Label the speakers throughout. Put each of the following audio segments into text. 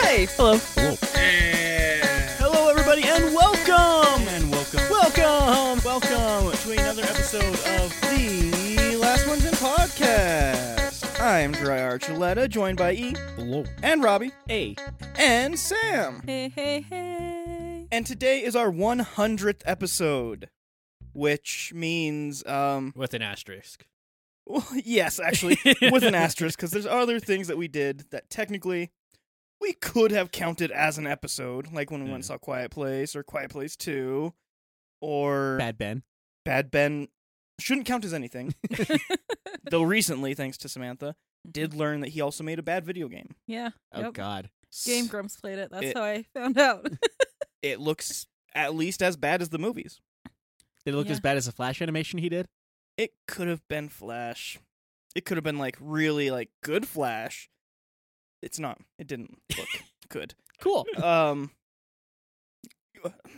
Speaker 1: Hey, hello. Hello, everybody, and welcome!
Speaker 2: And welcome,
Speaker 1: Welcome! Welcome to another episode of the Last Ones in Podcast. I'm Dry Archuleta, joined by E,
Speaker 2: hello,
Speaker 1: and Robbie,
Speaker 2: hey,
Speaker 1: and Sam.
Speaker 2: hey, hey, hey.
Speaker 1: And today is our 100th episode, which means, um,
Speaker 2: With an asterisk.
Speaker 1: Well, yes, actually, with an asterisk, because there's other things that we did that technically we could have counted as an episode, like when we went and
Speaker 2: Yeah.
Speaker 1: saw Quiet Place or Quiet Place Two, or Bad,
Speaker 3: Bad Ben.
Speaker 1: Ben. Shouldn't count as anything. Though recently, thanks to Samantha, did learn that he also made a bad video game.
Speaker 4: Yeah.
Speaker 3: Oh
Speaker 4: yep.
Speaker 3: God.
Speaker 4: Game Grumps played it. That's
Speaker 1: It-
Speaker 4: how I found out.
Speaker 1: It looks at least as bad as the movies.
Speaker 3: Did it look
Speaker 4: Yeah.
Speaker 3: as bad as the Flash animation he did?
Speaker 1: It could have been Flash. It could have been like really like good Flash. It's not. It didn't look good.
Speaker 3: Cool.
Speaker 1: um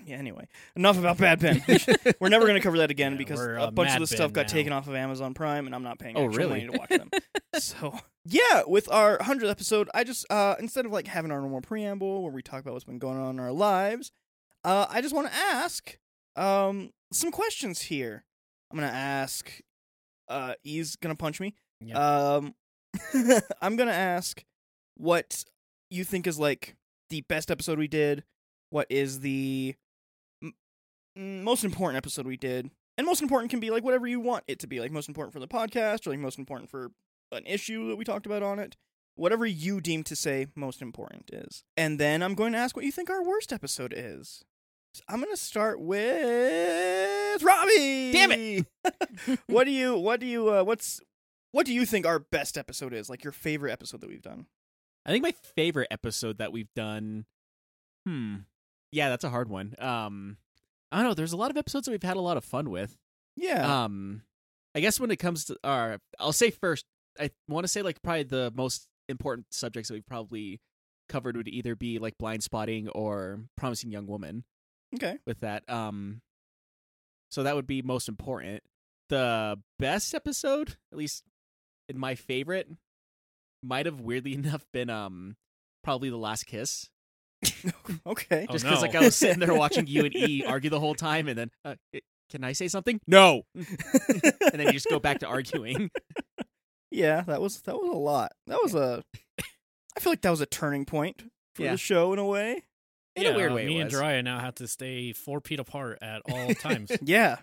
Speaker 1: yeah anyway enough about bad ben we're never going to cover that again
Speaker 2: Yeah,
Speaker 1: because
Speaker 2: we're,
Speaker 1: a
Speaker 2: uh,
Speaker 1: bunch of
Speaker 2: Mad
Speaker 1: the stuff
Speaker 2: Ben
Speaker 1: got
Speaker 2: now.
Speaker 1: taken off of amazon prime and i'm not paying
Speaker 3: Oh,
Speaker 1: extra
Speaker 3: really?
Speaker 1: money to watch them so yeah with our 100th episode i just uh instead of like having our normal preamble where we talk about what's been going on in our lives uh i just want to ask um some questions here i'm going to ask uh he's going to punch me
Speaker 2: Yeah.
Speaker 1: um i'm going to ask what you think is like the best episode we did, what is the m- m- most important episode we did, and most important can be like whatever you want it to be, like most important for the podcast or like most important for an issue that we talked about on it, whatever you deem to say most important is. And then I'm going to ask what you think our worst episode is. So I'm going to start with Robbie.
Speaker 3: Damn
Speaker 1: it. what do you what do you uh, what's what do you think our best episode is? Like your favorite episode that we've done?
Speaker 3: I think my favorite episode that we've done. Hmm. Yeah, that's a hard one. Um, I don't know. There's a lot of episodes that we've had a lot of fun with.
Speaker 1: Yeah.
Speaker 3: Um, I guess when it comes to our, I'll say first. I want to say like probably the most important subjects that we've probably covered would either be like blind spotting or promising young woman.
Speaker 1: okay.
Speaker 3: with that. Um, so that would be most important. The best episode, at least in my favorite, might have weirdly enough been um probably the last kiss.
Speaker 1: Okay.
Speaker 2: Oh,
Speaker 3: Just because
Speaker 2: no.
Speaker 3: like I was sitting there watching you and E argue the whole time, and then uh, i- can I say something? No, and then you just go back to arguing.
Speaker 1: Yeah, that was that was a lot. That was a. I feel like that was a turning point for
Speaker 3: Yeah.
Speaker 1: the show in a way.
Speaker 3: In a weird way, it
Speaker 2: me
Speaker 3: was.
Speaker 2: and Drya now have to stay four feet apart at all times.
Speaker 1: Yeah.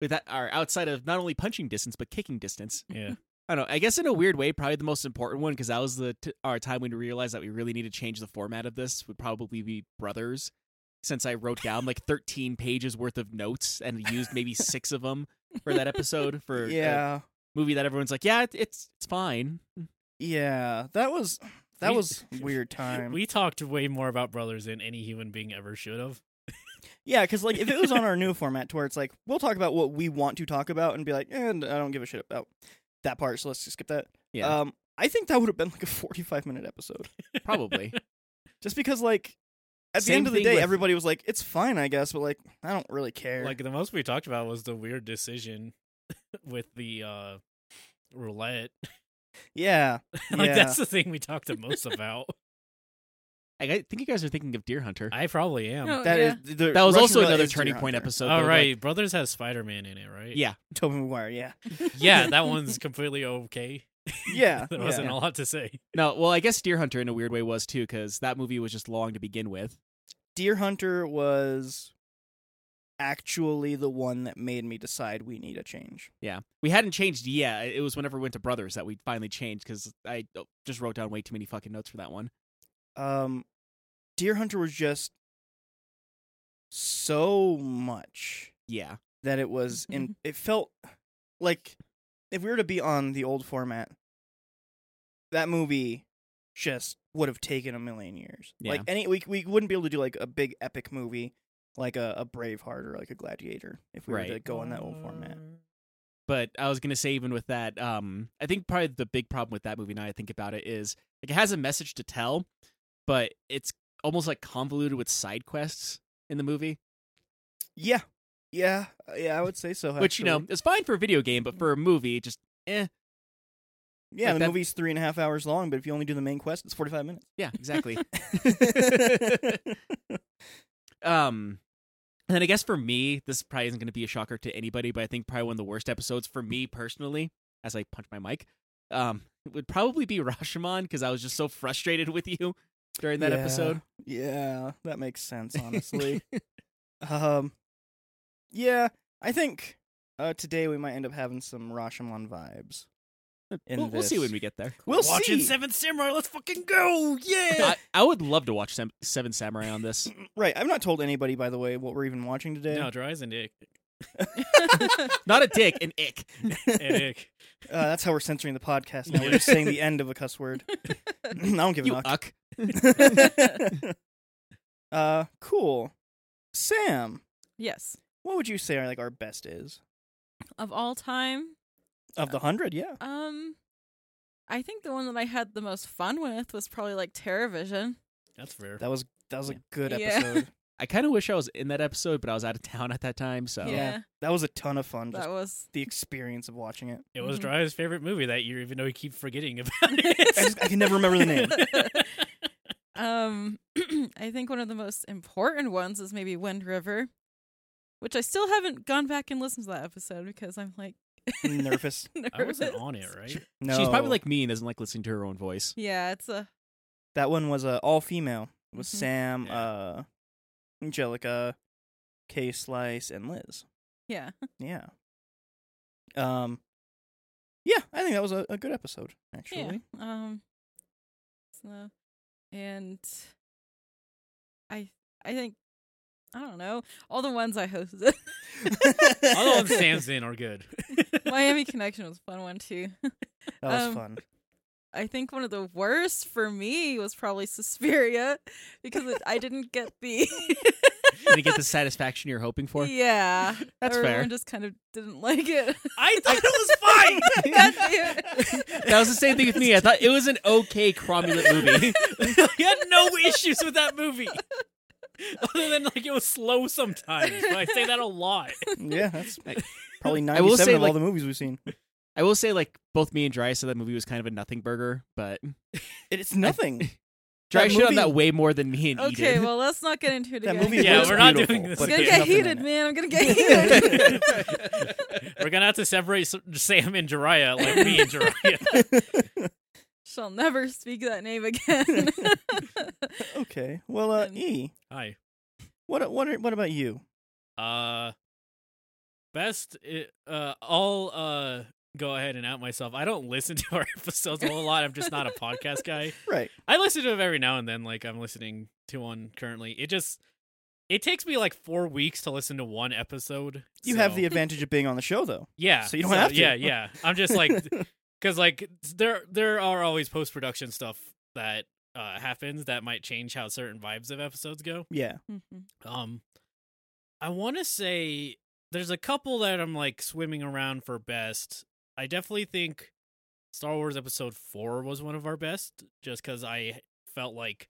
Speaker 3: With that are outside of not only punching distance but kicking distance.
Speaker 2: yeah,
Speaker 3: I don't know. I guess in a weird way, probably the most important one because that was the t- our time when we realized that we really need to change the format of this would probably be Brothers, since I wrote down like 13 pages worth of notes and used maybe six of them for that episode for uh, a
Speaker 1: Yeah.
Speaker 3: movie that everyone's like, yeah, it- it's it's fine.
Speaker 1: Yeah. That was that
Speaker 2: We-
Speaker 1: was a weird time.
Speaker 2: we talked way more about brothers than any human being ever should have.
Speaker 1: yeah, because like if it was on our new format to where it's like we'll talk about what we want to talk about and be like, "Eh, and I don't give a shit about that part, so let's just skip that.
Speaker 3: Yeah,
Speaker 1: Um, I think that would have been like a forty-five minute episode,
Speaker 3: probably.
Speaker 1: just because like at the
Speaker 3: Same
Speaker 1: end of the
Speaker 3: thing
Speaker 1: day,
Speaker 3: with-
Speaker 1: everybody was like, it's fine, I guess, but like I don't really care.
Speaker 2: Like the most we talked about was the weird decision with the uh roulette.
Speaker 1: yeah.
Speaker 2: like
Speaker 1: Yeah.
Speaker 2: that's the thing we talked the most about.
Speaker 3: I gu- think you guys are thinking of Deer Hunter.
Speaker 2: I probably am.
Speaker 4: No,
Speaker 1: Um, That
Speaker 4: yeah.
Speaker 1: is the
Speaker 3: that was
Speaker 1: Russian
Speaker 3: also
Speaker 1: roulette
Speaker 3: another
Speaker 1: is Deer
Speaker 3: turning point
Speaker 1: Hunter.
Speaker 3: episode.
Speaker 2: All
Speaker 3: though,
Speaker 2: right, brothers has Spider Man in it, right?
Speaker 3: like- yeah,
Speaker 1: Toby Maguire, yeah.
Speaker 4: Oh,
Speaker 2: yeah, that one's completely okay.
Speaker 1: Yeah.
Speaker 2: there
Speaker 1: yeah.
Speaker 2: wasn't a lot to say.
Speaker 3: no. Well, I guess Deer Hunter in a weird way was too because that movie was just long to begin with.
Speaker 1: Deer Hunter was actually the one that made me decide we need a change.
Speaker 3: Yeah, we hadn't changed yet. It was whenever we went to Brothers that we finally changed because I oh, just wrote down way too many fucking notes for that one.
Speaker 1: Um Deer Hunter was just so much
Speaker 3: Yeah,
Speaker 1: that it was
Speaker 3: Mm-hmm.
Speaker 1: in it felt like if we were to be on the old format, that movie just would have taken a million years.
Speaker 3: Yeah.
Speaker 1: Like any we we wouldn't be able to do like a big epic movie like a, a Braveheart or like a Gladiator if we were to
Speaker 3: Right. Mm.
Speaker 1: go in that old format.
Speaker 3: but I was gonna say even with that, um, I think probably the big problem with that movie now I think about it is like it has a message to tell, but it's almost like convoluted with side quests in the movie,
Speaker 1: Yeah. Yeah. Yeah, I would say so.
Speaker 3: which you know
Speaker 1: actually.
Speaker 3: is fine for a video game, but for a movie, just eh.
Speaker 1: Yeah,
Speaker 3: Like
Speaker 1: the
Speaker 3: that-
Speaker 1: movie's three and a half hours long, but if you only do the main quest, it's forty five minutes.
Speaker 3: Yeah, exactly. um, and then I guess for me, this probably isn't going to be a shocker to anybody, but I think probably one of the worst episodes for me personally, as I punch my mic, um, would probably be Rashomon because I was just so frustrated with you during that
Speaker 1: Yeah.
Speaker 3: episode.
Speaker 1: Yeah, that makes sense, honestly. um Yeah, I think uh today we might end up having some Rashomon vibes. In
Speaker 3: We'll, we'll see
Speaker 1: this.
Speaker 3: when we get there.
Speaker 1: We'll
Speaker 2: Watching
Speaker 1: see.
Speaker 2: Seven Samurai. Let's fucking go! Yeah.
Speaker 3: I, I would love to watch Sem- Seven Samurai on this.
Speaker 1: right, I've not told anybody by the way what we're even watching today.
Speaker 2: no, dry as an ick.
Speaker 3: Not a dick, an ick.
Speaker 2: An ick.
Speaker 1: Uh, that's how we're censoring the podcast now. We're just saying the end of a cuss word. I don't give
Speaker 3: You
Speaker 1: a
Speaker 3: uck.
Speaker 1: fuck. uh cool. Sam,
Speaker 4: yes.
Speaker 1: what would you say are like our best is?
Speaker 4: Of all time,
Speaker 1: Of the hundred, yeah.
Speaker 4: um, I think the one that I had the most fun with was probably like TerraVision.
Speaker 2: That's fair.
Speaker 1: That was that was a good
Speaker 4: Yeah.
Speaker 1: episode.
Speaker 3: I kind of wish I was in that episode, but I was out of town at that time, so
Speaker 1: Yeah. That was a ton of fun. Just
Speaker 4: that was.
Speaker 1: the experience of watching it.
Speaker 2: it was
Speaker 4: Mhm.
Speaker 2: Dry's favorite movie that year, even though he keep forgetting about it.
Speaker 1: I, just, I can never remember the name.
Speaker 4: Um, I think one of the most important ones is maybe Wind River, which I still haven't gone back and listened to that episode because I'm like
Speaker 1: Nervous.
Speaker 4: nervous.
Speaker 2: I wasn't on it, right?
Speaker 1: No,
Speaker 3: she's probably like me and doesn't like listening to her own voice.
Speaker 4: Yeah, it's a
Speaker 1: that one was uh, all female with
Speaker 4: Mhm.
Speaker 1: Sam,
Speaker 2: Yeah.
Speaker 1: uh, Angelica, K Slice, and Liz.
Speaker 4: yeah.
Speaker 1: Yeah. Um. Yeah, I think that was a, a good episode actually.
Speaker 4: Yeah. Um. So, and I I think I don't know all the ones I hosted.
Speaker 2: All the ones Sam's in are good.
Speaker 4: Miami Connection was a fun one too.
Speaker 1: that was
Speaker 4: um,
Speaker 1: fun.
Speaker 4: I think one of the worst for me was probably Suspiria because it, I didn't get the
Speaker 3: Did you get the satisfaction you're hoping for?
Speaker 4: yeah.
Speaker 3: That's
Speaker 4: Everyone
Speaker 3: fair.
Speaker 4: just kind of didn't like it.
Speaker 2: I thought it was fine.
Speaker 4: God damn it.
Speaker 3: That was the same thing with me. I thought it was an okay cromulent movie.
Speaker 2: we had no issues with that movie. Other than like it was slow sometimes. But I say that a lot.
Speaker 1: Yeah, that's
Speaker 3: I-
Speaker 1: probably
Speaker 3: I will
Speaker 1: ninety-seven
Speaker 3: say,
Speaker 1: of all
Speaker 3: like-
Speaker 1: the movies we've seen.
Speaker 3: I will say, like both me and Dry said that movie was kind of a nothing burger, but
Speaker 1: It's nothing.
Speaker 3: Dry
Speaker 1: That
Speaker 3: shit on
Speaker 1: movie-
Speaker 3: that way more than me and E
Speaker 4: Okay,
Speaker 3: did.
Speaker 4: well let's not get into it
Speaker 1: That
Speaker 4: again.
Speaker 1: movie
Speaker 2: Yeah,
Speaker 1: looks
Speaker 2: we're not
Speaker 1: beautiful,
Speaker 2: doing this
Speaker 1: but
Speaker 4: I'm
Speaker 1: it's
Speaker 4: gonna
Speaker 2: again.
Speaker 1: got
Speaker 4: get
Speaker 1: nothing in
Speaker 4: heated, man. I'm
Speaker 1: it.
Speaker 4: gonna get heated.
Speaker 2: We're gonna have to separate S- Sam and Jiraiya like me and Jiraiya.
Speaker 4: Shall never speak that name again.
Speaker 1: Okay. Well, uh,
Speaker 4: Um,
Speaker 1: E,
Speaker 2: Hi.
Speaker 1: what what are, what about you?
Speaker 2: Uh, best. i- Uh, I'll uh go ahead and out myself. I don't listen to our episodes a whole lot. I'm just not a podcast guy.
Speaker 1: Right.
Speaker 2: I listen to them every now and then. Like I'm listening to one currently. It just it takes me like four weeks to listen to one episode.
Speaker 1: You have
Speaker 2: so-
Speaker 1: the advantage of being on the show, though.
Speaker 2: yeah.
Speaker 1: so you don't have to.
Speaker 2: Yeah, yeah. I'm just like because like there there are always post production stuff that uh happens that might change how certain vibes of episodes go.
Speaker 1: yeah.
Speaker 4: Mm-hmm.
Speaker 2: Um, I want to say there's a couple that I'm like swimming around for best. I definitely think Star Wars Episode Four was one of our best, just because I felt like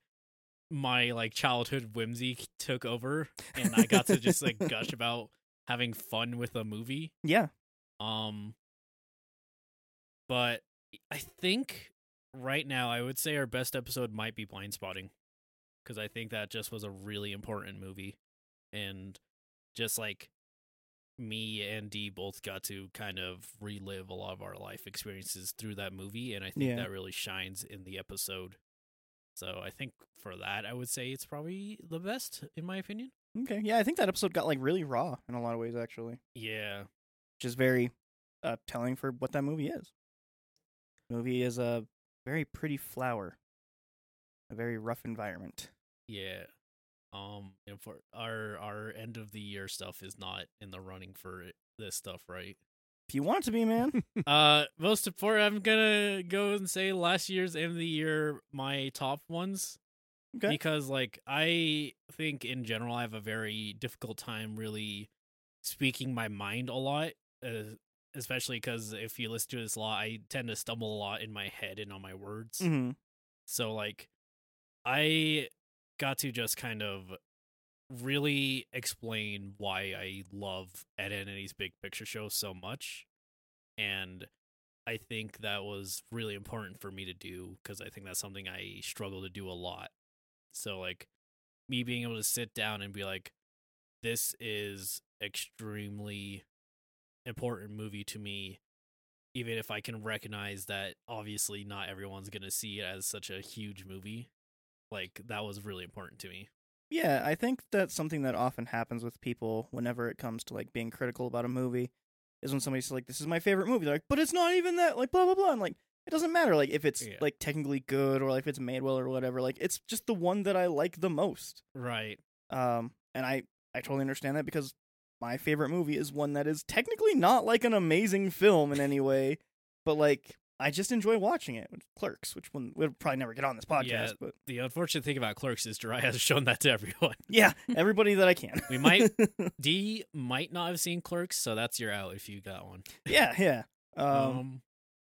Speaker 2: my like childhood whimsy took over, and I got to just like gush about having fun with a movie.
Speaker 1: Yeah.
Speaker 2: Um, but I think right now I would say our best episode might be Blind Spotting because I think that just was a really important movie, and just like me and Dee both got to kind of relive a lot of our life experiences through that movie, and I think
Speaker 1: Yeah.
Speaker 2: that really shines in the episode. So I think for that, I would say it's probably the best in my opinion.
Speaker 1: Okay. Yeah, I think that episode got like really raw in a lot of ways, actually,
Speaker 2: Yeah,
Speaker 1: which is very uh, telling for what that movie is. movie is a very pretty flower, a very rough environment.
Speaker 2: Yeah. Um and for our our end of the year stuff is not in the running for it- this stuff, right?
Speaker 1: If you want it to be, man.
Speaker 2: uh most important I'm gonna go and say last year's end of the year my top ones.
Speaker 1: Okay.
Speaker 2: Because like I think in general I have a very difficult time really speaking my mind a lot. Uh, especially because if you listen to this a lot, I tend to stumble a lot in my head and on my words.
Speaker 1: hmm
Speaker 2: So like I got to just kind of really explain why I love Ed and Eddie's Big Picture Show so much and I think that was really important for me to do because I think that's something I struggle to do a lot. So like me being able to sit down and be like, this is extremely important movie to me, even if I can recognize that obviously not everyone's gonna see it as such a huge movie. Like that was really important to me.
Speaker 1: Yeah, I think that's something that often happens with people whenever it comes to like being critical about a movie is when somebody's like, "This is my favorite movie." They're like, "But it's not even that." Like blah blah blah. And like it doesn't matter like if it's
Speaker 2: Yeah.
Speaker 1: like technically good or like, if it's made well or whatever. Like it's just the one that I like the most.
Speaker 2: Right.
Speaker 1: Um, and I I totally understand that because my favorite movie is one that is technically not like an amazing film in any way, but like I just enjoy watching it. Clerks, which one we'll probably never get on this podcast,
Speaker 2: Yeah.
Speaker 1: but
Speaker 2: The unfortunate thing about Clerks is Jiraiya has shown that to everyone.
Speaker 1: yeah, everybody that I can.
Speaker 2: We might D might not have seen Clerks, so that's your out if you got one.
Speaker 1: yeah, yeah. um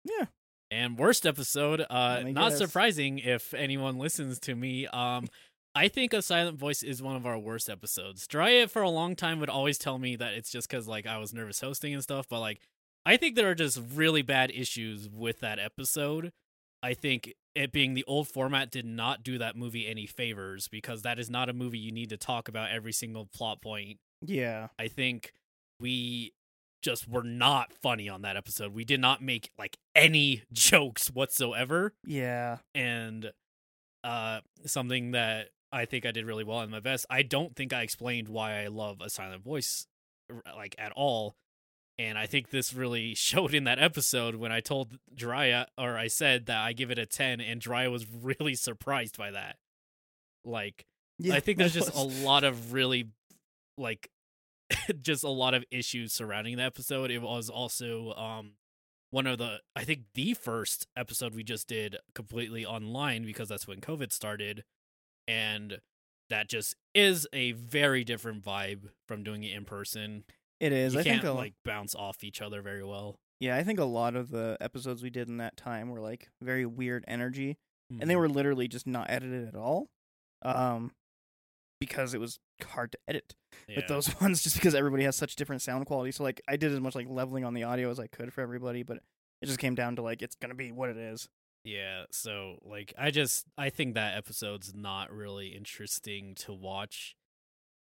Speaker 1: yeah.
Speaker 2: And worst episode, uh
Speaker 1: Let me
Speaker 2: not
Speaker 1: guess.
Speaker 2: surprising if anyone listens to me. Um I think a silent voice is one of our worst episodes. Jiraiya for a long time would always tell me that it's just cuz like I was nervous hosting and stuff, but like I think there are just really bad issues with that episode. I think it being the old format did not do that movie any favors because that is not a movie you need to talk about every single plot point
Speaker 1: Yeah.
Speaker 2: I think we just were not funny on that episode. We did not make like any jokes whatsoever.
Speaker 1: Yeah.
Speaker 2: And uh something that I think I did really well in my best. I don't think I explained why I love a silent voice r- like at all. And I think this really showed in that episode when I told Jiraiya or I said that I give it a 10 and Jiraiya was really surprised by that. Like
Speaker 1: Yeah.
Speaker 2: I think there's just a
Speaker 1: almost.
Speaker 2: lot of really like just a lot of issues surrounding the episode. It was also um one of the I think the first episode we just did completely online because that's when COVID started and that just is a very different vibe from doing it in person.
Speaker 1: It is.
Speaker 2: you
Speaker 1: I
Speaker 2: can't
Speaker 1: think uh, a,
Speaker 2: like bounce off each other very well.
Speaker 1: yeah, I think a lot of the episodes we did in that time were like very weird energy, and
Speaker 2: Mm-hmm.
Speaker 1: they were literally just not edited at all, um, because it was hard to edit
Speaker 2: Yeah.
Speaker 1: with those ones just because everybody has such different sound quality. So like I did as much like leveling on the audio as I could for everybody, but it just came down to like it's gonna be what it is.
Speaker 2: Yeah, so like I just I think that episode's not really interesting to watch.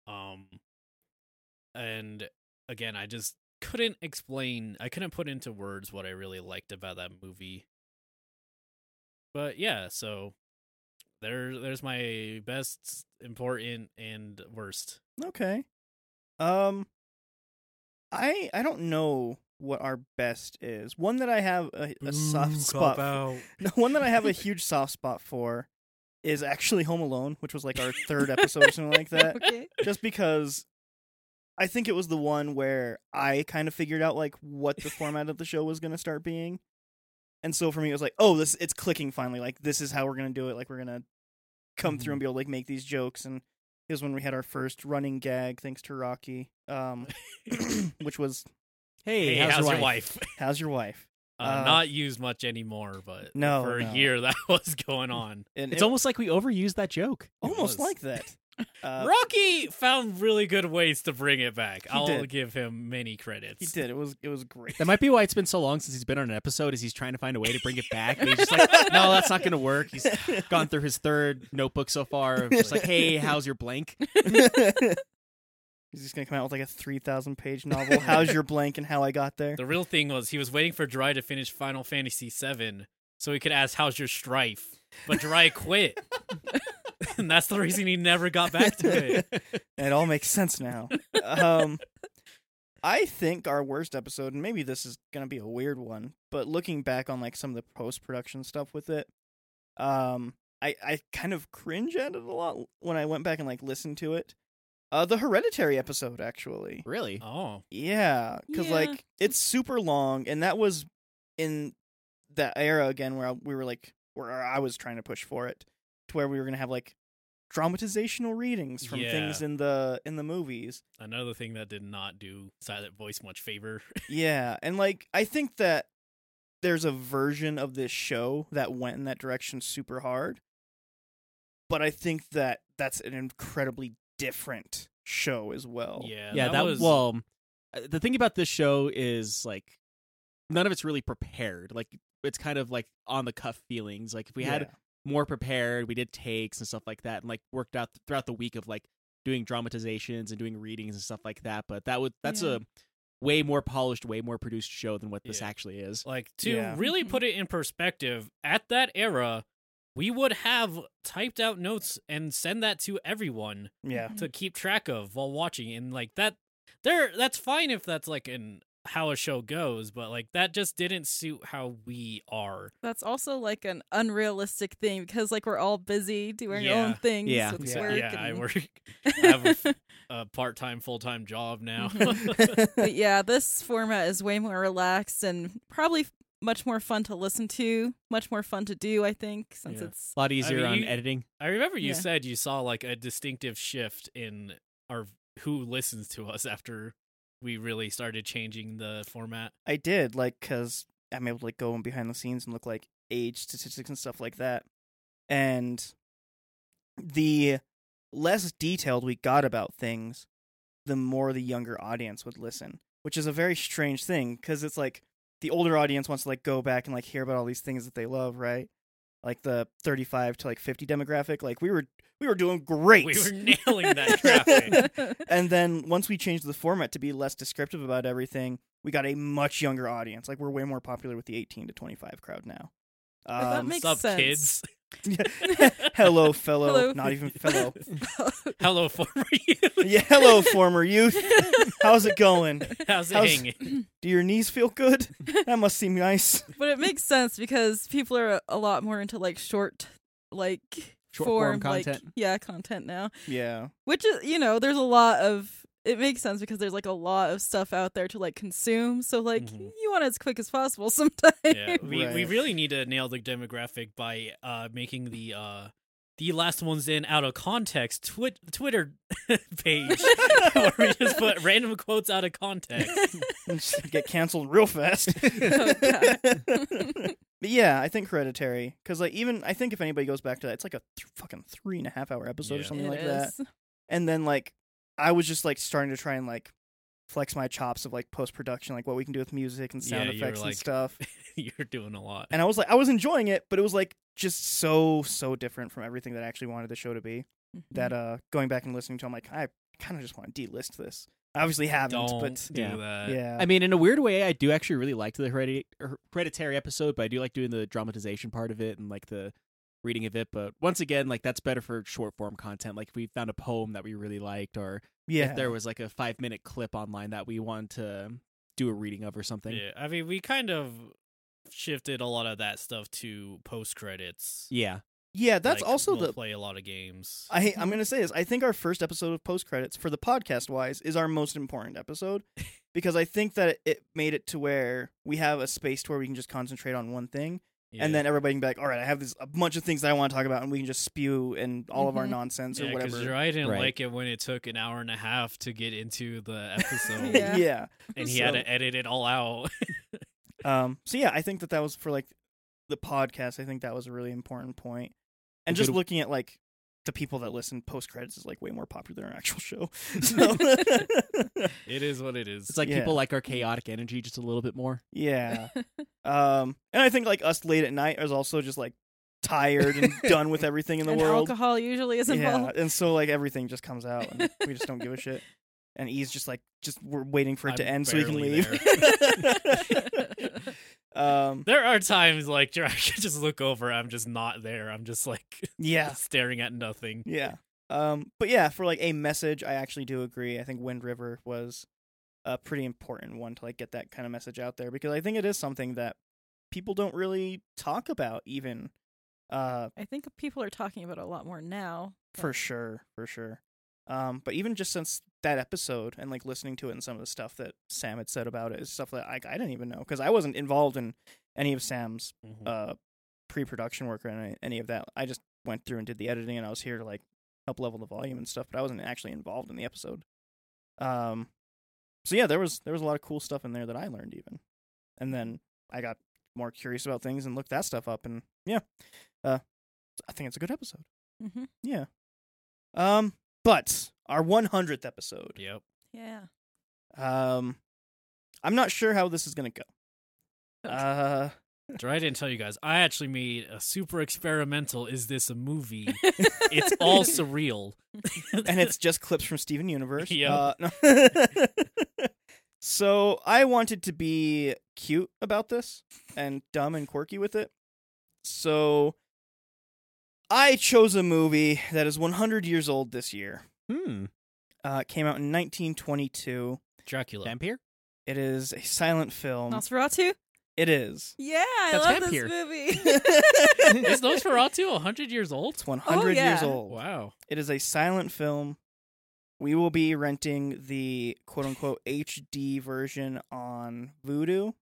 Speaker 2: Um and again, I just couldn't explain I couldn't put into words what I really liked about that movie. But yeah, so there there's my best, important and worst.
Speaker 1: Okay. Um I I don't know what our best is. One that I have a, a soft spot for- No, one that I have a huge soft spot for is actually Home Alone, which was like our third episode or something like that.
Speaker 4: okay.
Speaker 1: Just because I think it was the one where I kind of figured out like what the format of the show was going to start being. And so for me it was like, oh, this it's clicking finally. Like this is how we're going to do it. Like we're going to come through
Speaker 3: Mm-hmm.
Speaker 1: and be able to like make these jokes and it was when we had our first running gag thanks to Rocky. Um which was
Speaker 3: Hey,
Speaker 2: how's, your wife?
Speaker 1: how's your wife?
Speaker 2: Uh,
Speaker 1: Uh,
Speaker 2: not used much anymore, but
Speaker 1: No,
Speaker 2: for a
Speaker 1: no.
Speaker 2: year that was going on.
Speaker 1: And
Speaker 3: It's
Speaker 1: it-
Speaker 3: almost like we overused that joke.
Speaker 1: almost
Speaker 2: was.
Speaker 1: like that. Uh,
Speaker 2: Rocky found really good ways to bring it back. I'll
Speaker 1: did.
Speaker 2: give him many credits.
Speaker 1: he did. It was it was great.
Speaker 3: That might be why it's been so long since he's been on an episode. Is he's trying to find a way to bring it back? And he's just like, no, that's not going to work. He's gone through his third notebook so far. of Just like, hey, how's your blank?
Speaker 1: He's just gonna come out with like a three thousand page novel. How's your blank and how I got there?
Speaker 2: The real thing was he was waiting for Dry to finish Final Fantasy VII so he could ask, "How's your strife?" But Dry quit, and that's the reason he never got back to it.
Speaker 1: It all makes sense now. Um, I think our worst episode, and maybe this is gonna be a weird one, but looking back on like some of the post production stuff with it, um, I I kind of cringe at it a lot when I went back and like listened to it. Uh, the Hereditary episode actually.
Speaker 3: Really?
Speaker 2: Oh,
Speaker 1: Yeah, because
Speaker 4: Yeah.
Speaker 1: like it's super long, and that was in that era again where I, we were like, where I was trying to push for it to where we were gonna have like dramatizational readings from
Speaker 2: Yeah.
Speaker 1: things in the in the movies.
Speaker 2: another thing that did not do Silent Voice much favor.
Speaker 1: yeah, and like I think that there's a version of this show that went in that direction super hard, but I think that that's an incredibly different show as well.
Speaker 2: yeah,
Speaker 3: yeah, that,
Speaker 2: was
Speaker 3: was. Well, uh, the thing about this show is like none of it's really prepared. Like it's kind of like on the cuff feelings. Like if we had more prepared, we did takes and stuff like that, and like worked out throughout the week of like doing dramatizations and doing readings and stuff like that. But that would that's
Speaker 4: Yeah.
Speaker 3: a way more polished, way more produced show than what this
Speaker 2: Yeah.
Speaker 3: actually is.
Speaker 2: Like to
Speaker 1: Yeah.
Speaker 2: really
Speaker 4: Mhm.
Speaker 2: put it in perspective, at that era, we would have typed out notes and send that to everyone
Speaker 1: yeah,
Speaker 2: to keep track of while watching and like that there that's fine if that's like an how a show goes, but like that just didn't suit how we are.
Speaker 4: That's also like an unrealistic thing because like we're all busy doing our
Speaker 2: Yeah.
Speaker 4: own things
Speaker 3: Yeah.
Speaker 4: with
Speaker 1: Yeah.
Speaker 4: work.
Speaker 2: yeah, I
Speaker 4: and-
Speaker 2: work I have a f- a part-time full-time job now.
Speaker 4: but yeah, this format is way more relaxed and probably f- much more fun to listen to, much more fun to do, I think, since
Speaker 2: Yeah.
Speaker 4: it's
Speaker 3: A lot easier
Speaker 2: mean,
Speaker 3: on
Speaker 2: you-
Speaker 3: editing.
Speaker 2: I remember you
Speaker 4: Yeah.
Speaker 2: said you saw like a distinctive shift in our who listens to us after we really started changing the format.
Speaker 1: I did like because I'm able to like go in behind the scenes and look like age statistics and stuff like that, and the less detailed we got about things, the more the younger audience would listen, which is a very strange thing because it's like the older audience wants to like go back and like hear about all these things that they love, right? Like the 35 to like 50 demographic, like we were we were doing great.
Speaker 2: We were nailing that traffic.
Speaker 1: And then once we changed the format to be less descriptive about everything, we got a much younger audience. Like we're way more popular with the 18 to 25 crowd now.
Speaker 4: that
Speaker 1: Um,
Speaker 4: makes
Speaker 2: Sup,
Speaker 4: sense.
Speaker 2: kids?
Speaker 1: hello, fellow,
Speaker 4: Hello.
Speaker 1: not even fellow.
Speaker 2: Hello, former you.
Speaker 1: yeah, hello, former youth. How's it going?
Speaker 2: How's it
Speaker 1: How's-
Speaker 2: hanging?
Speaker 1: Do your knees feel good? That must seem nice.
Speaker 4: but it makes sense because people are a- a lot more into like short, like
Speaker 3: Short form
Speaker 4: form, like-
Speaker 3: content.
Speaker 4: yeah, content now.
Speaker 1: Yeah,
Speaker 4: which is you know there's a lot of it makes sense because there's like a lot of stuff out there to like consume so like
Speaker 2: Mhm.
Speaker 4: you want it as quick as possible sometimes
Speaker 2: Yeah, we, we
Speaker 1: Right.
Speaker 2: really need to nail the demographic by uh, making the uh, the last ones in out of context twi- Twitter page where we just put random quotes out of context.
Speaker 1: get canceled real fast.
Speaker 4: Oh, God.
Speaker 1: But yeah, I think Hereditary, because like even I think if anybody goes back to that, it's like a th- fucking three and a half hour episode or
Speaker 2: Yeah.
Speaker 1: something
Speaker 4: It
Speaker 1: like that.
Speaker 4: is.
Speaker 1: and then like I was just like starting to try and like flex my chops of like post production, like what we can do with music and sound
Speaker 2: Yeah, you were
Speaker 1: effects and
Speaker 2: like-
Speaker 1: stuff.
Speaker 2: You're doing a lot.
Speaker 1: And I was like, I was enjoying it, but it was like just so so different from everything that I actually wanted the show to be. That
Speaker 2: Mm.
Speaker 1: uh, going back and listening to, I'm like, I kind of just want to delist this. I obviously haven't,
Speaker 2: Don't uh,
Speaker 1: but
Speaker 2: do
Speaker 3: Yeah.
Speaker 2: that.
Speaker 1: yeah,
Speaker 3: I mean, in a weird way, I do actually really like the Heredi- Her- hereditary episode, but I do like doing the dramatization part of it and like the reading of it. But once again, like that's better for short form content. Like if we found a poem that we really liked, or
Speaker 1: yeah,
Speaker 3: if there was like a five minute clip online that we wanted to do a reading of or something.
Speaker 2: Yeah, I mean, we kind of shifted a lot of that stuff to post credits.
Speaker 3: Yeah.
Speaker 1: yeah. That's also
Speaker 2: we'll Mm-hmm.
Speaker 1: the.
Speaker 2: play a lot of games.
Speaker 1: I, I'm gonna say this. I think our first episode of post credits for the podcast wise is our most important episode because I think that it made it to where we have a space to where we can just concentrate on one thing and then everybody can be like, "All right, I have this a bunch of things that I want to talk about, and we can just spew and all of our
Speaker 4: Mhm.
Speaker 1: nonsense or
Speaker 2: because
Speaker 1: whatever."
Speaker 2: I didn't
Speaker 3: Right.
Speaker 2: like it when it took an hour and a half to get into the episode,
Speaker 4: Yeah.
Speaker 1: yeah.
Speaker 2: and he had
Speaker 1: So-
Speaker 2: to edit it all out.
Speaker 1: Um. So yeah, I think that that was for like the podcast. I think that was a really important point, and
Speaker 3: We
Speaker 1: just
Speaker 3: could've-
Speaker 1: looking at like the people that listen post credits is like way more popular than our actual show. So
Speaker 2: it is what it is.
Speaker 3: It's like
Speaker 1: Yeah.
Speaker 3: people like our chaotic energy just a little bit more.
Speaker 1: yeah. Um. And I think like us late at night is also just like tired and done with everything in the
Speaker 4: Mm-hmm. and
Speaker 1: world.
Speaker 4: alcohol usually is
Speaker 1: Yeah,
Speaker 4: involved
Speaker 1: and so like everything just comes out, and we just don't give a shit. And E's just like, just we're waiting for it to
Speaker 2: I'm
Speaker 1: end so we can
Speaker 2: barely
Speaker 1: leave. um,
Speaker 2: there are times like I could just look over. I'm just not there. I'm just like
Speaker 1: yeah,
Speaker 2: staring at nothing.
Speaker 1: yeah. Um, but yeah, for like a message, I actually do agree. I think Wind River was a pretty important one to like get that kind of message out there because I think it is something that people don't really talk about, even uh,
Speaker 4: i think people are talking about it a lot more now
Speaker 1: for sure for sure um but even just since that episode and like listening to it and some of the stuff that sam had said about it is stuff that i, I didn't even know because i wasn't involved in any of sam's
Speaker 2: Mhm.
Speaker 1: uh pre-production work or any, any of that i just went through and did the editing and i was here to like help level the volume and stuff but i wasn't actually involved in the episode um so yeah there was there was a lot of cool stuff in there that i learned even and then i got more curious about things and looked that stuff up and yeah uh i think it's a good episode
Speaker 4: mm-hmm.
Speaker 1: yeah. Um, but our 100th episode.
Speaker 2: Yep.
Speaker 4: yeah
Speaker 1: Um, I'm not sure how this is gonna go. Uh,
Speaker 2: Sorry, I didn't tell you guys. I actually made a super experimental. Is this a movie? it's all surreal.
Speaker 1: and it's just clips from Steven Universe.
Speaker 2: Yep.
Speaker 1: Uh, no. so I wanted to be cute about this and dumb and quirky with it. So I chose a movie that is 100 years old this year.
Speaker 3: Hmm.
Speaker 1: Uh, it came out in 1922.
Speaker 2: Dracula.
Speaker 3: Vampire?
Speaker 1: It is a silent film.
Speaker 4: Nosferatu?
Speaker 1: It is.
Speaker 4: Yeah, I
Speaker 3: That's
Speaker 4: love
Speaker 3: vampire.
Speaker 4: this movie.
Speaker 2: Is Nosferatu 100 years old?
Speaker 1: It's 100 years
Speaker 4: yeah.
Speaker 1: old.
Speaker 2: Wow.
Speaker 1: It is a silent film. We will be renting the quote unquote HD version on Vudu.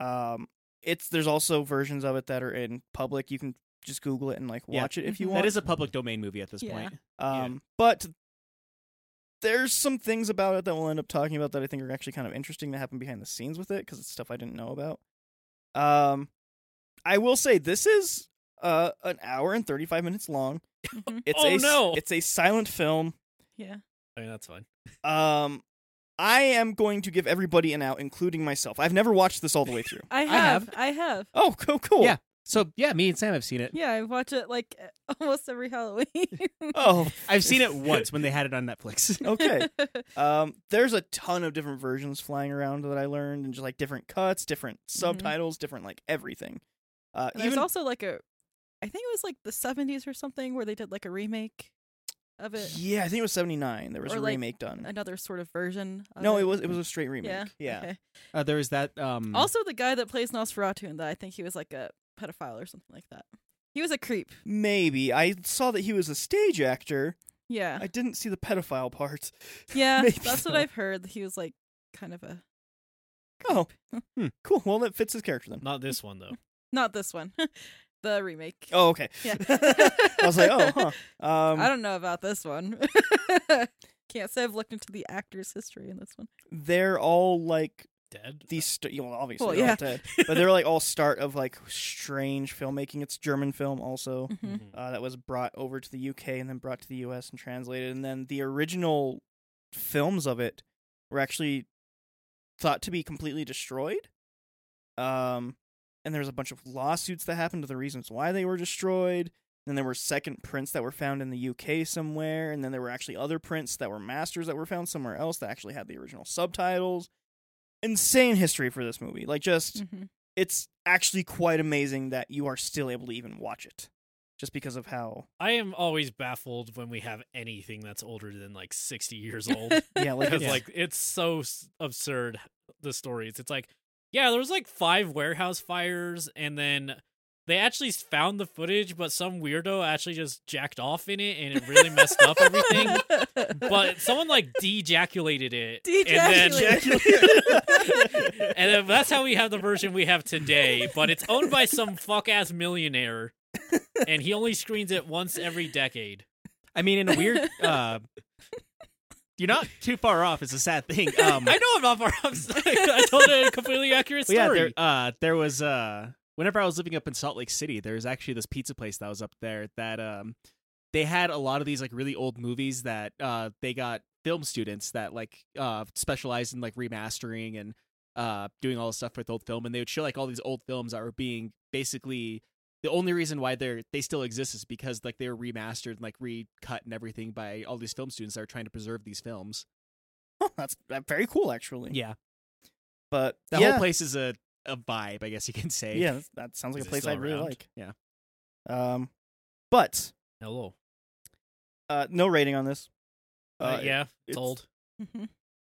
Speaker 1: Um, it's there's also versions of it that are in public. You can just Google it and like
Speaker 3: Yeah. Mm-hmm.
Speaker 1: watch it if you
Speaker 4: Mhm.
Speaker 1: want.
Speaker 3: That is a public domain movie at this
Speaker 4: Yeah.
Speaker 3: point.
Speaker 1: um, but there's some things about it that we'll end up talking about that I think are actually kind of interesting that happen behind the scenes with it because it's stuff I didn't know about. Um, I will say this is uh an hour and thirty five minutes long.
Speaker 4: Mhm.
Speaker 1: It's
Speaker 2: Oh,
Speaker 1: a s-
Speaker 2: no.
Speaker 1: it's a silent film.
Speaker 4: yeah.
Speaker 2: I mean, that's fine.
Speaker 1: Um, I am going to give everybody an out, including myself. I've never watched this all the way through.
Speaker 4: I
Speaker 3: have.
Speaker 4: have. I have.
Speaker 1: Oh, cool, cool.
Speaker 3: Yeah. So yeah, me and Sam have seen it.
Speaker 4: Yeah, I watch it like almost every Halloween.
Speaker 1: Oh,
Speaker 3: I've seen it once when they had it on Netflix.
Speaker 1: okay. Um, there's a ton of different versions flying around that I learned, and just like different cuts, different subtitles, different like everything. Uh,
Speaker 4: Mm-hmm. And There's
Speaker 1: even
Speaker 4: also like a, I think it was like the 70s or something where they did like a remake of it,
Speaker 1: yeah, I think it was '79. There was
Speaker 4: Or,
Speaker 1: a
Speaker 4: like,
Speaker 1: remake done.
Speaker 4: another sort of version. Of
Speaker 1: No,
Speaker 4: it.
Speaker 1: it was it was a straight remake. Yeah. Mm.
Speaker 4: okay.
Speaker 3: Uh, there was that. Um,
Speaker 4: Also, the guy that plays Nosferatu in that, I think he was like a pedophile or something like that. He was a creep.
Speaker 1: Maybe I saw that he was a stage actor.
Speaker 4: Yeah.
Speaker 1: I didn't see the pedophile part.
Speaker 4: yeah.
Speaker 1: maybe
Speaker 4: That's what
Speaker 1: so.
Speaker 4: I've heard. that He was like kind of a.
Speaker 1: Oh,
Speaker 3: Hmm.
Speaker 1: cool. Well, that fits his character then.
Speaker 2: Not this one, though.
Speaker 4: Not this one. the remake.
Speaker 1: Oh, okay.
Speaker 4: Yeah.
Speaker 1: I was like, oh, huh. Um,
Speaker 4: I don't know about this one. Can't say I've looked into the actor's history in this one.
Speaker 1: they're all like
Speaker 2: Dead?
Speaker 1: these st- you know, obviously
Speaker 4: Well,
Speaker 1: they're all
Speaker 4: yeah.
Speaker 1: dead, but they're like all start of like strange filmmaking it's german film also
Speaker 4: Mhm.
Speaker 2: Mhm.
Speaker 1: uh, that was brought over to the uk and then brought to the us and translated and then the original films of it were actually thought to be completely destroyed um and there was a bunch of lawsuits that happened to the reasons why they were destroyed then there were second prints that were found in the UK somewhere, and then there were actually other prints that were masters that were found somewhere else that actually had the original subtitles. Insane history for this movie. Like, just,
Speaker 4: Mhm.
Speaker 1: it's actually quite amazing that you are still able to even watch it just because of how,
Speaker 2: I am always baffled when we have anything that's older than like 60 years old.
Speaker 1: yeah, like,
Speaker 2: Because
Speaker 1: it's
Speaker 2: like it's so s- absurd the stories. It's like yeah, there was like five warehouse fires, and then they actually found the footage, but some weirdo actually just jacked off in it, and it really messed up everything.
Speaker 4: mm-hmm.
Speaker 2: But someone like dejaculated it, and then.
Speaker 1: Ejaculate.
Speaker 2: And then that's how we have the version we have today, but it's owned by some fuck ass millionaire, and he only screens it once every decade.
Speaker 3: I mean, in a weird. Uh, you're not too far off. It's a sad thing. Um,
Speaker 2: I know I'm not far off. I told a completely accurate
Speaker 3: well,
Speaker 2: story.
Speaker 3: yeah, there, uh, there was. Uh, whenever I was living up in Salt Lake City, there was actually this pizza place that was up there that um, they had a lot of these like really old movies that uh, they got film students that like uh, specialized in like remastering and uh, doing all this stuff with old film, and they would show like all these old films that were being basically. The only reason why they're they still exist is because like they were remastered and like recut and everything by all these film students that are trying to preserve these films.
Speaker 1: oh, that's that's very cool, actually.
Speaker 3: Yeah,
Speaker 1: But
Speaker 3: the
Speaker 1: yeah,
Speaker 3: whole place is a, a vibe, I guess you can say.
Speaker 1: yeah, that- that sounds like
Speaker 2: Is
Speaker 1: a
Speaker 2: it
Speaker 1: place
Speaker 2: still
Speaker 1: I really
Speaker 2: around?
Speaker 1: like.
Speaker 3: Yeah.
Speaker 1: Um, but
Speaker 2: Hello.
Speaker 1: uh, no rating on this.
Speaker 2: Uh, yeah,
Speaker 1: it's-
Speaker 2: it's old.
Speaker 4: Mhm.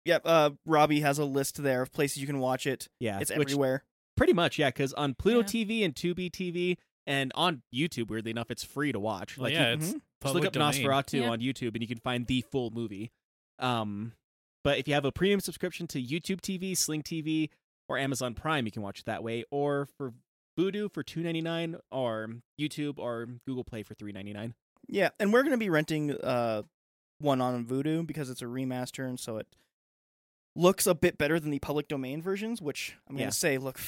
Speaker 1: Yep. Uh, Robbie has a list there of places you can watch it.
Speaker 3: yeah.
Speaker 1: It's
Speaker 3: which-
Speaker 1: everywhere.
Speaker 3: pretty much, yeah, because on Pluto
Speaker 4: Yeah.
Speaker 3: TV and 2B TV and on YouTube, weirdly enough, it's free to watch.
Speaker 2: Well,
Speaker 3: Like,
Speaker 2: yeah,
Speaker 3: you
Speaker 2: it's
Speaker 1: Mhm.
Speaker 3: just
Speaker 2: public
Speaker 3: look up
Speaker 2: domain.
Speaker 3: Nosferatu
Speaker 4: Yeah.
Speaker 3: on YouTube and you can find the full movie. Um, but if you have a premium subscription to YouTube TV, Sling TV, or Amazon Prime, you can watch it that way. Or for Voodoo for two ninety nine, or YouTube or Google Play for three ninety nine.
Speaker 1: Yeah, and we're gonna be renting uh one on Voodoo because it's a remaster, and so it looks a bit better than the public domain versions, which I'm gonna
Speaker 3: Yeah.
Speaker 1: say look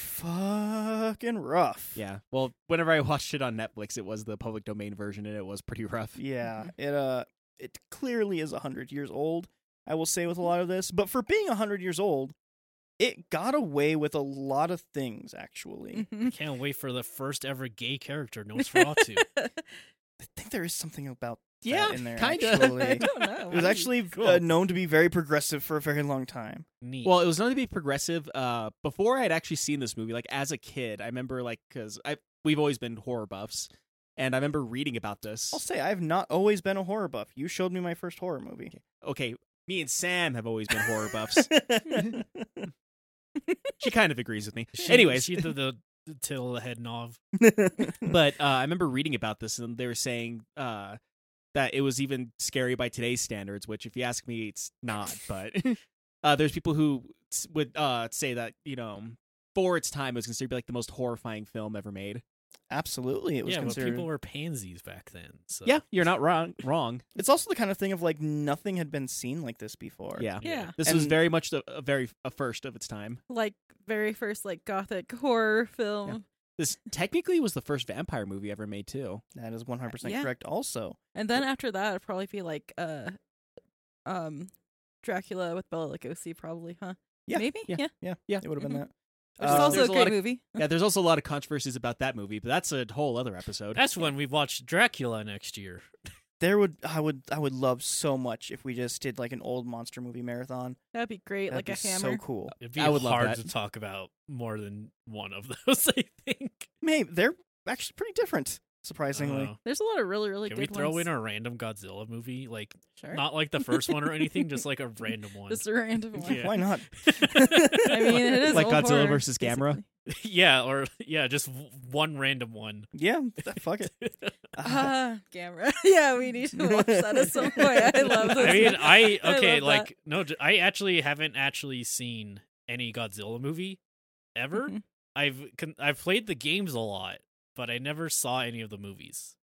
Speaker 1: fucking rough.
Speaker 3: Yeah. Well, whenever I watched it on Netflix, it was the public domain version, and it was pretty rough.
Speaker 1: yeah. It uh, it
Speaker 3: Mm.
Speaker 1: clearly is hundred years old. I will say with a lot of this, but for being hundred years old, it got away with a lot of things
Speaker 3: Mm.
Speaker 1: actually.
Speaker 2: I
Speaker 4: Mhm.
Speaker 2: can't wait for the first ever gay character Nosferatu.
Speaker 1: I think there is something about that
Speaker 3: Yeah,
Speaker 1: in there.
Speaker 3: kinda.
Speaker 1: actually.
Speaker 4: I
Speaker 1: it
Speaker 4: don't know.
Speaker 1: was actually uh,
Speaker 2: Cool.
Speaker 1: known to be very progressive for a very long time.
Speaker 2: Neat.
Speaker 3: Well, it was known to be progressive. Uh, before I had actually seen this movie, like as a kid, I remember like because I we've always been horror buffs, and I remember reading about this.
Speaker 1: I'll say I have not always been a horror buff. You showed me my first horror movie.
Speaker 3: Okay, me and Sam have always been horror buffs. she kind of agrees with me.
Speaker 2: She-
Speaker 3: Anyways,
Speaker 2: she did the, the till of the head nov.
Speaker 3: but uh, I remember reading about this, and they were saying uh, that it was even scary by today's standards. Which, if you ask me, it's not. But uh, there's people who s- would uh, say that you know, for its time, it was considered to be like the most horrifying film ever made.
Speaker 1: Absolutely, it was
Speaker 2: Yeah,
Speaker 1: considered.
Speaker 2: but people were pansies back then. So.
Speaker 3: Yeah, you're not wrong. Wrong.
Speaker 1: It's also the kind of thing of like nothing had been seen like this before.
Speaker 3: Yeah,
Speaker 4: yeah.
Speaker 3: this was
Speaker 1: And-
Speaker 3: very much the, a very a first of its time.
Speaker 4: Like very first like gothic horror film.
Speaker 3: This technically was the first vampire movie ever made too.
Speaker 1: that is one hundred percent
Speaker 4: Yeah.
Speaker 1: correct. Also,
Speaker 4: And then after that it'd probably be like uh um Dracula with Bella Lugosi probably, huh?
Speaker 1: Yeah,
Speaker 4: Maybe?
Speaker 3: yeah.
Speaker 1: yeah,
Speaker 3: Yeah.
Speaker 1: it would
Speaker 2: Mm-hmm.
Speaker 1: have been that.
Speaker 4: Which is
Speaker 1: Uh,
Speaker 4: also
Speaker 3: there's
Speaker 4: a
Speaker 3: a
Speaker 4: great
Speaker 3: lot of-
Speaker 4: movie.
Speaker 3: Yeah, there's also a lot of controversies about that movie, but that's a whole other episode.
Speaker 2: That's when we watched Dracula next year.
Speaker 1: There would I would I would love so much if we just did like an old monster movie marathon.
Speaker 4: That'd be great,
Speaker 1: That'd
Speaker 4: like
Speaker 1: be
Speaker 4: a hammer.
Speaker 1: so cool.
Speaker 2: It'd be
Speaker 3: I would love
Speaker 2: hard
Speaker 3: that.
Speaker 2: to talk about more than one of those, I think.
Speaker 1: Maybe they're actually pretty different,
Speaker 2: I don't
Speaker 1: surprisingly.
Speaker 2: know.
Speaker 4: There's a lot of really, really
Speaker 2: Can we
Speaker 4: good
Speaker 2: throw
Speaker 4: ones.
Speaker 2: in a random Godzilla movie? Like,
Speaker 4: sure.
Speaker 2: not like the first one or anything, just like a random one.
Speaker 4: Just a random one.
Speaker 2: Yeah.
Speaker 1: Why not?
Speaker 4: I mean, it is
Speaker 3: Like
Speaker 4: old
Speaker 3: Godzilla
Speaker 4: horror,
Speaker 3: versus Gamera?
Speaker 4: basically.
Speaker 2: yeah, or yeah, just w- one random one.
Speaker 1: Yeah, fuck it. Uh,
Speaker 4: Ah, Gamera. yeah, we need to watch that at some point. I love this.
Speaker 2: I mean,
Speaker 4: one.
Speaker 2: I
Speaker 4: I
Speaker 2: okay,
Speaker 4: love
Speaker 2: like no, j- I actually haven't actually seen any Godzilla movie ever.
Speaker 4: Mhm.
Speaker 2: I've con- I've played the games a lot, but I never saw any of the movies.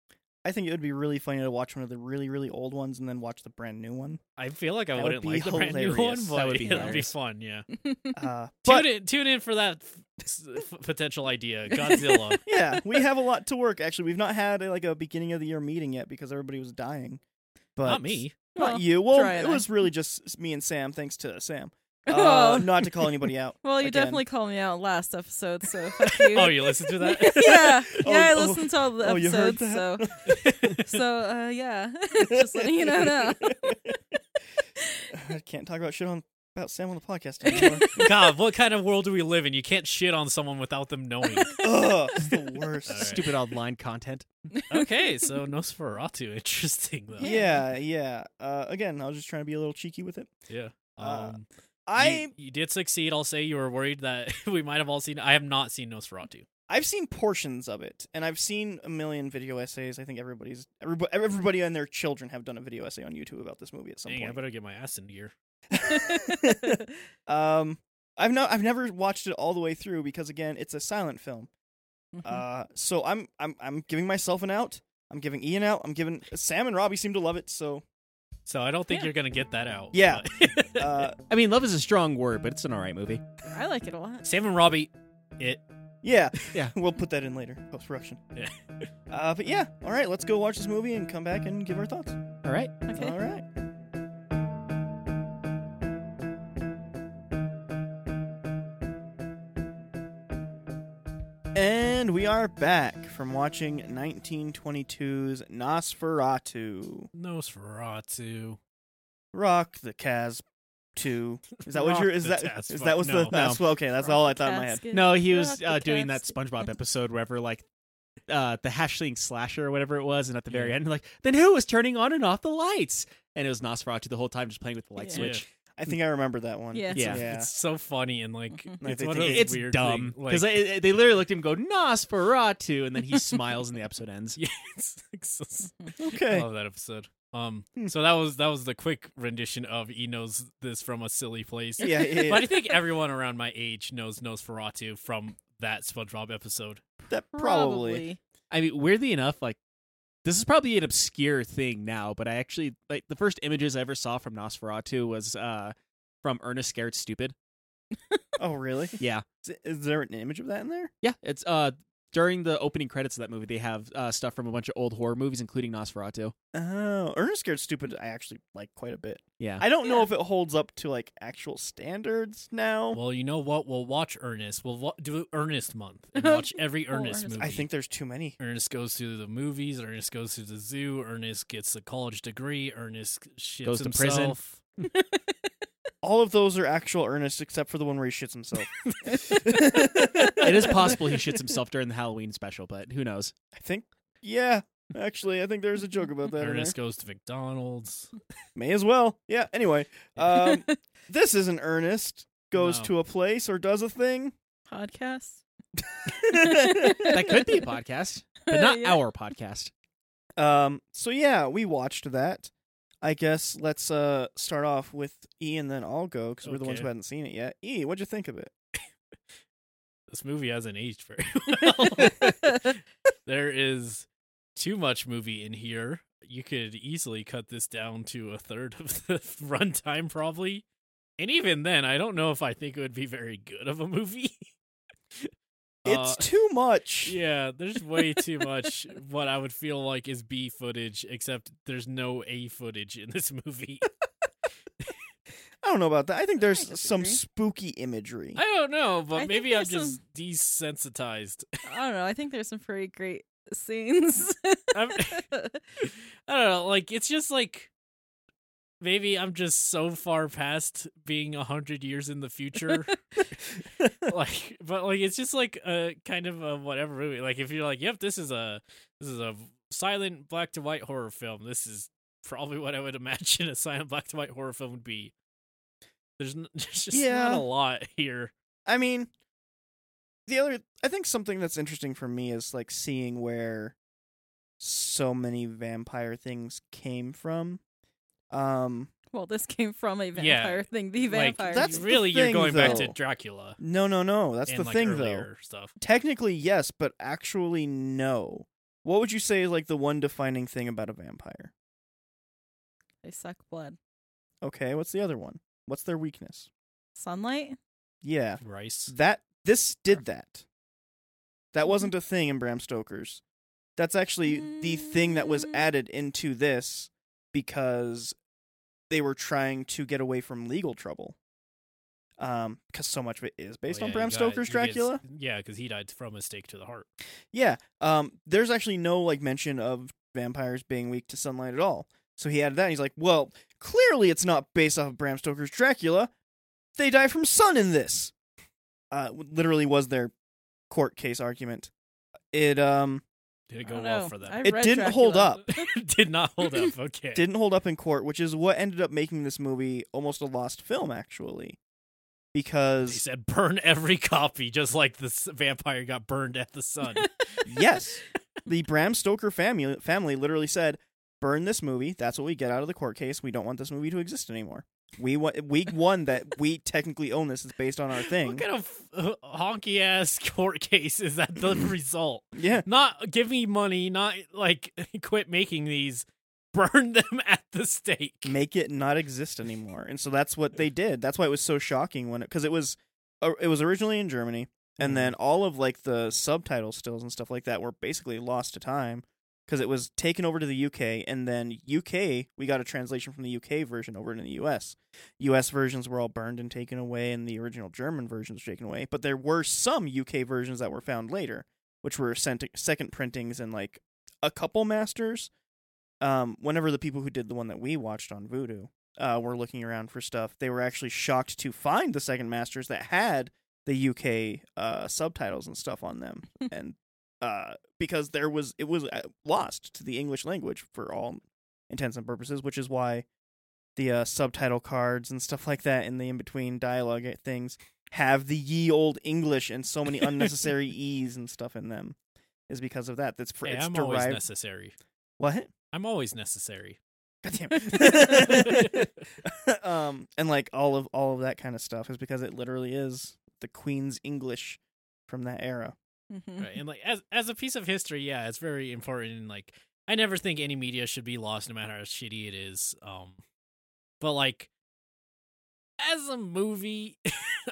Speaker 1: I think it would be really funny to watch one of the really really old ones and then watch the brand new one.
Speaker 2: I feel like I
Speaker 1: That would
Speaker 2: wouldn't
Speaker 1: be
Speaker 2: like the brand new one,
Speaker 1: hilarious.
Speaker 2: but
Speaker 1: That
Speaker 3: would be
Speaker 2: it'd be
Speaker 3: hilarious.
Speaker 2: fun. Yeah,
Speaker 1: Uh,
Speaker 2: tune
Speaker 1: but
Speaker 2: in, tune in for that f- s- f- potential idea, Godzilla.
Speaker 1: yeah, we have a lot to work. Actually, we've not had like a beginning of the year meeting yet because everybody was dying. But
Speaker 2: Not me.
Speaker 1: Not
Speaker 4: Well,
Speaker 1: you. Well,
Speaker 4: Troy
Speaker 1: it
Speaker 4: and I.
Speaker 1: was really just me and Sam. Thanks to Sam. Uh,
Speaker 4: Oh.
Speaker 1: Not to call anybody out.
Speaker 4: well, you
Speaker 1: again.
Speaker 4: definitely called me out last episode, so fuck you.
Speaker 2: Oh, you listened to that?
Speaker 4: yeah,
Speaker 1: Oh,
Speaker 4: yeah. I
Speaker 1: oh,
Speaker 4: listened to all the
Speaker 1: oh, you heard
Speaker 4: episodes, so
Speaker 1: that?
Speaker 4: so uh, yeah. Just letting you know now.
Speaker 1: I can't talk about shit on about Sam on the podcast anymore.
Speaker 2: God, what kind of world do we live in? You can't shit on someone without them knowing.
Speaker 1: Ugh, it's the worst.
Speaker 2: All right.
Speaker 3: Stupid online content.
Speaker 2: okay, so Nosferatu, interesting though.
Speaker 1: Yeah, yeah. Uh, again, I was just trying to be a little cheeky with it.
Speaker 2: Yeah.
Speaker 1: Uh,
Speaker 2: Um,
Speaker 1: I
Speaker 2: you, you did succeed. I'll say you were worried that we might have all seen. I have not seen Nosferatu.
Speaker 1: I've seen portions of it, and I've seen a million video essays. I think everybody's everybody, everybody and their children have done a video essay on YouTube about this movie at some
Speaker 2: Dang, I
Speaker 1: point.
Speaker 2: better get my ass in gear.
Speaker 1: um, I've no, I've never watched it all the way through because again, it's a silent film.
Speaker 4: Mhm.
Speaker 2: Mm-hmm.
Speaker 1: Uh, so I'm I'm I'm giving myself an out. I'm giving Ian out. I'm giving Sam and Robbie seem to love it. So
Speaker 2: So I don't think
Speaker 4: Yeah.
Speaker 2: you're gonna get that out.
Speaker 1: Yeah.
Speaker 2: but-
Speaker 1: uh,
Speaker 3: I mean, love is a strong word, but it's an alright movie.
Speaker 4: I like it a lot.
Speaker 2: Sam and Robbie, it.
Speaker 1: yeah,
Speaker 3: Yeah.
Speaker 1: we'll put that in later post production.
Speaker 2: Yeah.
Speaker 1: Uh, but yeah, all right, let's go watch this movie and come back and give our thoughts.
Speaker 3: All right.
Speaker 4: Okay.
Speaker 1: All right. And we are back from watching 1922's Nosferatu.
Speaker 2: Nosferatu.
Speaker 1: Rock the Cas 2. Is that what
Speaker 2: Rock
Speaker 1: you're is
Speaker 2: the
Speaker 1: that
Speaker 2: Cas-
Speaker 1: is that was
Speaker 2: no.
Speaker 1: the that's well, okay, that's all I thought in my head.
Speaker 4: Casket.
Speaker 3: No, he was
Speaker 4: Rock
Speaker 3: uh,
Speaker 4: the
Speaker 3: doing that
Speaker 4: casket.
Speaker 3: SpongeBob episode wherever like uh the hashling slasher or whatever it was, and at the very end, like then who was turning on and off the lights? And it was Nosferatu the whole time, just playing with the light
Speaker 4: Yeah.
Speaker 3: switch.
Speaker 1: I think I remember that one.
Speaker 4: Yeah.
Speaker 3: Yeah.
Speaker 1: Yeah. Mm-hmm.
Speaker 2: It's so funny and like
Speaker 1: Like,
Speaker 2: it's
Speaker 1: they
Speaker 2: one of
Speaker 1: think
Speaker 2: those
Speaker 3: It's
Speaker 2: weird
Speaker 3: dumb
Speaker 2: thing,
Speaker 3: because
Speaker 2: like,
Speaker 3: they literally looked at him and go Nosferatu, and then he smiles and the episode ends.
Speaker 2: yeah, it's like so- I
Speaker 1: Okay.
Speaker 2: love that episode. Um,
Speaker 1: Mm-hmm. Hmm.
Speaker 2: so that was that was the quick rendition of Eno's this from a silly place.
Speaker 1: yeah, yeah, yeah.
Speaker 2: But I think everyone around my age knows Nosferatu from that SpongeBob episode.
Speaker 1: that probably.
Speaker 4: Probably.
Speaker 3: I mean, weirdly enough, like this is probably an obscure thing now, but I actually like the first images I ever saw from Nosferatu was uh from Ernest Scared Stupid.
Speaker 1: Oh, really?
Speaker 3: Yeah.
Speaker 1: Is, is there an image of that in there?
Speaker 3: Yeah, it's uh during the opening credits of that movie, they have uh, stuff from a bunch of old horror movies, including Nosferatu.
Speaker 1: Oh, Ernest Scared Stupid, I actually like quite a bit.
Speaker 3: Yeah,
Speaker 1: I don't know
Speaker 4: Yeah.
Speaker 1: if it holds up to like actual standards now.
Speaker 2: Well, you know what? We'll watch Ernest. We'll wa- do Ernest month and watch every
Speaker 4: Oh,
Speaker 2: Ernest,
Speaker 4: Ernest.
Speaker 2: movie.
Speaker 1: I think there's too
Speaker 3: Er,
Speaker 1: many.
Speaker 2: Ernest goes to the movies. Ernest goes to the zoo. Ernest gets a college degree. Ernest shits
Speaker 3: Goes to prison.
Speaker 2: himself.
Speaker 1: All of those are actual Ernest except for the one where he shits himself.
Speaker 3: it is possible he shits himself during the Halloween special, but who knows?
Speaker 1: I think, yeah, actually, I think there's a joke about that. in
Speaker 2: Ernest
Speaker 1: there.
Speaker 2: goes to McDonald's.
Speaker 1: May as well. Yeah, anyway. Um, this isn't Ernest goes
Speaker 2: No.
Speaker 1: to a place or does a thing.
Speaker 4: Podcast.
Speaker 3: That could be a podcast, but not our podcast.
Speaker 1: Um, so yeah, we watched that. I guess let's uh start off with E and then I'll go because we're the ones
Speaker 2: Okay.
Speaker 1: who hadn't seen it yet. E, what'd you think of it?
Speaker 2: This movie hasn't aged very well. there is too much movie in here. You could easily cut this down to a third of the runtime, probably. And even then, I don't know if I think it would be very good of a movie. Uh,
Speaker 1: it's too much.
Speaker 2: yeah, there's way too much what I would feel like is B footage, except there's no A footage in this movie.
Speaker 1: I don't know about that. I think there's
Speaker 4: I
Speaker 1: some
Speaker 4: disagree.
Speaker 1: spooky imagery.
Speaker 2: I don't know, but
Speaker 4: I think
Speaker 2: maybe I'm
Speaker 4: there's
Speaker 2: just desensitized.
Speaker 4: I don't know. I think there's some pretty great scenes.
Speaker 2: I'm, I don't know. Like it's just like maybe I'm just so far past being a hundred years in the future. like, but like it's just like a kind of a whatever movie. Like if you're like, yep, this is a this is a silent black to white horror film. This is probably what I would imagine a silent black to white horror film would be. There's, n- there's just
Speaker 1: Yeah.
Speaker 2: not a lot here.
Speaker 1: I mean, the other, I think something that's interesting for me is like seeing where so many vampire things came from. Um,
Speaker 4: well, this came from a
Speaker 2: Yeah,
Speaker 4: vampire thing. The
Speaker 2: Like
Speaker 4: vampire.
Speaker 1: That's the
Speaker 2: really you're
Speaker 1: thing,
Speaker 2: going back to
Speaker 1: though.
Speaker 2: Dracula.
Speaker 1: no, no, no. That's
Speaker 2: and
Speaker 1: the
Speaker 2: like
Speaker 1: thing, though.
Speaker 2: earlier Stuff.
Speaker 1: Technically, yes, but actually, no. What would you say is like the one defining thing about a vampire?
Speaker 4: they suck blood.
Speaker 1: Okay, what's the other one? What's their weakness?
Speaker 4: Sunlight.
Speaker 1: Yeah,
Speaker 2: Rice.
Speaker 1: that this did that. That wasn't a thing in Bram Stoker's. That's actually the thing that was
Speaker 4: Mm.
Speaker 1: added into this because they were trying to get away from legal trouble. Um, because so much of it is based
Speaker 2: Well,
Speaker 1: on
Speaker 2: Oh, yeah,
Speaker 1: Bram
Speaker 2: you gotta-
Speaker 1: Stoker's
Speaker 2: you get-
Speaker 1: Dracula.
Speaker 2: yeah, because he died from a stake to the heart.
Speaker 1: Yeah. Um. There's actually no like mention of vampires being weak to sunlight at all. So he added that. And he's like, well, clearly it's not based off of Bram Stoker's Dracula. They die from sun in this. Uh, w- literally was their court case argument. It um
Speaker 2: Did it
Speaker 4: I
Speaker 2: go
Speaker 4: don't
Speaker 2: well
Speaker 4: know.
Speaker 2: for them?
Speaker 4: I
Speaker 1: it
Speaker 4: read
Speaker 1: didn't hold
Speaker 4: Dracula.
Speaker 1: up.
Speaker 2: did not hold up. Okay.
Speaker 1: Didn't hold up in court, which is what ended up making this movie almost a lost film actually,
Speaker 2: they
Speaker 1: because
Speaker 2: said burn every copy, just like this vampire got burned at the sun.
Speaker 1: yes, the Bram Stoker family family literally said, "Burn this movie. That's what we get out of the court case. We don't want this movie to exist anymore. We wa- we won that. We technically own this. It's based on our
Speaker 2: What
Speaker 1: thing.
Speaker 2: kind of uh, honky ass court case is that the result?
Speaker 1: Yeah,
Speaker 2: Not give me money. Not like quit making these. Burn them at the stake.
Speaker 1: make it not exist anymore. And so that's what they did. That's why it was so shocking when it because it was uh, it was originally in Germany, and then all of like the subtitle stills and stuff like that were basically lost to time." Because it was taken over to the UK, and then UK, we got a translation from the UK version over to the US. US versions were all burned and taken away, and the original German versions were taken away. But there were some UK versions that were found later, which were sent second printings and like a couple masters. Um, whenever the people who did the one that we watched on Voodoo uh, were looking around for stuff, they were actually shocked to find the second masters that had the UK uh, subtitles and stuff on them,
Speaker 2: Hmm.
Speaker 1: and uh, because there was it was uh, lost to the English language for all intents and purposes, which is why the uh, subtitle cards and stuff like that in the in between dialogue things have the ye old English and so many unnecessary e's and stuff in them is because of that. That's for
Speaker 2: Hey,
Speaker 1: it's
Speaker 2: I'm always
Speaker 1: derived.
Speaker 2: necessary.
Speaker 1: What?
Speaker 2: I'm always necessary.
Speaker 1: God damn. it. um, and like all of all of that kind of stuff is because it literally is the Queen's English from that era.
Speaker 4: Mhm.
Speaker 2: right? And like as as a piece of history, yeah, it's very important. And like I never think any media should be lost, no matter how shitty it is. Um, but like as a movie,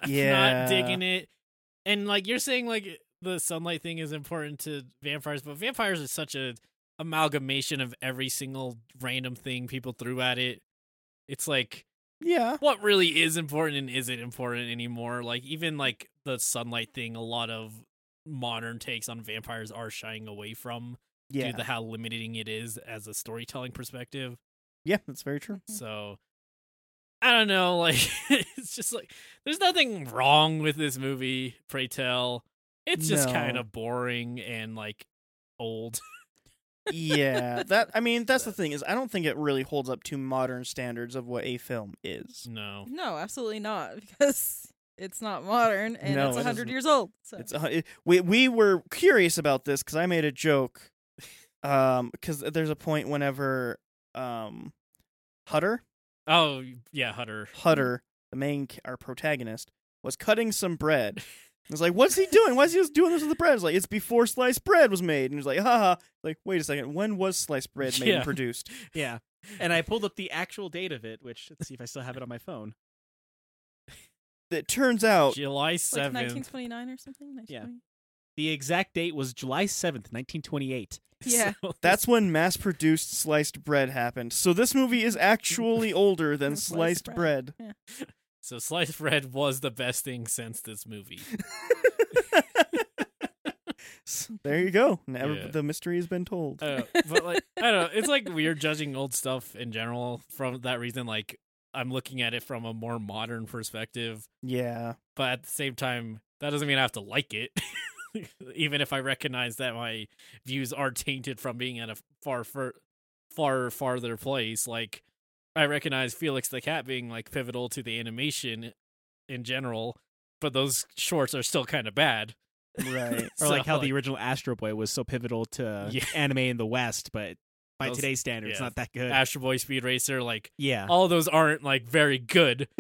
Speaker 2: I'm
Speaker 1: Yeah.
Speaker 2: not digging it. And like you're saying, like the sunlight thing is important to vampires, but vampires is such a amalgamation of every single random thing people threw at it. It's like
Speaker 1: Yeah.
Speaker 2: what really is important and isn't important anymore. Like even like the sunlight thing, a lot of modern takes on vampires are shying away from
Speaker 1: Yeah.
Speaker 2: due to how limiting it is as a storytelling perspective.
Speaker 1: Yeah, that's very true.
Speaker 2: So I don't know, like it's just like there's nothing wrong with this movie, pray tell. It's just
Speaker 1: No.
Speaker 2: kind of boring and like old.
Speaker 1: yeah. That I mean, that's the thing is I don't think it really holds up to modern standards of what a film is.
Speaker 2: No.
Speaker 4: No, absolutely not, because it's not modern and
Speaker 1: No,
Speaker 4: it's
Speaker 1: it
Speaker 4: it's hundred
Speaker 1: isn't.
Speaker 4: years old. So
Speaker 1: It's a, it, we we were curious about this because I made a joke, um, because there's a point whenever, um, Hutter
Speaker 2: Oh yeah, Hutter.
Speaker 1: Hutter, the main ca- our protagonist, was cutting some bread. I was like, "What's he doing? Why is he just doing this with the bread?" It's like it's before sliced bread was made, and he's like, "Haha!" Like, wait a second, when was sliced bread made
Speaker 2: Yeah.
Speaker 1: and produced?
Speaker 3: Yeah. And I pulled up the actual date of it, which let's see if I still have it on my phone.
Speaker 1: It turns out,
Speaker 2: July
Speaker 4: like nineteen
Speaker 2: seventh.
Speaker 4: twenty nine or something.
Speaker 3: Yeah.
Speaker 4: 1929?
Speaker 3: The exact date was July 7th, 1928.
Speaker 4: Yeah.
Speaker 1: That's when mass produced sliced bread happened. So this movie is actually older than
Speaker 4: Than
Speaker 1: sliced
Speaker 4: sliced
Speaker 1: bread.
Speaker 2: So sliced bread was the best thing since this movie.
Speaker 1: S- there you go. Now
Speaker 2: Yeah.
Speaker 1: The mystery has been told.
Speaker 2: Uh, but like I don't know, it's like weird judging old stuff in general from that reason. Like I'm looking at it from a more modern perspective,
Speaker 1: yeah.
Speaker 2: but at the same time, that doesn't mean I have to like it. Even if I recognize that my views are tainted from being at a far far far farther place, like I recognize Felix the Cat being like pivotal to the animation in general, but those shorts are still kind of bad.
Speaker 1: Right.
Speaker 3: Or like
Speaker 2: So,
Speaker 3: how the original Astro Boy was so pivotal to
Speaker 2: Yeah.
Speaker 3: anime in the West, but by
Speaker 2: Those-
Speaker 3: today's standards, it's
Speaker 2: yeah.
Speaker 3: not that good.
Speaker 2: Astro Boy Speed Racer, like
Speaker 3: yeah.
Speaker 2: all those aren't like very good,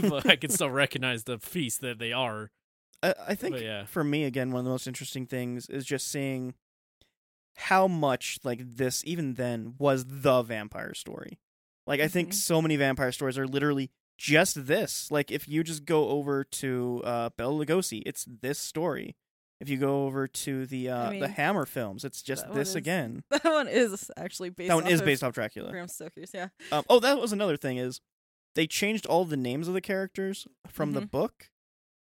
Speaker 2: but I can still recognize the piece that they are.
Speaker 1: I, I think
Speaker 2: But, yeah.
Speaker 1: for me again one of the most interesting things is just seeing how much like this even then was the vampire story like i think
Speaker 4: Mhm.
Speaker 1: so many vampire stories are literally just this like if you just go over to uh bella lugosi it's this story if you go over to the uh
Speaker 4: I
Speaker 1: the
Speaker 4: mean,
Speaker 1: hammer films it's just
Speaker 4: that one
Speaker 1: this
Speaker 4: is
Speaker 1: again
Speaker 4: That one is actually based.
Speaker 1: that one
Speaker 4: off
Speaker 1: is
Speaker 4: of
Speaker 1: based off dracula
Speaker 4: Bram Stoker's. Yeah.
Speaker 1: um, oh that was another thing is they changed all the names of the characters from the
Speaker 4: Mhm.
Speaker 1: book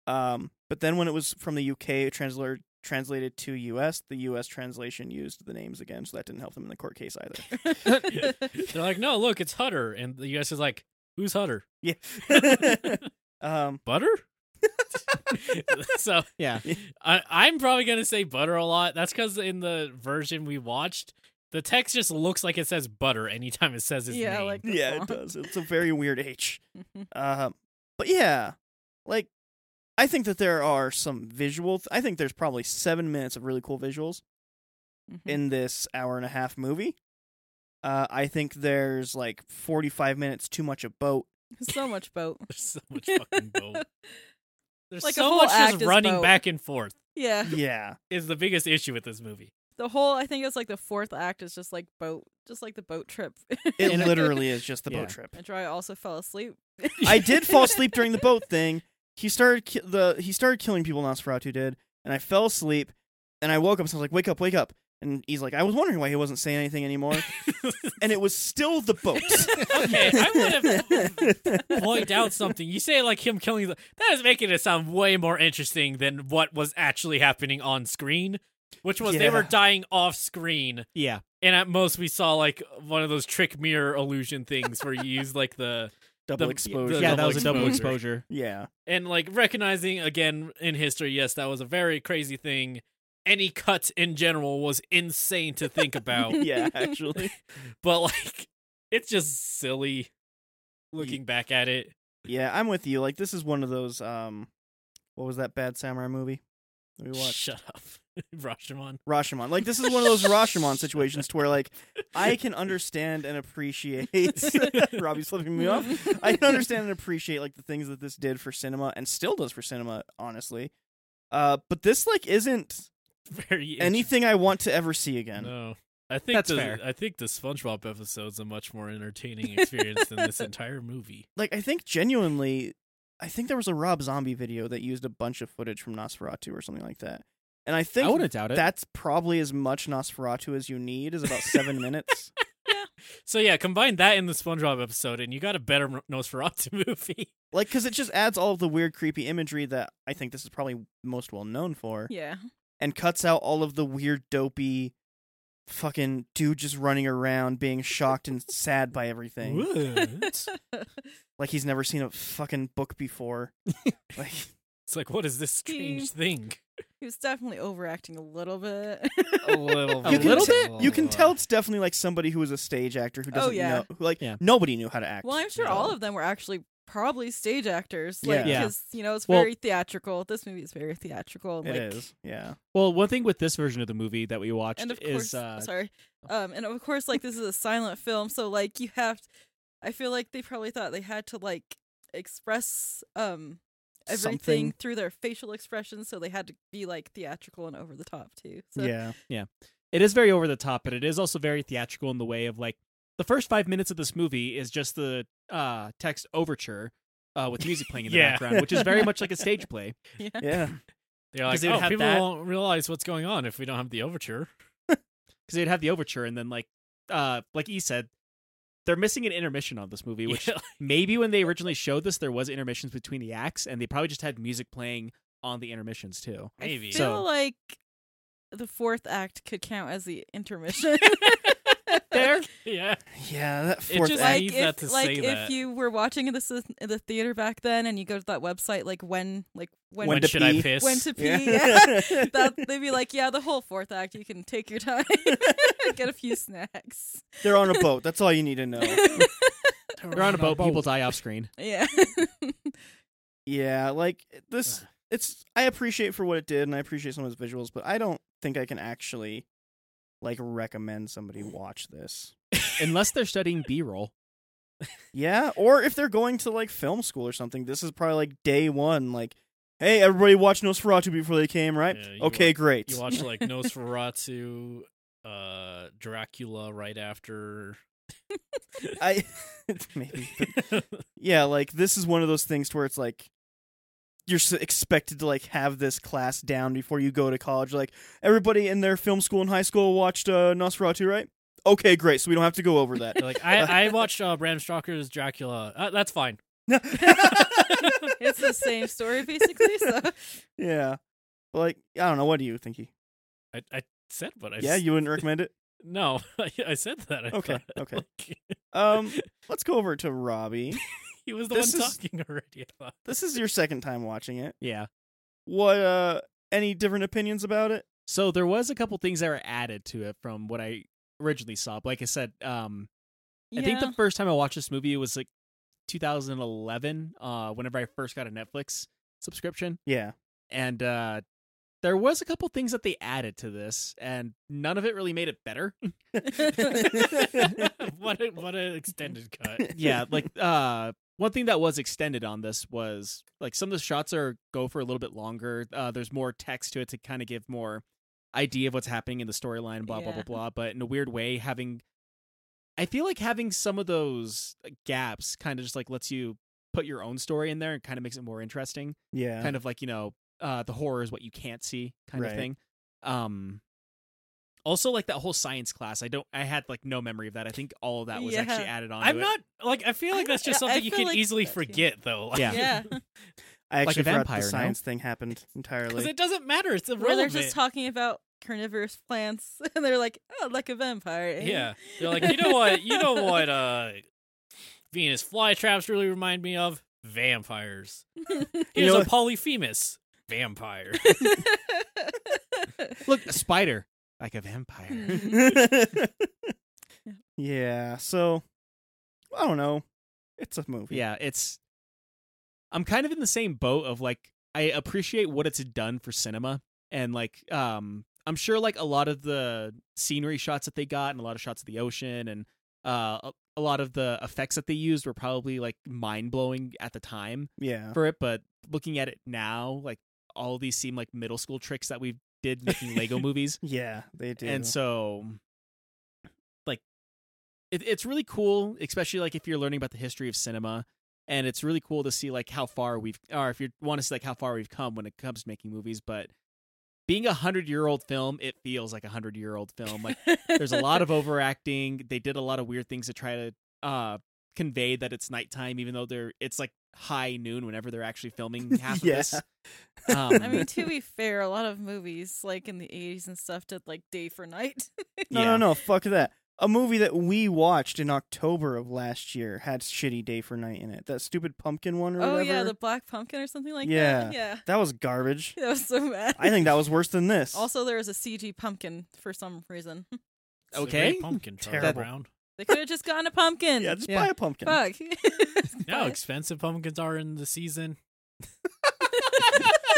Speaker 1: um, but then when it was from the uk it transla- translated to us the us translation used the names again so that didn't help them in the court case either
Speaker 2: They're like, no, look, it's Hutter, and the U.S. is like, who's Hutter?
Speaker 1: yeah um,
Speaker 2: Butter. so
Speaker 3: Yeah.
Speaker 2: I, I'm probably gonna say butter a lot. That's because in the version we watched, the text just looks like it says butter anytime it says his
Speaker 4: yeah.
Speaker 2: name.
Speaker 4: Like the
Speaker 1: yeah it
Speaker 4: font.
Speaker 1: does it's a very weird h
Speaker 4: Mhm.
Speaker 1: Um, but yeah, like I think that there are some visual. Th- I think there's probably seven minutes of really cool visuals
Speaker 4: Mhm.
Speaker 1: in this hour and a half movie. Uh, I think there's like 45 minutes too much of boat.
Speaker 4: so much boat.
Speaker 2: There's so much fucking boat. There's
Speaker 4: Like a
Speaker 2: so
Speaker 4: whole
Speaker 2: much
Speaker 4: act
Speaker 2: just
Speaker 4: is
Speaker 2: running
Speaker 4: boat.
Speaker 2: back and forth
Speaker 4: Yeah.
Speaker 1: Yeah,
Speaker 2: is the biggest issue with this movie.
Speaker 4: The whole I think it's like the fourth act is just like boat, just like the boat trip.
Speaker 1: it literally is just the
Speaker 3: Yeah.
Speaker 1: boat trip.
Speaker 4: And Troy also fell asleep.
Speaker 1: I did fall asleep during the boat thing. He started ki- the he started killing people. Nosferatu did, and I fell asleep, and I woke up. So I was like, "Wake up, wake up!" And he's like, "I was wondering why he wasn't saying anything anymore." and it was still the boat.
Speaker 2: okay, I would have point out something. You say like him killing the that is making it sound way more interesting than what was actually happening on screen, which was they were
Speaker 1: Yeah.
Speaker 2: dying off screen.
Speaker 3: Yeah.
Speaker 2: And at most we saw like one of those trick mirror illusion things where you use like the
Speaker 1: double
Speaker 2: The-
Speaker 1: exposure.
Speaker 2: the
Speaker 3: yeah, that was a double
Speaker 2: exposure.
Speaker 3: exposure.
Speaker 1: Yeah.
Speaker 2: and like recognizing again in history, yes, that was a very crazy thing. Any cut in general was insane to think about,
Speaker 1: Yeah, actually.
Speaker 2: but like it's just silly looking back at it.
Speaker 1: yeah, I'm with you. Like this is one of those um what was that bad samurai movie that we watched?
Speaker 2: Shut up, Rashomon.
Speaker 1: Rashomon. Like this is one of those Rashomon situations to where like I can understand and appreciate Robbie's flipping me off. I can understand and appreciate like the things that this did for cinema and still does for cinema, honestly. Uh but this like isn't
Speaker 2: Very
Speaker 1: anything I want to ever see again.
Speaker 2: No, I think
Speaker 3: That's
Speaker 2: the,
Speaker 3: fair.
Speaker 2: I think the SpongeBob episode's a much more entertaining experience than this entire movie.
Speaker 1: Like I think genuinely I think there was a Rob Zombie video that used a bunch of footage from Nosferatu or something like that. And I
Speaker 3: I
Speaker 1: think
Speaker 3: wouldn't doubt it.
Speaker 1: that's probably as much Nosferatu as you need is about seven minutes.
Speaker 2: So yeah, combine that in the SpongeBob episode, and you got a better Mo- Nosferatu movie.
Speaker 1: Like, because it just adds all of the weird, creepy imagery that I think this is probably most well known for,
Speaker 4: Yeah.
Speaker 1: and cuts out all of the weird, dopey, fucking dude just running around being shocked and sad by everything.
Speaker 2: What?
Speaker 1: Like he's never seen a fucking book before. like,
Speaker 2: It's like, what is this strange thing?
Speaker 4: He was definitely overacting a little bit.
Speaker 1: Oh,
Speaker 2: little,
Speaker 1: you
Speaker 3: A
Speaker 1: can
Speaker 3: little
Speaker 1: te-
Speaker 3: bit? Oh.
Speaker 1: You can tell it's definitely like somebody who was a stage actor who
Speaker 4: Oh,
Speaker 1: doesn't
Speaker 4: yeah.
Speaker 1: know, who like
Speaker 3: Yeah.
Speaker 1: nobody knew how to act.
Speaker 4: well, I'm sure
Speaker 1: at
Speaker 4: all of them were actually probably stage actors. Like,
Speaker 1: Yeah.
Speaker 3: Yeah.
Speaker 4: because, you know, it's
Speaker 3: Well-
Speaker 4: very theatrical. This movie is very theatrical.
Speaker 1: It
Speaker 4: like,
Speaker 1: is, yeah.
Speaker 3: Well, one thing with this version of the movie that we watched
Speaker 4: and of course,
Speaker 3: is uh,
Speaker 4: sorry, um, and of course, like this is a silent film, so like you have, I feel like they probably thought they had to like express um everything
Speaker 1: Something.
Speaker 4: through their facial expressions, so they had to be like theatrical and over the top too. So
Speaker 1: yeah,
Speaker 3: it is very over the top, but it is also very theatrical in the way of like the first five minutes of this movie is just the uh, text overture uh, with music playing in the
Speaker 2: Yeah.
Speaker 3: background, which is very much like a stage play.
Speaker 1: yeah.
Speaker 2: They're like,
Speaker 3: they would
Speaker 2: oh,
Speaker 3: have
Speaker 2: people
Speaker 3: that-
Speaker 2: won't realize what's going on if we don't have the overture.
Speaker 3: because they'd have the overture and then like uh like e said they're missing an intermission on this movie which
Speaker 2: Yeah.
Speaker 3: maybe when they originally showed this there was intermissions between the acts and they probably just had music playing on the intermissions too
Speaker 4: I
Speaker 2: Maybe.
Speaker 4: feel
Speaker 3: So-
Speaker 4: like the fourth act could count as the intermission.
Speaker 3: there
Speaker 2: yeah.
Speaker 1: Yeah, that
Speaker 2: It
Speaker 1: fourth
Speaker 2: just-
Speaker 1: act.
Speaker 4: like
Speaker 2: need
Speaker 4: if
Speaker 2: that to
Speaker 4: like
Speaker 2: say
Speaker 4: if
Speaker 2: that.
Speaker 4: you were watching this in in the theater back then, and you go to that website, like when like when
Speaker 1: When
Speaker 2: When,
Speaker 1: to
Speaker 2: should
Speaker 1: pee.
Speaker 2: I piss?
Speaker 4: when to pee. yeah.
Speaker 1: Yeah.
Speaker 4: that they'd be like, yeah, the whole fourth act, you can take your time, get a few snacks.
Speaker 1: They're on a boat. That's all you need to know.
Speaker 3: they're on a boat people die off screen
Speaker 4: Yeah.
Speaker 1: yeah, like eh, this. It's I appreciate for what it did, and I appreciate some of its visuals, but I don't think I can actually like recommend somebody
Speaker 2: Mm.
Speaker 1: watch this.
Speaker 3: unless they're studying b-roll
Speaker 1: Yeah, or if they're going to like film school or something, this is probably like day one. Like, hey, everybody watched Nosferatu before they came, right?
Speaker 2: Yeah, you
Speaker 1: okay,
Speaker 2: wa-
Speaker 1: great.
Speaker 2: You watch like Nosferatu, uh, Dracula right after.
Speaker 1: I maybe, but yeah, like this is one of those things to where it's like you're s- expected to like have this class down before you go to college. Like everybody in their film school and high school watched uh, Nosferatu, right? Okay, great. So we don't have to go over that.
Speaker 2: They're like I, I watched uh, Bram Stoker's Dracula. Uh, that's fine.
Speaker 4: it's the same story basically. So
Speaker 1: yeah, but like I don't know. What do you think? He?
Speaker 2: I, I said what I.
Speaker 1: Yeah,
Speaker 2: s-
Speaker 1: you wouldn't recommend it.
Speaker 2: No, I, I said that. I
Speaker 1: Okay,
Speaker 2: thought.
Speaker 1: okay.
Speaker 2: Like,
Speaker 1: Um, let's go over to Robbie.
Speaker 2: he was the
Speaker 1: This
Speaker 2: one
Speaker 1: is-
Speaker 2: talking already. I thought.
Speaker 1: This is your second time watching it.
Speaker 3: yeah
Speaker 1: What? uh Any different opinions about it?
Speaker 3: so there was a couple things that were added to it from what i originally saw But like i said um
Speaker 4: yeah.
Speaker 3: i think the first time i watched this movie was like 2011 uh whenever i first got a netflix subscription
Speaker 1: Yeah.
Speaker 3: and uh there was a couple things that they added to this and none of it really made it better
Speaker 2: what a, what an extended cut.
Speaker 3: yeah like uh one thing that was extended on this was like some of the shots are go for a little bit longer uh there's more text to it to kind of give more idea of what's happening in the storyline blah blah blah
Speaker 4: Yeah.
Speaker 3: blah but in a weird way having i feel like having some of those uh, gaps kind of just like lets you put your own story in there and kind of makes it more interesting
Speaker 1: Yeah.
Speaker 3: kind of like you know uh the horror is what you can't see kind
Speaker 1: Right.
Speaker 3: of thing um also like that whole science class i don't i had like no memory of that i think all of that was
Speaker 4: Yeah.
Speaker 3: actually added on
Speaker 2: I'm not like I feel
Speaker 4: I
Speaker 2: like that's
Speaker 4: don't-
Speaker 2: just
Speaker 4: I- I
Speaker 2: something you
Speaker 4: feel
Speaker 2: can
Speaker 4: like
Speaker 2: easily
Speaker 4: that too.
Speaker 2: forget though. Like,
Speaker 3: Yeah.
Speaker 4: yeah.
Speaker 1: I
Speaker 3: Like a
Speaker 1: actually forgot
Speaker 3: vampire,
Speaker 1: the
Speaker 3: no?
Speaker 1: science thing happened
Speaker 2: Because
Speaker 1: entirely.
Speaker 2: it doesn't matter. It's
Speaker 4: Where they're
Speaker 2: irrelevant.
Speaker 4: just talking about carnivorous plants and they're like, Oh, like a vampire. eh?"
Speaker 2: yeah, they're like, you know what, you know what, uh, Venus flytraps really remind me of vampires. Here's
Speaker 1: know
Speaker 2: a
Speaker 1: what-
Speaker 2: polyphemus vampire.
Speaker 3: look a spider like a
Speaker 4: Mm.
Speaker 3: vampire
Speaker 1: yeah. So I don't know. It's a movie.
Speaker 3: yeah it's i'm kind of in the same boat of like i appreciate what it's done for cinema and like um i'm sure like a lot of the scenery shots that they got and a lot of shots of the ocean and uh a- a lot of the effects that they used were probably like mind-blowing at the time
Speaker 1: Yeah.
Speaker 3: for it, but looking at it now, like all these seem like middle school tricks that we did making Lego movies.
Speaker 1: Yeah. They do.
Speaker 3: And so like it, it's really cool, especially like if you're learning about the history of cinema and it's really cool to see like how far we've or if you want to see like how far we've come when it comes to making movies, but being a hundred year old film, it feels like a hundred year old film. Like there's a lot of overacting. They did a lot of weird things to try to uh, convey that it's nighttime, even though they're it's like high noon whenever they're actually filming half
Speaker 1: Yeah.
Speaker 3: of this. Um,
Speaker 4: I mean, to be fair, a lot of movies like in the '80s and stuff did like day for night.
Speaker 1: No,
Speaker 3: Yeah.
Speaker 1: no, no. Fuck that. A movie that we watched in October of last year had shitty day for night in it. That stupid pumpkin one or
Speaker 4: oh
Speaker 1: whatever.
Speaker 4: yeah, the Black Pumpkin or something like that. Yeah,
Speaker 1: that was garbage.
Speaker 4: that was so bad.
Speaker 1: I think that was worse than this.
Speaker 4: Also, there was a CG pumpkin for some reason.
Speaker 2: It's a
Speaker 3: Okay.
Speaker 2: great pumpkin, Charlie
Speaker 1: Terrible.
Speaker 2: Brown.
Speaker 4: They could have just gotten a pumpkin.
Speaker 1: yeah, just
Speaker 3: Yeah.
Speaker 1: buy a pumpkin.
Speaker 4: Fuck.
Speaker 2: You know how expensive pumpkins are in the season.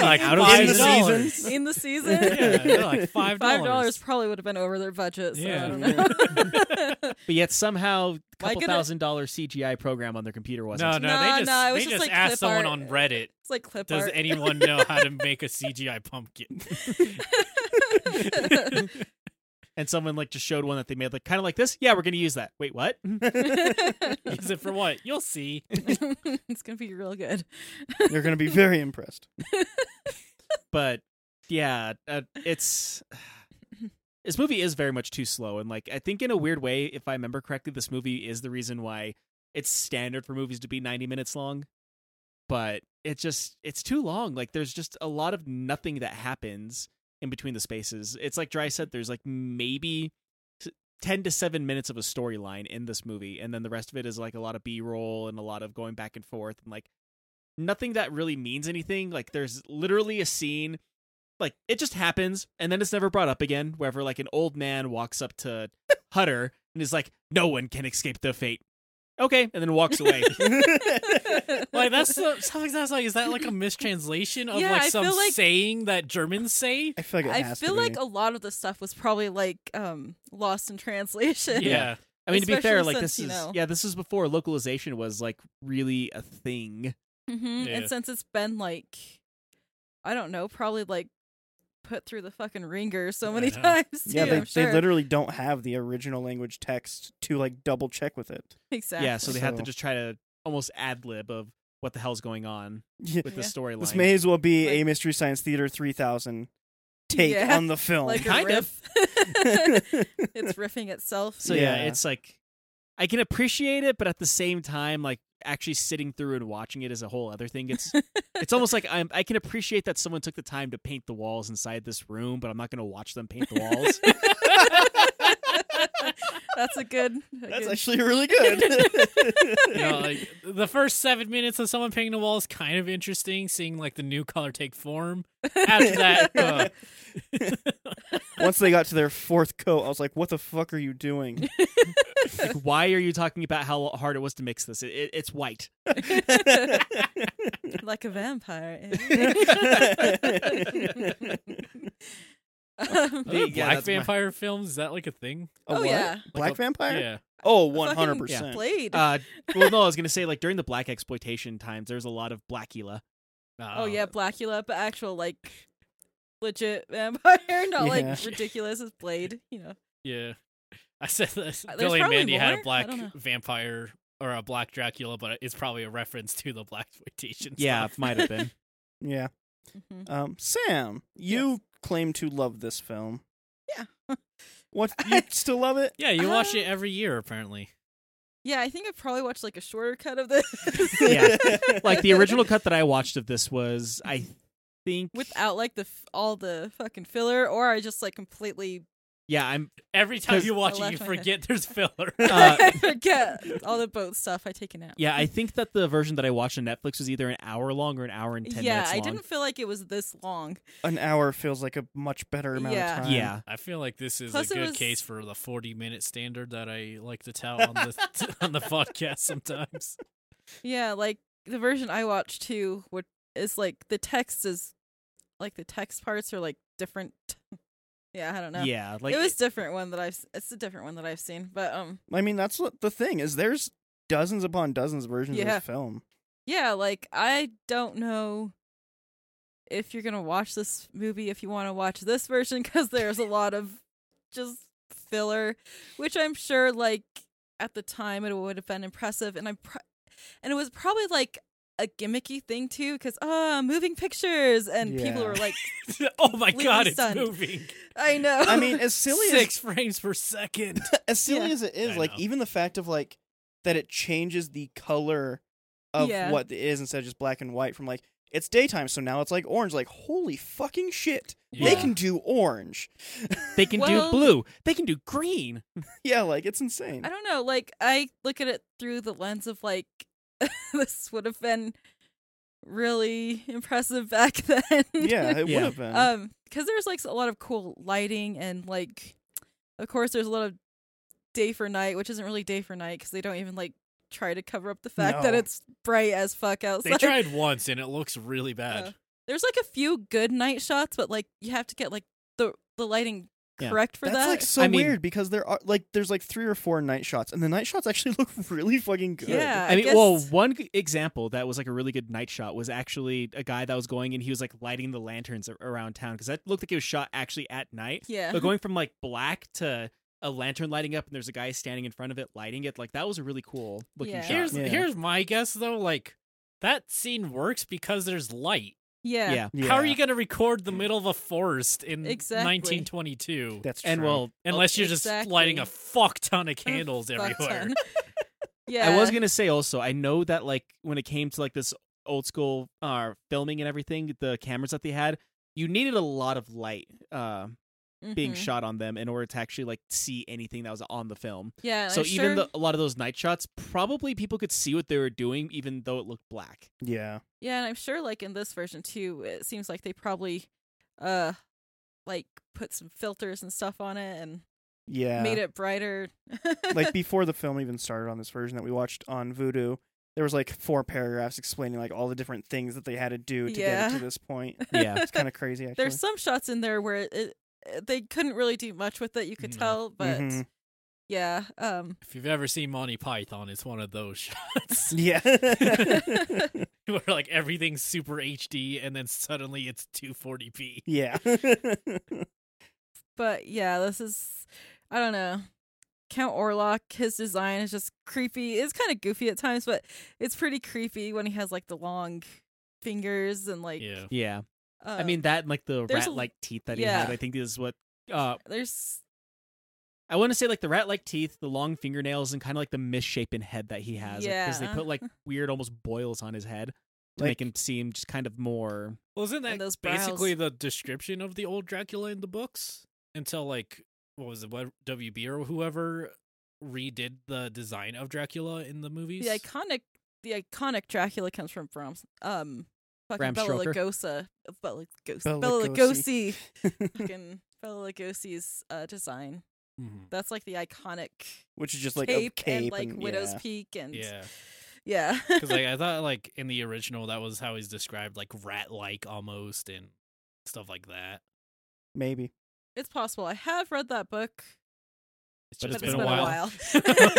Speaker 3: Like, out of
Speaker 2: five
Speaker 1: the
Speaker 2: dollars.
Speaker 1: season?
Speaker 4: in the season.
Speaker 2: Yeah, they're like
Speaker 4: Five
Speaker 2: five dollars.
Speaker 4: dollars probably would have been over their budget. So
Speaker 2: Yeah.
Speaker 4: I don't know.
Speaker 3: but yet somehow a
Speaker 4: Why
Speaker 3: couple
Speaker 4: could it-
Speaker 3: thousand dollar CGI program on their computer
Speaker 2: No, no,
Speaker 3: wasn't.
Speaker 4: No,
Speaker 2: they just
Speaker 4: no, it was
Speaker 2: they
Speaker 4: just
Speaker 2: just,
Speaker 4: like
Speaker 2: asked
Speaker 4: clip
Speaker 2: someone
Speaker 4: art.
Speaker 2: on Reddit,
Speaker 4: it's like clip
Speaker 2: does
Speaker 4: art.
Speaker 2: anyone know how to make a CGI pumpkin?
Speaker 3: And someone like just showed one that they made like kind of like this. Yeah, we're gonna use that. Wait, what?
Speaker 2: Use it for what? You'll see.
Speaker 4: it's gonna be real good.
Speaker 1: You're gonna be very impressed.
Speaker 3: but yeah, uh, it's this movie is very much too slow, and like I think in a weird way, if I remember correctly, this movie is the reason why it's standard for movies to be ninety minutes long. But it just it's too long. Like there's just a lot of nothing that happens in between the spaces. It's like Dry said, there's like maybe. s- 10 to 7 minutes of a storyline in this movie and then the rest of it is like a lot of b-roll and a lot of going back and forth and like nothing that really means anything. Like there's literally a scene, like it just happens, and then it's never brought up again. Wherever like an old man walks up to Hutter and is like, "No one can escape their fate." Okay, and then walks away.
Speaker 2: Like that's so, something that's like is that like a mistranslation of
Speaker 4: Yeah,
Speaker 2: like
Speaker 4: I
Speaker 2: some
Speaker 4: feel like-
Speaker 2: saying that Germans say?
Speaker 1: I feel like it
Speaker 4: I
Speaker 1: has
Speaker 4: feel
Speaker 1: to
Speaker 4: like
Speaker 1: be.
Speaker 4: a lot of the stuff was probably like um lost in translation.
Speaker 2: Yeah.
Speaker 3: I mean, to be fair,
Speaker 4: Especially
Speaker 3: like
Speaker 4: since,
Speaker 3: this
Speaker 4: you
Speaker 3: is
Speaker 4: know-
Speaker 3: yeah, this is before localization was like really a thing.
Speaker 4: Mhm,
Speaker 2: Yeah.
Speaker 4: And since it's been like, I don't know, probably like put through the fucking ringer so many
Speaker 2: know.
Speaker 4: times. Too,
Speaker 1: yeah, they,
Speaker 4: I'm sure.
Speaker 1: they literally don't have the original language text to like double check with it.
Speaker 4: exactly.
Speaker 3: Yeah, so they had to
Speaker 1: So-
Speaker 3: just try to almost ad lib of what the hell's going on
Speaker 1: Yeah.
Speaker 3: with the
Speaker 4: Yeah.
Speaker 3: storyline.
Speaker 1: This may as well be a
Speaker 4: Like-
Speaker 1: Mystery Science Theater 3000 take
Speaker 4: Yeah,
Speaker 1: on the film.
Speaker 4: like
Speaker 3: kind
Speaker 4: a
Speaker 3: of.
Speaker 4: riff. it's riffing itself.
Speaker 3: So yeah.
Speaker 1: Yeah.
Speaker 3: it's like I can appreciate it, but at the same time, like actually sitting through and watching it is a whole other thing. It's it's almost like I'm I can appreciate that someone took the time to paint the walls inside this room, but I'm not going to watch them paint the walls.
Speaker 4: That's a good. a
Speaker 1: That's
Speaker 4: good-
Speaker 1: actually really good.
Speaker 2: You know, like the first seven minutes of someone painting the wall is kind of interesting, seeing like the new color take form. After that, uh,
Speaker 1: Once they got to their fourth coat, I was like, "What the fuck are you doing?"
Speaker 3: like, why are you talking about how hard it was to mix this? It, it, it's white.
Speaker 4: like a vampire. eh? um,
Speaker 2: are there
Speaker 3: Yeah,
Speaker 2: black
Speaker 3: that's my-
Speaker 2: vampire films is that like a thing?
Speaker 1: A
Speaker 4: Oh,
Speaker 1: what?
Speaker 4: yeah.
Speaker 1: black
Speaker 3: a-
Speaker 1: vampire.
Speaker 2: Yeah,
Speaker 1: Oh,
Speaker 4: A
Speaker 1: one
Speaker 4: fucking
Speaker 1: hundred percent.
Speaker 4: Blade.
Speaker 3: Uh, well, no, I was going to say like during the black exploitation times, there's a lot of blackula.
Speaker 4: oh
Speaker 3: Um,
Speaker 4: yeah, Blackula, but actual like legit vampire, not
Speaker 1: Yeah.
Speaker 4: like ridiculous as Blade. You know.
Speaker 2: yeah. I said this. Billy and
Speaker 4: Uh, probably
Speaker 2: Mandy had
Speaker 4: more.
Speaker 2: a
Speaker 4: I
Speaker 2: black
Speaker 4: don't know.
Speaker 2: vampire or a black Dracula, but it's probably a reference to the black exploitation.
Speaker 3: Yeah,
Speaker 2: stuff.
Speaker 3: might have been.
Speaker 1: Yeah.
Speaker 4: hmm
Speaker 1: Um, Sam, you claim to love this film.
Speaker 4: Yeah.
Speaker 1: What? You still love it?
Speaker 2: Yeah, you watch
Speaker 4: Uh,
Speaker 2: it every year apparently.
Speaker 4: Yeah, I think I probably watched like a shorter cut of this.
Speaker 3: Yeah. Like the original cut that I watched of this was, I think,
Speaker 4: Without like the f- all the fucking filler, or I just like completely
Speaker 3: yeah, I'm
Speaker 2: Every time
Speaker 3: 'Cause-
Speaker 2: you watch
Speaker 4: I
Speaker 2: it,
Speaker 4: laughed
Speaker 2: you
Speaker 4: my head.
Speaker 2: forget there's filler.
Speaker 3: Uh,
Speaker 4: I forget all the boat stuff I taken out.
Speaker 3: Yeah, I think that the version that I watched on Netflix was either an hour long or an hour and ten
Speaker 4: yeah,
Speaker 3: minutes
Speaker 4: I
Speaker 3: long.
Speaker 4: didn't feel like it was this long.
Speaker 1: An hour feels like a much better amount
Speaker 4: Yeah.
Speaker 1: of time.
Speaker 3: Yeah,
Speaker 2: I feel like this is
Speaker 4: Plus
Speaker 2: a
Speaker 4: it
Speaker 2: good
Speaker 4: was-
Speaker 2: case for the 40 minute standard that I like to tout on the on the podcast sometimes.
Speaker 4: Yeah, like the version I watched too, what is like the text is like the text parts are like different. Yeah, I don't know.
Speaker 3: yeah. Like
Speaker 4: it was different one that I've. s- It's a different one that I've seen, but um,
Speaker 1: I mean, that's what the thing is. There's dozens upon dozens of versions of
Speaker 4: Yeah.
Speaker 1: this film.
Speaker 4: yeah, like I don't know if you're gonna watch this movie if you want to watch this version because there's a lot of just filler, which I'm sure like at the time it would have been impressive, and I'm, pr- and it was probably like a gimmicky thing too, because ah, moving pictures, and people
Speaker 1: Yeah.
Speaker 4: were like,
Speaker 2: oh my
Speaker 4: Completely
Speaker 2: god, it's
Speaker 4: stunned.
Speaker 2: moving.
Speaker 4: I know.
Speaker 1: I mean, as silly as
Speaker 2: Six frames per second.
Speaker 1: as silly
Speaker 4: Yeah.
Speaker 1: as it
Speaker 2: I
Speaker 1: is, like
Speaker 2: know.
Speaker 1: even the fact of like that it changes the color of
Speaker 4: Yeah.
Speaker 1: what it is instead of just black and white from like it's daytime, so now it's like orange. Like holy fucking shit, they
Speaker 2: Yeah.
Speaker 1: can do orange.
Speaker 3: They can
Speaker 4: Well-
Speaker 3: do blue. They can do green.
Speaker 1: Yeah, like it's insane.
Speaker 4: I don't know. Like I look at it through the lens of like this would have been really impressive back then.
Speaker 1: Yeah, it
Speaker 3: Yeah.
Speaker 1: would have been.
Speaker 4: um, because there's like a lot of cool lighting and like, of course, there's a lot of day for night, which isn't really day for night because they don't even like try to cover up the fact that
Speaker 1: No.
Speaker 4: it's bright as fuck outside.
Speaker 2: They tried once and it looks really bad.
Speaker 4: Uh, there's like a few good night shots, but like you have to get like the the lighting
Speaker 3: Yeah.
Speaker 4: correct for
Speaker 1: That's
Speaker 4: that.
Speaker 1: like so
Speaker 3: I mean-
Speaker 1: weird because there are like there's like three or four night shots, and the night shots actually look really fucking good.
Speaker 4: yeah,
Speaker 3: I mean,
Speaker 4: guess,
Speaker 3: well, one g- example that was like a really good night shot was actually a guy that was going and he was like lighting the lanterns a- around town because that looked like it was shot actually at night.
Speaker 4: yeah.
Speaker 3: But going from like black to a lantern lighting up and there's a guy standing in front of it lighting it, like that was a really cool looking
Speaker 4: Yeah.
Speaker 3: shot.
Speaker 2: Here's
Speaker 1: Yeah.
Speaker 2: here's my guess though, like that scene works because there's light.
Speaker 4: yeah,
Speaker 3: yeah.
Speaker 2: How are
Speaker 1: Yeah,
Speaker 2: you going to record the middle of a forest in
Speaker 4: Mm. Exactly.
Speaker 2: 1922
Speaker 1: That's true.
Speaker 3: And well,
Speaker 2: unless you're just
Speaker 4: Exactly.
Speaker 2: lighting a fuck ton
Speaker 4: Oh,
Speaker 2: of candles
Speaker 4: Fuck
Speaker 2: everywhere?
Speaker 4: ton. yeah,
Speaker 3: I was gonna say also, I know that like when it came to like this old school uh filming and everything, the cameras that they had, you needed a lot of light uh being
Speaker 4: Mhm.
Speaker 3: shot on them in order to actually like see anything that was on the film.
Speaker 4: Yeah.
Speaker 3: so
Speaker 4: I'm
Speaker 3: even
Speaker 4: sure-
Speaker 3: the, a lot of those night shots, probably people could see what they were doing, even though it looked black.
Speaker 1: yeah,
Speaker 4: yeah, and I'm sure like in this version too, it seems like they probably, uh, like put some filters and stuff on it and
Speaker 1: yeah.
Speaker 4: made it brighter.
Speaker 1: like before the film even started on this version that we watched on Voodoo, there was like four paragraphs explaining like all the different things that they had to do to get it
Speaker 4: Yeah.
Speaker 1: to this point.
Speaker 3: Yeah.
Speaker 1: It's kind of crazy actually.
Speaker 4: There's some shots in there where it, it, they couldn't really do much with it. You could
Speaker 3: Mm-hmm.
Speaker 2: No.
Speaker 4: tell, but
Speaker 1: Mhm.
Speaker 4: yeah, um,
Speaker 2: If you've ever seen Monty Python, it's one of those shots
Speaker 1: yeah.
Speaker 2: where like everything's super HD and then suddenly it's 240p.
Speaker 1: yeah.
Speaker 4: but yeah, this is I don't know. Count Orlok, his design is just creepy. It's kind of goofy at times, but it's pretty creepy when he has like the long fingers and like
Speaker 2: Yeah.
Speaker 3: Yeah, I
Speaker 4: um,
Speaker 3: mean that and, like the
Speaker 4: there's a-
Speaker 3: rat-like teeth that he
Speaker 4: yeah.
Speaker 3: had. I think is what uh
Speaker 4: there's
Speaker 3: I want to say like the rat-like teeth, the long fingernails, and kind of like the misshapen head that he has. because they
Speaker 4: Yeah.
Speaker 3: put like weird, almost boils on his head to
Speaker 1: Like-
Speaker 3: make him seem just kind of more.
Speaker 2: Well, isn't
Speaker 4: And
Speaker 2: that
Speaker 4: those
Speaker 2: basically the description of the old Dracula in the books? Until like what was it, what- WB or whoever redid the design of Dracula in the movies?
Speaker 4: the iconic the iconic Dracula comes from Brahms um fucking
Speaker 3: Bram
Speaker 4: Bella
Speaker 3: Stoker.
Speaker 4: Lugosa Bella Lugosi
Speaker 1: Bella
Speaker 4: Bella
Speaker 1: Lugosi.
Speaker 4: Lugosi fucking Bella Lugosi's uh, design.
Speaker 2: Mhm.
Speaker 4: That's like the iconic
Speaker 1: Which is just like
Speaker 4: cape,
Speaker 1: a cape
Speaker 4: and like widow's
Speaker 1: yeah.
Speaker 4: peak and
Speaker 2: Yeah,
Speaker 4: yeah.
Speaker 2: because like I thought, like in the original, that was how he's described, like rat-like almost and stuff like that.
Speaker 1: Maybe.
Speaker 4: it's possible. I have read that book.
Speaker 2: It's
Speaker 3: But
Speaker 2: just
Speaker 4: but
Speaker 2: been, a while.
Speaker 4: while.
Speaker 2: That's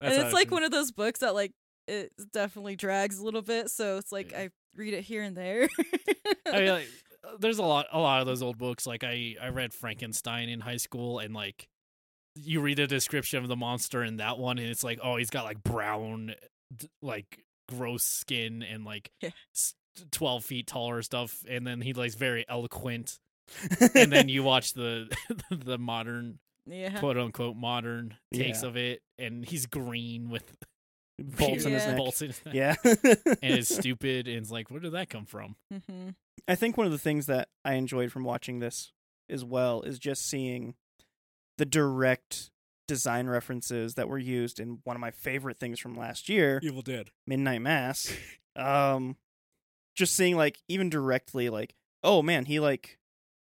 Speaker 4: and
Speaker 2: how
Speaker 4: it's
Speaker 2: it
Speaker 4: like
Speaker 2: can-
Speaker 4: one of those books that like it definitely drags a little bit, so it's like
Speaker 2: Yeah.
Speaker 4: I read it here and there.
Speaker 2: I mean, like, uh, there's a lot, a lot of those old books. Like I, I read Frankenstein in high school, and like you read a description of the monster in that one, and it's like, oh, he's got like brown, d- like gross skin, and like
Speaker 4: Yeah.
Speaker 2: s- twelve feet tall or stuff, and then he likes very eloquent. and then you watch the the modern
Speaker 4: yeah.
Speaker 2: quote unquote modern takes
Speaker 1: Yeah.
Speaker 2: of it, and he's green with
Speaker 1: bolts in his
Speaker 4: Yeah.
Speaker 1: neck.
Speaker 2: bolts in his neck,
Speaker 1: Yeah.
Speaker 2: and it's stupid, and it's like, where did that come from?
Speaker 4: hmm
Speaker 1: I think one of the things that I enjoyed from watching this as well is just seeing the direct design references that were used in one of my favorite things from last year,
Speaker 2: Evil Dead.
Speaker 1: Midnight Mass. Um just seeing like even directly like, oh man, he like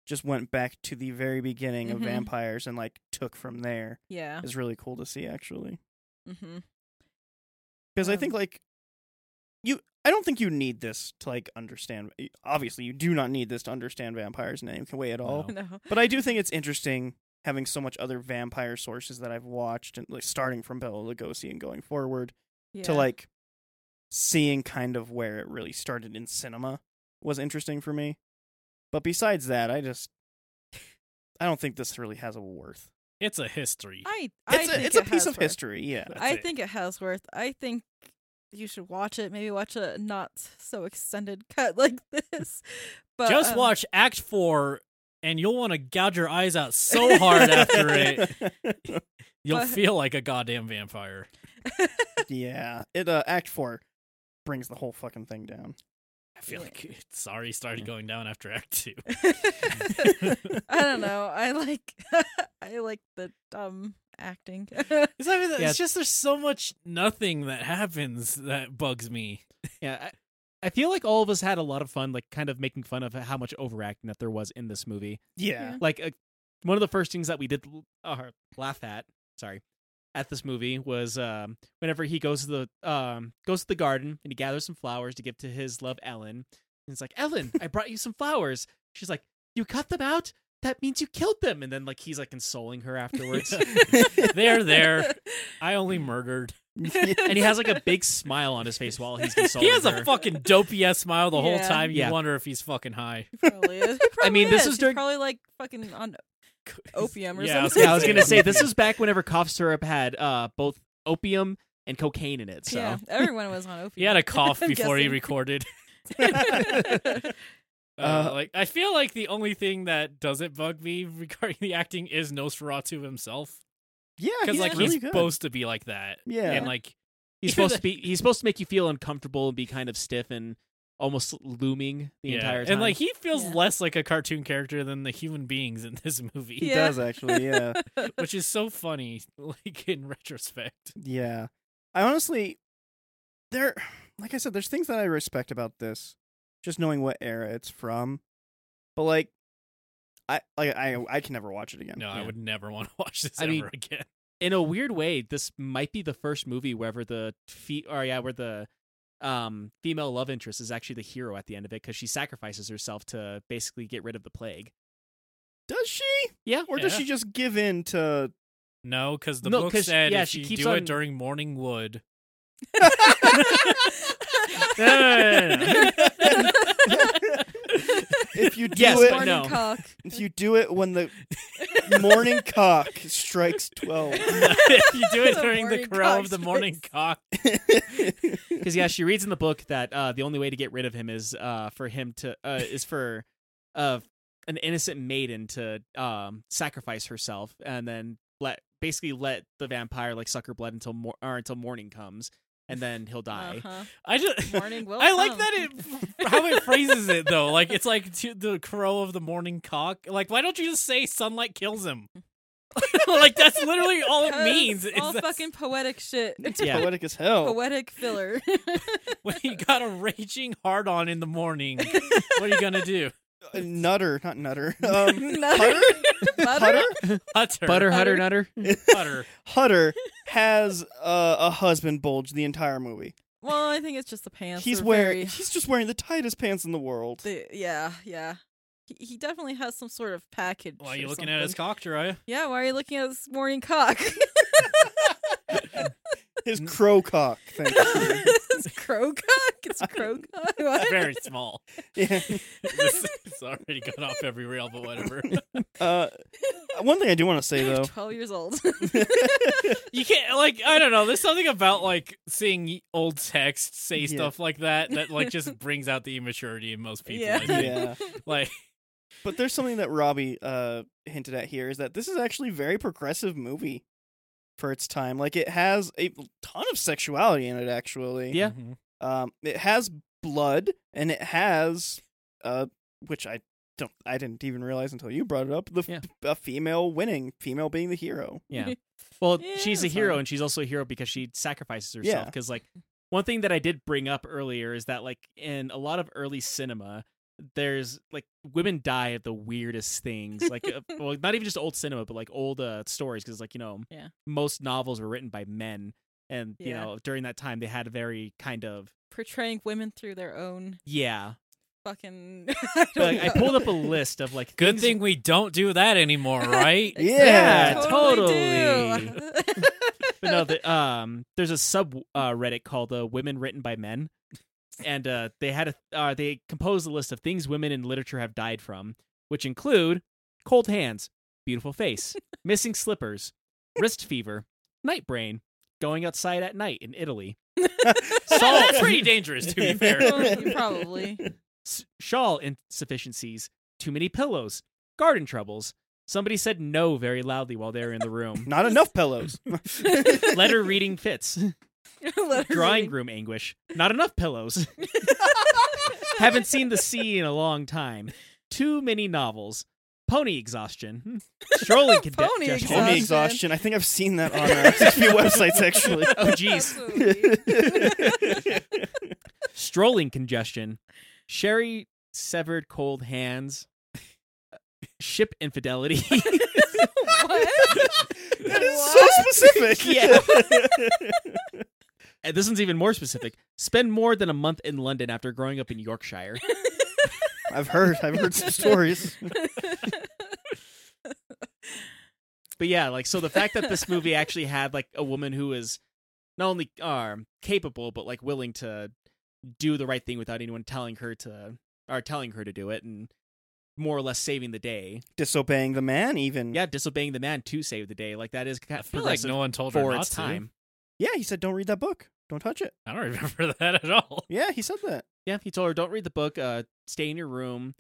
Speaker 1: just went back to the very beginning
Speaker 4: Mhm.
Speaker 1: of vampires and like took from there
Speaker 4: Yeah.
Speaker 1: is really cool to see actually.
Speaker 4: hmm
Speaker 1: Because I
Speaker 4: Um,
Speaker 1: think like you I don't think you need this to like understand obviously you do not need this to understand vampires in any way at all.
Speaker 2: No.
Speaker 4: No.
Speaker 1: But I do think it's interesting having so much other vampire sources that I've watched and like starting from Bela Lugosi and going forward
Speaker 4: Yeah.
Speaker 1: to like seeing kind of where it really started in cinema was interesting for me. But besides that, I just I don't think this really has a worth.
Speaker 2: It's a history.
Speaker 4: I, I
Speaker 1: It's a
Speaker 4: think
Speaker 1: it's
Speaker 4: it
Speaker 1: a piece
Speaker 4: has
Speaker 1: of
Speaker 4: worth.
Speaker 1: history, yeah.
Speaker 2: That's
Speaker 4: I
Speaker 2: it.
Speaker 4: think it has worth. I think you should watch it. Maybe watch a not so extended cut like this. But
Speaker 2: Just
Speaker 4: um,
Speaker 2: watch Act Four, and you'll want to gouge your eyes out so hard after it, you'll
Speaker 4: But-
Speaker 2: feel like a goddamn vampire.
Speaker 1: yeah, it uh, Act Four brings the whole fucking thing down.
Speaker 2: I feel
Speaker 4: Yeah.
Speaker 2: like it's already started going down after Act Two.
Speaker 4: I don't know. I like I like the dumb acting.
Speaker 2: It's, not even that-
Speaker 3: Yeah.
Speaker 2: it's just there's so much nothing that happens that bugs me.
Speaker 3: Yeah, I, I feel like all of us had a lot of fun, like kind of making fun of how much overacting that there was in this movie.
Speaker 1: Yeah,
Speaker 3: Like uh, one of the first things that we did l- uh, laugh at, sorry, at this movie was um, whenever he goes to the um, goes to the garden and he gathers some flowers to give to his love Ellen. And he's like, Ellen, I brought you some flowers. She's like, you cut them out. That means you killed them. And then like he's like consoling her afterwards,
Speaker 2: They're there. I only murdered.
Speaker 3: and he has like a big smile on his face while he's consoling.
Speaker 2: He has
Speaker 3: her.
Speaker 2: a fucking dopey ass smile the whole
Speaker 4: Yeah.
Speaker 2: time. You
Speaker 3: Yeah.
Speaker 2: wonder if he's fucking high.
Speaker 4: He probably is. He probably
Speaker 3: mean, this is
Speaker 4: He's
Speaker 3: during-
Speaker 4: probably like fucking on opium or
Speaker 2: Yeah, I was
Speaker 4: something.
Speaker 3: Yeah, I was
Speaker 2: Say
Speaker 3: gonna say
Speaker 2: opium.
Speaker 3: this was back whenever cough syrup had uh, both opium and cocaine in it. So
Speaker 4: Yeah, everyone was on opium.
Speaker 2: He had a cough
Speaker 4: I'm
Speaker 2: before he
Speaker 4: guessing.
Speaker 2: recorded. Uh,
Speaker 1: Uh,
Speaker 2: like I feel like the only thing that doesn't bug me regarding the acting is Nosferatu himself,
Speaker 1: yeah,
Speaker 2: because
Speaker 1: he's
Speaker 2: like
Speaker 1: really
Speaker 2: he's
Speaker 1: good.
Speaker 2: supposed to be like that,
Speaker 1: Yeah,
Speaker 2: and like
Speaker 3: he's
Speaker 2: Even
Speaker 3: supposed to be he's supposed to make you feel uncomfortable and be kind of stiff and almost looming the
Speaker 2: yeah.
Speaker 3: entire time.
Speaker 2: and like he feels
Speaker 4: Yeah.
Speaker 2: less like a cartoon character than the human beings in this movie,
Speaker 1: he
Speaker 4: Yeah.
Speaker 1: does actually. Yeah,
Speaker 2: which is so funny, like in retrospect.
Speaker 1: yeah. I honestly, there, like I said, there's things that I respect about this, just knowing what era it's from. But like, I like I I can never watch it again.
Speaker 2: No, I
Speaker 3: Yeah.
Speaker 2: would never want to watch this
Speaker 3: I
Speaker 2: ever
Speaker 3: mean-
Speaker 2: again.
Speaker 3: in a weird way, this might be the first movie wherever the feet or yeah, where the um female love interest is actually the hero at the end of it because she sacrifices herself to basically get rid of the plague.
Speaker 1: Does she?
Speaker 3: Yeah.
Speaker 1: Or does
Speaker 2: Yeah.
Speaker 1: she just give in to?
Speaker 2: No, because the
Speaker 3: No,
Speaker 2: book
Speaker 3: 'cause-
Speaker 2: said
Speaker 3: yeah,
Speaker 2: if
Speaker 3: she
Speaker 2: you
Speaker 3: keeps
Speaker 2: do
Speaker 3: on-
Speaker 2: it during morning wood. No,
Speaker 4: yeah.
Speaker 2: no, no, no, no.
Speaker 1: if you do
Speaker 3: Yes,
Speaker 1: it,
Speaker 3: but no.
Speaker 4: Cock.
Speaker 1: if you do it when the morning cock strikes twelve.
Speaker 2: if you do it
Speaker 4: The
Speaker 2: during the
Speaker 4: morning
Speaker 2: crow of
Speaker 4: cock's
Speaker 2: the morning
Speaker 4: voice.
Speaker 2: cock,
Speaker 3: Because yeah, she reads in the book that uh, the only way to get rid of him is uh, for him to uh, is for uh, an innocent maiden to um, sacrifice herself and then let basically let the vampire like suck her blood until mor- or until morning comes and then he'll die.
Speaker 4: Uh-huh.
Speaker 2: I just
Speaker 4: Morning will
Speaker 2: I like
Speaker 4: come.
Speaker 2: that it how it phrases it though. Like it's like to the crow of the morning cock. Like why don't you just say sunlight kills him? like that's literally all it
Speaker 4: 'Cause
Speaker 2: means. is
Speaker 4: all
Speaker 2: that's-
Speaker 4: fucking poetic shit.
Speaker 1: It's
Speaker 3: Yeah.
Speaker 1: poetic as hell.
Speaker 4: Poetic filler.
Speaker 2: when you got a raging hard on in the morning, what are you gonna do?
Speaker 1: Uh, nutter, not nutter. Um,
Speaker 4: Nutter.
Speaker 1: Hutter?
Speaker 4: Butter?
Speaker 2: Hutter,
Speaker 3: Butter, hutter,
Speaker 4: Butter.
Speaker 3: nutter.
Speaker 2: hutter.
Speaker 1: Hutter has uh, a husband bulge the entire movie.
Speaker 4: Well, I think it's just the pants.
Speaker 1: he's
Speaker 4: are
Speaker 1: wearing
Speaker 4: very-
Speaker 1: he's just wearing the tightest pants in the world.
Speaker 4: They, yeah, yeah. He, he definitely has some sort of package.
Speaker 2: Why are you
Speaker 4: or
Speaker 2: looking at his
Speaker 4: something.
Speaker 2: cock, Jiraiya?
Speaker 4: Yeah, why are you looking at his morning cock?
Speaker 1: His crow cock thing.
Speaker 4: it's crow cock. It's crow cock. What?
Speaker 2: Very small.
Speaker 1: yeah.
Speaker 2: This it's already gone off every rail, but whatever.
Speaker 1: uh, one thing I do want to say though.
Speaker 4: Twelve years old.
Speaker 2: You can't like I don't know. There's something about like seeing old texts say
Speaker 1: Yeah.
Speaker 2: stuff like that that like just brings out the immaturity in most people.
Speaker 4: Yeah.
Speaker 2: I think.
Speaker 1: yeah,
Speaker 2: Like
Speaker 1: but there's something that Robbie uh, hinted at here is that this is actually a very progressive movie for its time. Like it has a ton of sexuality in it. Actually,
Speaker 3: Yeah.
Speaker 2: mm-hmm.
Speaker 1: Um, it has blood and it has uh, which I don't, I didn't even realize until you brought it up. The f-
Speaker 3: Yeah.
Speaker 1: a female winning, female being the hero.
Speaker 3: Yeah. Well,
Speaker 4: Yeah,
Speaker 3: she's a
Speaker 4: that's
Speaker 3: hero,
Speaker 4: fine.
Speaker 3: and she's also a hero because she sacrifices herself.
Speaker 1: Yeah.
Speaker 3: Because like one thing that I did bring up earlier is that like in a lot of early cinema, there's like women die at the weirdest things. Like, uh, well, not even just old cinema, but like old uh, stories. Because like you know,
Speaker 4: Yeah.
Speaker 3: most novels were written by men, and you
Speaker 4: Yeah.
Speaker 3: know during that time they had a very kind of
Speaker 4: Portraying women through their own
Speaker 3: yeah.
Speaker 4: fucking. I,
Speaker 3: But, like, I
Speaker 4: don't know.
Speaker 3: pulled up a list of like
Speaker 2: good
Speaker 3: things-
Speaker 2: thing we don't do that anymore, right?
Speaker 1: Yeah.
Speaker 4: Totally. do.
Speaker 3: but no, the, um, there's a sub uh, Reddit called uh, "Women Written by Men," and uh, they had a uh, they composed a list of things women in literature have died from, which include cold hands, beautiful face, missing slippers, wrist fever, night brain, going outside at night in Italy.
Speaker 2: Saul pretty dangerous to be fair.
Speaker 4: Well, you probably.
Speaker 3: S- shawl insufficiencies, too many pillows, garden troubles. Somebody said no very loudly while they were in the room.
Speaker 1: Not enough pillows.
Speaker 3: Letter reading fits,
Speaker 4: Let her
Speaker 3: drawing
Speaker 4: read.
Speaker 3: room anguish, not enough pillows. Haven't seen the sea in a long time. Too many novels. Pony exhaustion. Hmm. Strolling conde-
Speaker 4: Pony
Speaker 3: congestion.
Speaker 1: Pony exhaustion. I think I've seen that on uh, a few websites actually.
Speaker 3: Oh jeez.
Speaker 4: Absolutely.
Speaker 3: Strolling congestion. Sherry severed cold hands. Ship infidelity.
Speaker 4: what?
Speaker 1: That is so specific.
Speaker 3: Yeah. And this one's even more specific. Spend more than a month in London after growing up in Yorkshire.
Speaker 1: I've heard. I've heard some stories.
Speaker 3: But yeah, like so the fact that this movie actually had like a woman who is not only um capable but like willing to do the right thing without anyone telling her to or telling her to do it and more or less saving the day.
Speaker 1: Disobeying the man, even.
Speaker 3: Yeah, disobeying the man to save the day. Like that is kind
Speaker 2: Mm. I
Speaker 3: of
Speaker 2: feel like
Speaker 3: progressive
Speaker 2: no one told her
Speaker 3: for
Speaker 2: not
Speaker 3: its
Speaker 2: to.
Speaker 3: time.
Speaker 1: Yeah, he said, "Don't read that book. Don't touch it."
Speaker 2: I don't remember that at all.
Speaker 1: Yeah, he said that.
Speaker 3: Yeah, he told her don't read the book, uh stay in your room.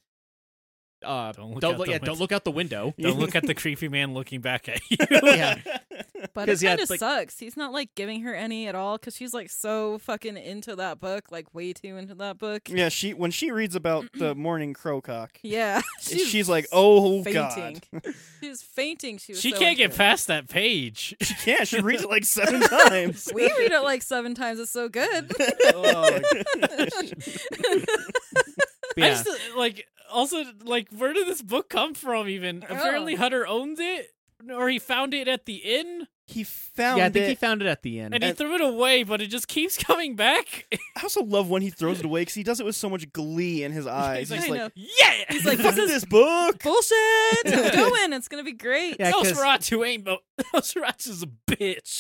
Speaker 3: Uh
Speaker 2: Don't look
Speaker 3: don't
Speaker 2: out
Speaker 3: look,
Speaker 2: the
Speaker 3: yeah,
Speaker 2: win-
Speaker 3: don't look out the window.
Speaker 2: Don't look at the creepy man looking back at you.
Speaker 3: Yeah.
Speaker 4: But it
Speaker 3: 'Cause, yeah,
Speaker 4: kind of
Speaker 3: it's like-
Speaker 4: sucks. He's not like giving her any at all because she's like so fucking into that book, like way too into that book.
Speaker 1: Yeah, she when she reads about the morning crowcock,
Speaker 4: Yeah,
Speaker 1: she's, like, "Oh
Speaker 4: fainting.
Speaker 1: god,
Speaker 4: she was fainting. She was.
Speaker 2: She
Speaker 4: so
Speaker 2: can't
Speaker 4: into
Speaker 2: get
Speaker 4: it.
Speaker 2: past that page.
Speaker 1: she can't." She reads it like seven times.
Speaker 4: We read it like seven times. It's so good.
Speaker 2: Oh,
Speaker 3: But yeah.
Speaker 2: I just, uh, like also like where did this book come from? Even apparently Hutter owned it, or he found it at the inn
Speaker 1: He found
Speaker 3: yeah, I think
Speaker 1: it.
Speaker 3: he found it at the end.
Speaker 2: and he
Speaker 1: And-
Speaker 2: threw it away, but it just keeps coming back.
Speaker 1: I also love when he throws it away because he does it with so much glee in his eyes.
Speaker 2: He's like,
Speaker 1: He's
Speaker 4: I know.
Speaker 1: like,
Speaker 2: yeah,
Speaker 4: He's like,
Speaker 1: "Fuck this book."
Speaker 4: Bullshit. Go in. It's gonna be great.
Speaker 3: Yeah, 'cause-
Speaker 2: Nosferatu ain't, but Nosferatu's a bitch.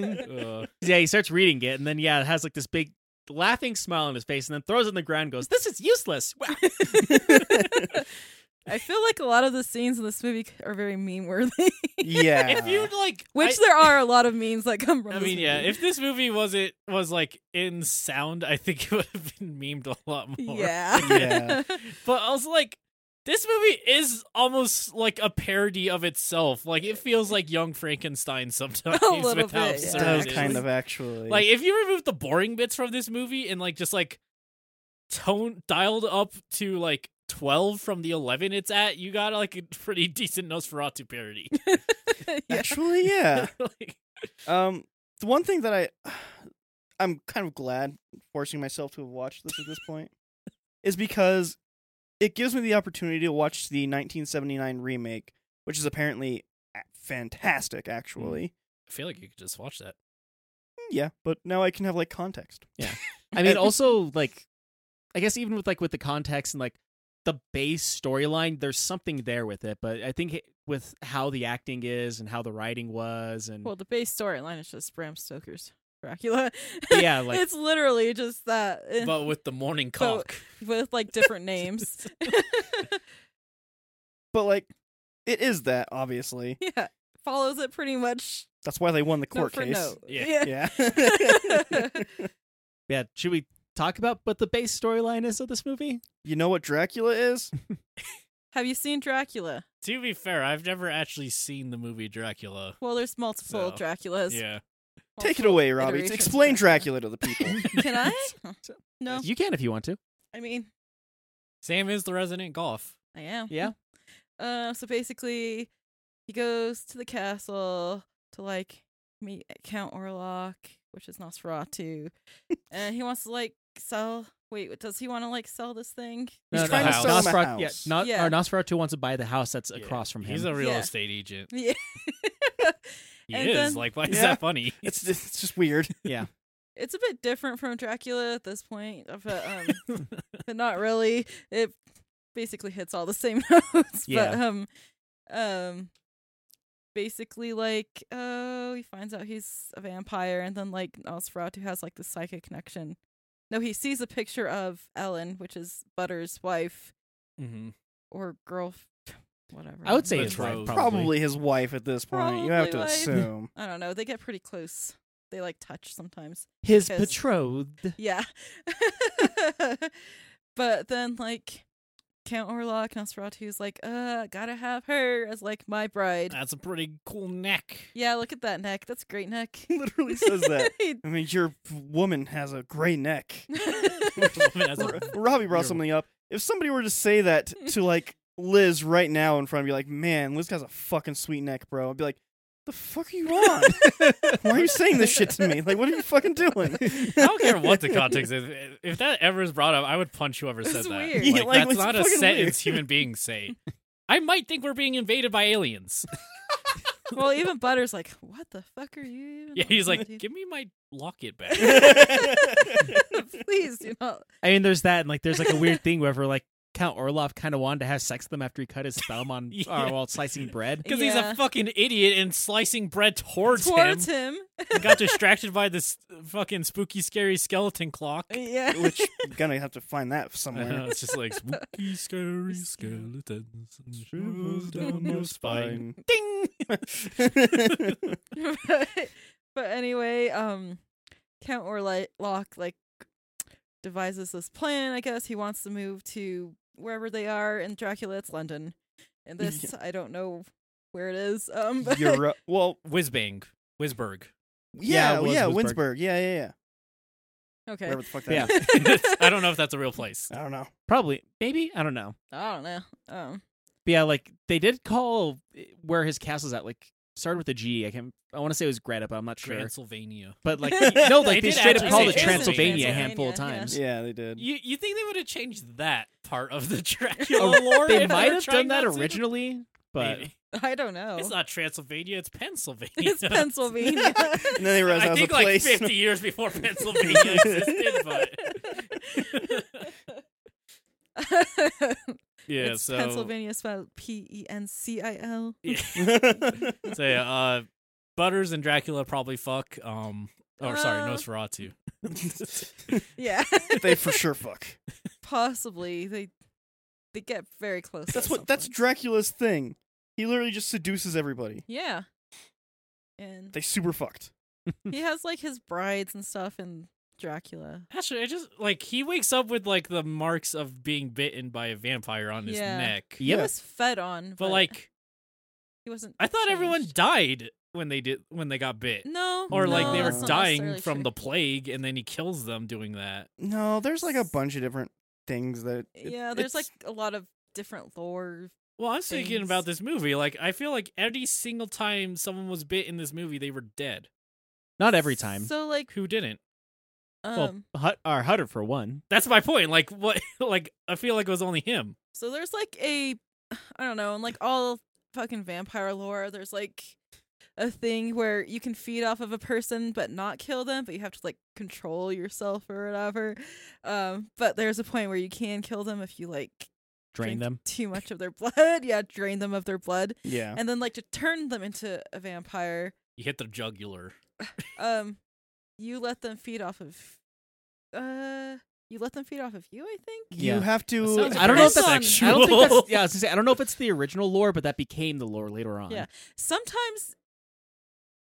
Speaker 2: Uh,
Speaker 3: Yeah, he starts reading it, and then yeah, it has like this big laughing smile on his face, and then throws it on the ground, and goes, "This is useless." Wow.
Speaker 4: I feel like a lot of the scenes in this movie are very meme worthy,
Speaker 1: Yeah.
Speaker 2: if you like,
Speaker 4: which
Speaker 2: I-
Speaker 4: there are a lot of memes that come from.
Speaker 2: I
Speaker 4: this
Speaker 2: mean, yeah.
Speaker 4: movie.
Speaker 2: If this movie was it was like in sound, I think it would have been memed a lot more.
Speaker 4: yeah,
Speaker 2: But also like this movie is almost like a parody of itself. Like it feels like Young Frankenstein sometimes
Speaker 4: A little
Speaker 2: with how
Speaker 4: bit, yeah.
Speaker 1: It
Speaker 2: absurd
Speaker 1: does
Speaker 2: it is.
Speaker 1: kind of actually.
Speaker 2: Like if you remove the boring bits from this movie and like just like tone dialed up to like 12 from the 11 it's at, you got like a pretty decent Nosferatu parody.
Speaker 4: yeah.
Speaker 1: actually, yeah.
Speaker 2: Like,
Speaker 1: Um, the one thing that I, I'm kind of glad forcing myself to have watched this at this point, is because it gives me the opportunity to watch the 1979 remake, which is apparently a- fantastic. Actually,
Speaker 2: I feel like you could just watch that.
Speaker 1: Mm, yeah. But now I can have like context.
Speaker 3: I mean, also like, I guess even with like with the context and like the base storyline, there's something there with it. But I think it- with how the acting is and how the writing was, and
Speaker 4: Well, the base storyline is just Bram Stoker's Dracula.
Speaker 3: yeah, like
Speaker 4: it's literally just that eh,
Speaker 2: But with the morning
Speaker 4: So-
Speaker 2: cock.
Speaker 4: with like different names.
Speaker 1: But like, it is that obviously.
Speaker 4: yeah, follows it pretty much
Speaker 1: That's why they won the
Speaker 4: note
Speaker 1: court
Speaker 4: for
Speaker 1: case.
Speaker 4: note.
Speaker 2: Yeah.
Speaker 1: Yeah.
Speaker 3: yeah. Should we talk about what the base storyline is of this movie?
Speaker 1: you know what Dracula is?
Speaker 4: Have you seen Dracula?
Speaker 2: To be fair, I've never actually seen the movie Dracula.
Speaker 4: Well, there's multiple
Speaker 2: So,
Speaker 4: Draculas.
Speaker 2: Yeah.
Speaker 1: Take it away, Robbie.
Speaker 4: iterations of
Speaker 1: Explain
Speaker 4: Dracula.
Speaker 1: Dracula to the people.
Speaker 4: Can I? No,
Speaker 3: You can if you want to.
Speaker 4: I mean
Speaker 2: Sam is the resident golf.
Speaker 4: I am.
Speaker 3: Yeah.
Speaker 4: Uh, so basically, he goes to the castle to like meet Count Orlok, which is Nosferatu, and he wants to like sell. Wait, does he want to like sell this thing?
Speaker 1: He's
Speaker 2: No,
Speaker 1: trying
Speaker 2: no,
Speaker 1: to
Speaker 2: house.
Speaker 1: sell him a
Speaker 3: Nosferatu, yeah,
Speaker 1: house.
Speaker 3: not,
Speaker 4: Yeah.
Speaker 3: Or Nosferatu wants to buy the house that's
Speaker 2: Yeah.
Speaker 3: across from him.
Speaker 2: He's a real
Speaker 4: Yeah.
Speaker 2: estate agent.
Speaker 4: Yeah.
Speaker 2: He
Speaker 4: And
Speaker 2: is.
Speaker 4: then-
Speaker 2: like, why is
Speaker 1: Yeah.
Speaker 2: that funny?
Speaker 1: It's just, it's just weird.
Speaker 3: yeah,
Speaker 4: it's a bit different from Dracula at this point, but um, but not really. It basically hits all the same notes. But
Speaker 3: Yeah.
Speaker 4: um, um, basically like oh, he finds out he's a vampire, and then like Nosferatu has like the psychic connection. No, he sees a picture of Ellen, which is Butter's wife
Speaker 2: Mm-hmm.
Speaker 4: or girl. whatever.
Speaker 3: I would say
Speaker 2: The
Speaker 3: his wife,
Speaker 2: Trove.
Speaker 1: Probably.
Speaker 3: probably.
Speaker 1: his wife at this point. you have to
Speaker 4: Probably wife.
Speaker 1: assume.
Speaker 4: I don't know. They get pretty close. They like touch sometimes.
Speaker 3: his
Speaker 4: because-
Speaker 3: betrothed.
Speaker 4: Yeah. but then like Count Orlok Nosferatu's like, uh, gotta have her as like my bride.
Speaker 2: That's a pretty cool neck.
Speaker 4: yeah, look at that neck. That's a great neck.
Speaker 1: Literally says that. I mean, your woman has a gray neck.
Speaker 2: That's a-
Speaker 1: R- Robbie brought
Speaker 2: Your-
Speaker 1: something up. If somebody were to say that to like Liz right now in front of you, like, man, Liz has a fucking sweet neck, bro. I'd be like, the fuck are you on? Why are you saying this shit to me? Like, what are you fucking doing?
Speaker 2: I don't care what the context is. If that ever is brought up, I would punch whoever said
Speaker 4: It's
Speaker 2: that.
Speaker 4: weird.
Speaker 2: Like,
Speaker 1: Yeah, like,
Speaker 2: that's
Speaker 1: it's
Speaker 2: not a
Speaker 1: fucking
Speaker 2: sentence
Speaker 1: weird.
Speaker 2: human beings say. I might think we're being invaded by aliens.
Speaker 4: well, even Butter's like, what the fuck are you? even
Speaker 2: Yeah, he's
Speaker 4: on,
Speaker 2: like,
Speaker 4: dude?"
Speaker 2: give me my locket back.
Speaker 4: please do not.
Speaker 3: I mean, there's that, and like, there's like a weird thing where, like, Count Orloff kind of wanted to have sex with them after he cut his thumb on
Speaker 2: Yeah.
Speaker 3: uh, while slicing bread.
Speaker 2: Because he's
Speaker 4: Yeah.
Speaker 2: a fucking idiot and slicing bread towards,
Speaker 4: Towards
Speaker 2: him.
Speaker 4: him.
Speaker 2: He got distracted by this fucking spooky, scary skeleton clock.
Speaker 4: yeah.
Speaker 1: Which I'm gonna have to find that
Speaker 2: I know,
Speaker 1: somewhere.
Speaker 2: it's just like spooky, scary skeletons and shivers down your spine. Ding!
Speaker 4: Right. but anyway, um, Count Orlock like devises this plan. I guess he wants to move to wherever they are in Dracula. It's London, and this I don't know where it is. Um, but
Speaker 1: Euro- well,
Speaker 2: Whizbang. Whizberg.
Speaker 1: yeah,
Speaker 3: Yeah,
Speaker 1: yeah,
Speaker 3: it was Winsburg.
Speaker 1: Winsburg. Yeah, yeah, yeah.
Speaker 4: okay,
Speaker 1: Wherever the fuck that
Speaker 3: Yeah.
Speaker 1: is.
Speaker 2: I don't know if that's a real place.
Speaker 1: I don't know.
Speaker 3: Probably, maybe, I don't know.
Speaker 4: I don't know. Um,
Speaker 3: But yeah, like they did call uh, where his castle's at. Like started with a G. I can. I want to say it was Greta, but I'm not sure.
Speaker 2: Transylvania.
Speaker 3: But like no,
Speaker 2: They
Speaker 3: like they,
Speaker 2: did
Speaker 3: straight
Speaker 2: actually
Speaker 3: up called
Speaker 2: say
Speaker 3: it
Speaker 2: it was
Speaker 3: Transylvania a
Speaker 2: Transylvania,
Speaker 3: handful of
Speaker 4: yeah.
Speaker 3: times.
Speaker 1: Yeah, they did.
Speaker 2: You you think they would have changed that part of the Dracula lore?
Speaker 3: They
Speaker 2: if were
Speaker 3: might have
Speaker 2: trying
Speaker 3: done that
Speaker 2: to-
Speaker 3: originally, but
Speaker 2: Maybe.
Speaker 4: I don't know.
Speaker 2: it's not Transylvania. It's Pennsylvania.
Speaker 4: Oh. It's Pennsylvania.
Speaker 1: And then they realized that
Speaker 2: I
Speaker 1: was
Speaker 2: think
Speaker 1: a
Speaker 2: like
Speaker 1: place.
Speaker 2: 50 years before Pennsylvania existed, but yeah,
Speaker 4: it's
Speaker 2: so
Speaker 4: Pennsylvania spelled P E N C I L.
Speaker 2: Yeah. so yeah, uh, Butters and Dracula probably fuck. Um, or sorry,
Speaker 4: Uh.
Speaker 2: Nosferatu.
Speaker 4: Yeah,
Speaker 1: they for sure fuck.
Speaker 4: possibly they they get very close.
Speaker 1: That's
Speaker 4: at some
Speaker 1: what. That's
Speaker 4: point.
Speaker 1: Dracula's thing. He literally just seduces everybody.
Speaker 4: Yeah. And
Speaker 1: They super fucked.
Speaker 4: he has like his brides and stuff in Dracula.
Speaker 2: Actually, I just like he wakes up with like the marks of being bitten by a vampire on his
Speaker 4: Yeah.
Speaker 2: neck.
Speaker 3: Yep.
Speaker 4: He was fed on, but,
Speaker 2: But like,
Speaker 4: he wasn't.
Speaker 2: I thought everyone
Speaker 4: changed.
Speaker 2: died when they did when they got bit.
Speaker 4: No,
Speaker 2: Or like
Speaker 4: no,
Speaker 2: they
Speaker 4: that's
Speaker 2: were
Speaker 4: not
Speaker 2: dying
Speaker 4: necessarily
Speaker 2: from
Speaker 4: true.
Speaker 2: the plague, and then he kills them doing that.
Speaker 1: No, there's like a bunch of different things that. it-
Speaker 4: Yeah, there's like
Speaker 1: it's-
Speaker 4: a lot of different lore.
Speaker 2: Well, I was thinking
Speaker 4: Things.
Speaker 2: about this movie. Like, I feel like every single time someone was bit in this movie, they were dead.
Speaker 3: not every time.
Speaker 4: So like,
Speaker 2: Who didn't?
Speaker 4: um,
Speaker 3: well, Hut or Hutter for one.
Speaker 2: That's my point. Like, what? Like, I feel like it was only him.
Speaker 4: so there's like a, I don't know, and like all fucking vampire lore, there's like a thing where you can feed off of a person but not kill them, but you have to like control yourself or whatever. Um, but there's a point where you can kill them if you like
Speaker 3: Drain
Speaker 4: drink
Speaker 3: them.
Speaker 4: too much of their blood. Yeah, drain them of their blood,
Speaker 1: Yeah.
Speaker 4: and then like to turn them into a vampire.
Speaker 2: You hit the jugular.
Speaker 4: Um, you let them feed off of, uh, you let them feed off of you. I think.
Speaker 1: You
Speaker 3: Yeah.
Speaker 1: have
Speaker 2: That
Speaker 1: to.
Speaker 2: sounds
Speaker 3: I don't know if
Speaker 2: Depends
Speaker 3: that's.
Speaker 2: on-
Speaker 3: I don't think
Speaker 2: Sexual.
Speaker 3: that's. Yeah, I was gonna say I don't know if it's the original lore, but that became the lore later on.
Speaker 4: Yeah. Sometimes,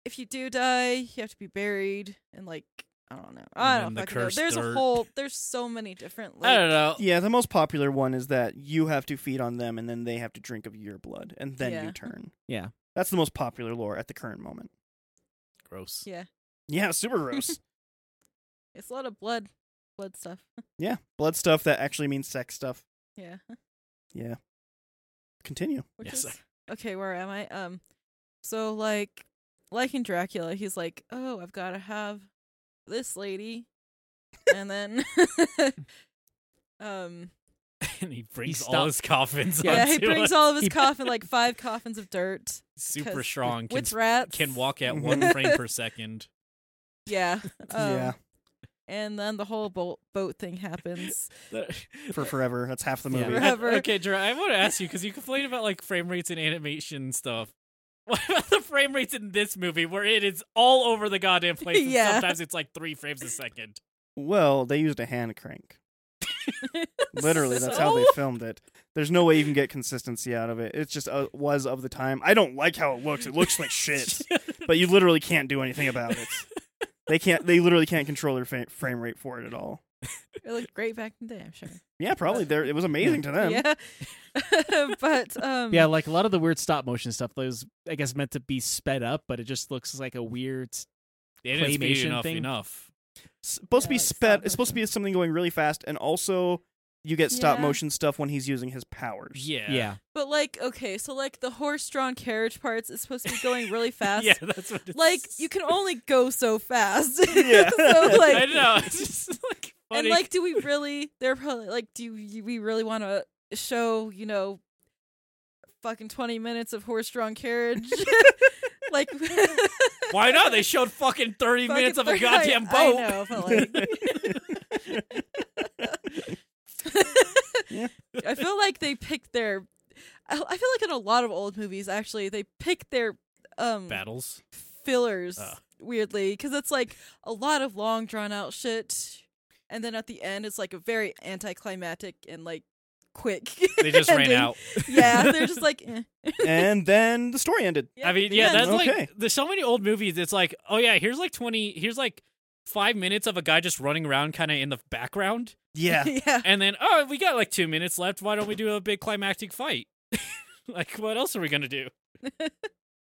Speaker 4: if you do die, you have to be buried, and like I don't know. I
Speaker 2: And
Speaker 4: don't
Speaker 2: then the
Speaker 4: fucking know.
Speaker 2: cursed
Speaker 4: There's a
Speaker 2: dirt.
Speaker 4: whole. There's so many different. Like,
Speaker 2: I don't know.
Speaker 1: Yeah, the most popular one is that you have to feed on them, and then they have to drink of your blood, and then
Speaker 4: Yeah.
Speaker 1: you turn.
Speaker 3: Yeah.
Speaker 1: That's the most popular lore at the current moment.
Speaker 2: Gross.
Speaker 4: Yeah,
Speaker 1: Yeah, super gross.
Speaker 4: it's a lot of blood, blood stuff.
Speaker 1: yeah, blood stuff that actually means sex stuff.
Speaker 4: Yeah.
Speaker 1: Yeah. Continue.
Speaker 4: Which
Speaker 2: Yes.
Speaker 4: is okay, where am I? Um so like like in Dracula, he's like, Oh, I've gotta have this lady and then Um
Speaker 2: and he brings all
Speaker 3: stopped-
Speaker 2: his coffins.
Speaker 4: Yeah, he
Speaker 2: onto
Speaker 4: brings
Speaker 2: a
Speaker 4: all of his
Speaker 3: He-
Speaker 4: coffin, like five coffins of dirt.
Speaker 2: super
Speaker 4: 'cause
Speaker 2: strong. Can,
Speaker 4: with rats.
Speaker 2: can walk at
Speaker 1: Mhm.
Speaker 2: one frame per second.
Speaker 4: Yeah. um,
Speaker 1: yeah,
Speaker 4: And then the whole boat boat thing happens.
Speaker 1: for forever. That's half the
Speaker 3: Yeah.
Speaker 1: movie.
Speaker 4: Forever.
Speaker 2: Okay, Jer, I want to ask you because you complain about like frame rates and animation stuff. What about the frame rates in this movie where it is all over the goddamn place? and
Speaker 4: Yeah.
Speaker 2: Sometimes it's like three frames a second.
Speaker 1: Well, they used a hand crank. Literally, that's how they
Speaker 4: So-
Speaker 1: filmed it. There's no way you can get consistency out of it. It's just uh, was of the time. I don't like how it looks. It looks like shit, but you literally can't do anything about it. They can't. They literally can't control their fa- frame rate for it at all.
Speaker 4: It looked great back in the day, I'm sure.
Speaker 1: Yeah, probably. There, it was amazing to them.
Speaker 4: Yeah. but um
Speaker 3: Yeah, like a lot of the weird stop motion stuff that was, I guess, meant to be sped up, but it just looks like a weird.
Speaker 2: They didn't speed
Speaker 3: Claymation
Speaker 2: enough
Speaker 3: thing?
Speaker 2: enough.
Speaker 1: supposed to be
Speaker 4: Yeah, like
Speaker 1: sped.
Speaker 4: stop
Speaker 1: It's supposed to be something going really fast, and also you get stop
Speaker 4: Yeah.
Speaker 1: motion stuff when he's using his powers.
Speaker 2: Yeah.
Speaker 3: Yeah.
Speaker 4: but like okay, so like the horse-drawn carriage parts is supposed to be going really fast.
Speaker 2: Yeah, that's what it's
Speaker 4: Like you can only go so fast.
Speaker 1: Yeah.
Speaker 4: so like
Speaker 2: I know. It's just like funny.
Speaker 4: And like, do we really? They're probably like, do you- we really want to show you know, fucking twenty minutes of horse-drawn carriage? like,
Speaker 2: Why not? They showed fucking 30
Speaker 4: fucking
Speaker 2: minutes of a
Speaker 4: thirty-
Speaker 2: goddamn
Speaker 4: I-
Speaker 2: boat.
Speaker 4: I know, but like,
Speaker 1: Yeah.
Speaker 4: I feel like they picked their. I I feel like in a lot of old movies, actually, they pick their um
Speaker 2: Battles.
Speaker 4: fillers
Speaker 2: Oh.
Speaker 4: weirdly because it's like a lot of long drawn out shit, and then at the end it's like a very anticlimactic and like quick.
Speaker 2: They just ran
Speaker 4: ending.
Speaker 2: out.
Speaker 4: yeah, they're just like. eh.
Speaker 1: and then the story ended.
Speaker 2: I mean, yeah,
Speaker 4: the
Speaker 2: that's
Speaker 4: end.
Speaker 1: Okay.
Speaker 2: like there's so many old movies. It's like, oh yeah, here's like 20, here's like five minutes of a guy just running around, kind of in the background,
Speaker 1: Yeah,
Speaker 4: yeah.
Speaker 2: and then oh, we got like two minutes left. Why don't we do a big climactic fight? like, what else are we gonna do?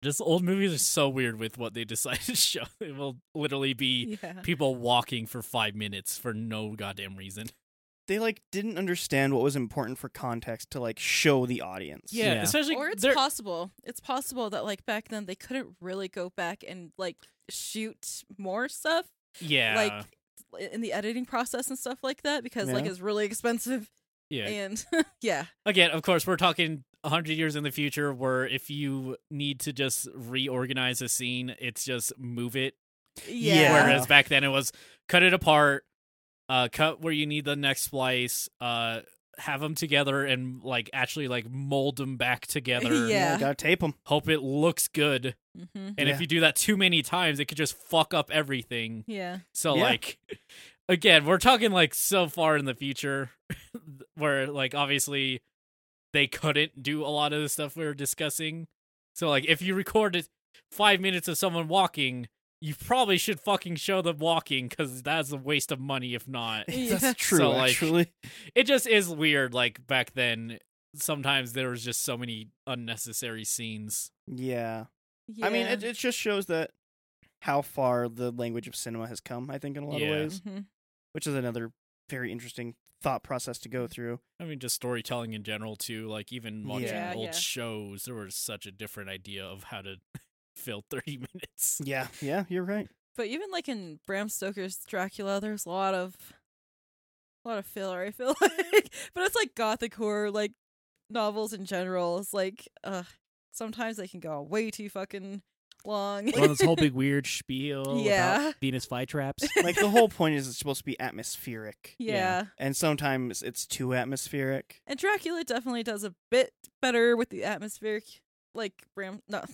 Speaker 2: Just old movies are so weird with what they decide to show. It will literally be
Speaker 4: Yeah.
Speaker 2: people walking for five minutes for no goddamn reason.
Speaker 1: they like didn't understand what was important for context to like show the audience.
Speaker 2: Yeah,
Speaker 3: Yeah.
Speaker 2: especially
Speaker 4: or it's
Speaker 2: they're-
Speaker 4: possible. It's possible that like back then they couldn't really go back and like shoot more stuff
Speaker 2: yeah,
Speaker 4: like in the editing process and stuff like that because like
Speaker 1: Yeah.
Speaker 4: it's really expensive
Speaker 2: yeah.
Speaker 4: and yeah.
Speaker 2: again, of course, we're talking 100 years in the future where if you need to just reorganize a scene, it's just move it.
Speaker 1: Yeah.
Speaker 2: Whereas back then it was cut it apart, uh, cut where you need the next splice, uh, have them together and like actually like mold them back together.
Speaker 4: Yeah.
Speaker 1: gotta tape them.
Speaker 2: Hope it looks good.
Speaker 4: hmm
Speaker 2: And
Speaker 1: Yeah.
Speaker 2: if you do that too many times, it could just fuck up everything.
Speaker 4: Yeah.
Speaker 2: So
Speaker 1: Yeah.
Speaker 2: like again, we're talking like so far in the future where like obviously they couldn't do a lot of the stuff we were discussing. So like if you recorded 5 minutes of someone walking, you probably should fucking show them walking cuz that's a waste of money if not.
Speaker 4: Yeah.
Speaker 1: That's true.
Speaker 2: So, like-
Speaker 1: actually,
Speaker 2: It just is weird like back then sometimes there was just so many unnecessary scenes.
Speaker 1: yeah. I mean,
Speaker 4: Yeah.
Speaker 1: it, it just shows that how far the language of cinema has come. I think in a lot
Speaker 2: Yeah.
Speaker 1: of ways,
Speaker 4: Mhm.
Speaker 1: which is another very interesting thought process to go through.
Speaker 2: I mean just storytelling in general too, like even watching
Speaker 1: Yeah.
Speaker 4: Yeah,
Speaker 2: old
Speaker 4: yeah.
Speaker 2: shows there was such a different idea of how to fill 30 minutes.
Speaker 1: Yeah, yeah, you're right.
Speaker 4: But even like in Bram Stoker's Dracula, there's a lot of a lot of filler. I feel like, but it's like gothic horror, like novels in general. It's like, uh, sometimes they can go way too fucking long.
Speaker 3: Well, this whole big weird spiel
Speaker 4: Yeah.
Speaker 3: about Venus flytraps.
Speaker 1: Like the whole point is it's supposed to be atmospheric,
Speaker 4: yeah.
Speaker 1: and sometimes it's too atmospheric.
Speaker 4: and Dracula definitely does a bit better with the atmospheric, like Bram, not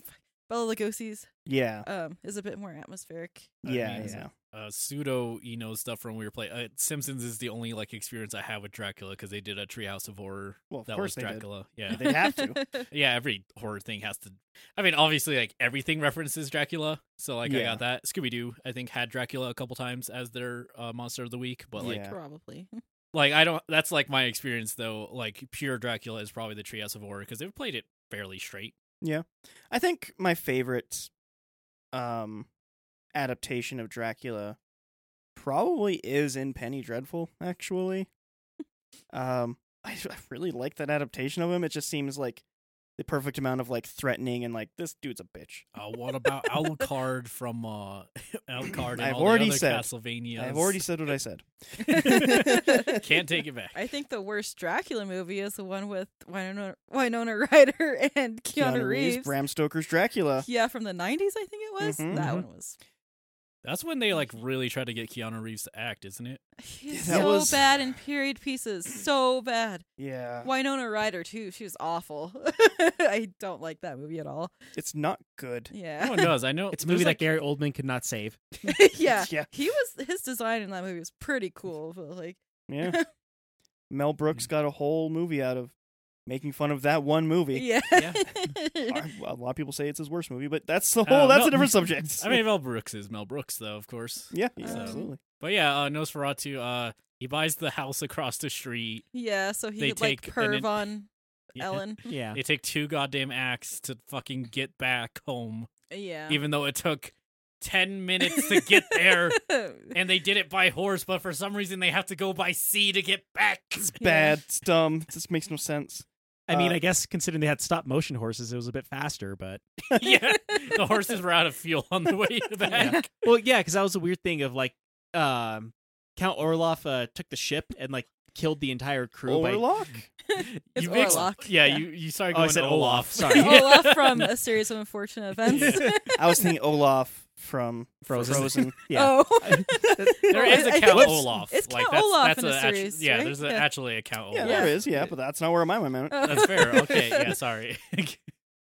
Speaker 4: Bella Lugosi's,
Speaker 1: Yeah,
Speaker 4: um, is a bit more atmospheric.
Speaker 2: I
Speaker 1: yeah,
Speaker 2: mean,
Speaker 1: yeah.
Speaker 2: uh, pseudo Eno stuff from we were playing. Uh, Simpsons is the only like experience I have with Dracula because they did a Treehouse of Horror.
Speaker 1: Well, of
Speaker 2: that
Speaker 1: course
Speaker 2: was
Speaker 1: they did.
Speaker 2: Dracula. Yeah,
Speaker 1: They'd have to.
Speaker 2: yeah. Every horror thing has to. I mean, obviously, like everything references Dracula. So like, I
Speaker 1: Yeah.
Speaker 2: got that. Scooby Doo, I think, had Dracula a couple times as their uh, monster of the week. But like,
Speaker 1: Yeah.
Speaker 4: Probably.
Speaker 2: like I don't. That's like my experience though. Like pure Dracula is probably the Treehouse of Horror because they've played it fairly straight.
Speaker 1: I think my favorite um adaptation of Dracula probably is in Penny Dreadful actually. um I, I really like that adaptation of him. It just seems like the perfect amount of like threatening and like this dude's a bitch.
Speaker 2: Uh, what about Alucard from uh, Alucard? And
Speaker 1: I've
Speaker 2: all the
Speaker 1: already
Speaker 2: other
Speaker 1: said.
Speaker 2: Castlevania.
Speaker 1: I've already said what I said.
Speaker 2: can't take it back.
Speaker 4: I think the worst Dracula movie is the one with Winona, Winona Ryder and Keanu, Reeves.
Speaker 1: Bram Stoker's Dracula.
Speaker 4: yeah, from the 90s, I think it was.
Speaker 1: Mhm.
Speaker 4: that
Speaker 1: Mhm.
Speaker 4: one was
Speaker 2: That's when they like really try to get Keanu Reeves to act, isn't it?
Speaker 4: he's
Speaker 1: that
Speaker 4: so
Speaker 1: was-
Speaker 4: bad in period pieces. So bad.
Speaker 1: Yeah.
Speaker 4: Winona Ryder, too. She was awful. I don't like that movie at all.
Speaker 1: It's not good.
Speaker 2: No
Speaker 4: Yeah.
Speaker 2: one does. I know
Speaker 3: It's a
Speaker 2: there's,
Speaker 3: movie
Speaker 2: like
Speaker 3: that Gary Oldman could not save.
Speaker 4: yeah.
Speaker 1: Yeah.
Speaker 4: He was, his design in that movie was pretty cool, but like,
Speaker 1: Yeah. Mel Brooks got a whole movie out of making fun of that one movie.
Speaker 4: Yeah.
Speaker 2: Yeah.
Speaker 1: I- A lot of people say it's his worst movie, but that's the
Speaker 2: Uh,
Speaker 1: whole. that's
Speaker 2: Mel-
Speaker 1: a different subject.
Speaker 2: I mean, Mel Brooks is Mel Brooks, though, of course.
Speaker 1: yeah, yeah,
Speaker 4: Um,
Speaker 1: absolutely.
Speaker 2: But yeah, uh, Nosferatu, uh, he buys the house across the street.
Speaker 4: yeah, so he
Speaker 2: They
Speaker 4: could like
Speaker 2: take an
Speaker 4: perv
Speaker 2: in-
Speaker 4: on
Speaker 2: Yeah.
Speaker 4: Ellen.
Speaker 3: Yeah.
Speaker 2: They take two goddamn acts to fucking get back home,
Speaker 4: Yeah.
Speaker 2: even though it took 10 minutes to get there. and they did it by horse, but for some reason they have to go by sea to get back.
Speaker 1: Bad. It's dumb. This makes no sense.
Speaker 3: I mean,
Speaker 1: Uh,
Speaker 3: I guess considering they had stop motion horses, it was a bit faster, but
Speaker 2: yeah, the horses were out of fuel on the way back.
Speaker 3: well, yeah, because that was the weird thing of like, um, Count Orloff uh, took the ship and like killed the entire crew. By...
Speaker 1: Orlok.
Speaker 4: It's
Speaker 2: you mixed,
Speaker 4: Orlok.
Speaker 2: Yeah,
Speaker 4: Yeah.
Speaker 2: you you started
Speaker 3: Oh, I
Speaker 2: going
Speaker 3: said
Speaker 2: to
Speaker 3: Olaf.
Speaker 2: Olaf.
Speaker 3: Sorry.
Speaker 2: Yeah.
Speaker 4: Olaf from A Series of Unfortunate Events.
Speaker 1: I was thinking Olaf from
Speaker 3: Frozen.
Speaker 1: Frozen.
Speaker 3: Yeah.
Speaker 4: Oh.
Speaker 2: There is a
Speaker 4: I
Speaker 2: Count
Speaker 4: think-
Speaker 2: Olaf.
Speaker 4: it's
Speaker 2: like,
Speaker 4: Count
Speaker 2: that's,
Speaker 4: Olaf
Speaker 2: that's
Speaker 4: in
Speaker 2: a
Speaker 4: the
Speaker 2: actu-
Speaker 4: series,
Speaker 2: yeah,
Speaker 4: right?
Speaker 2: there's a,
Speaker 4: Yeah.
Speaker 2: actually a Count
Speaker 1: yeah,
Speaker 2: Olaf.
Speaker 1: there is. Yeah, but that's not where my mind went.
Speaker 2: That's fair. Okay, yeah, sorry.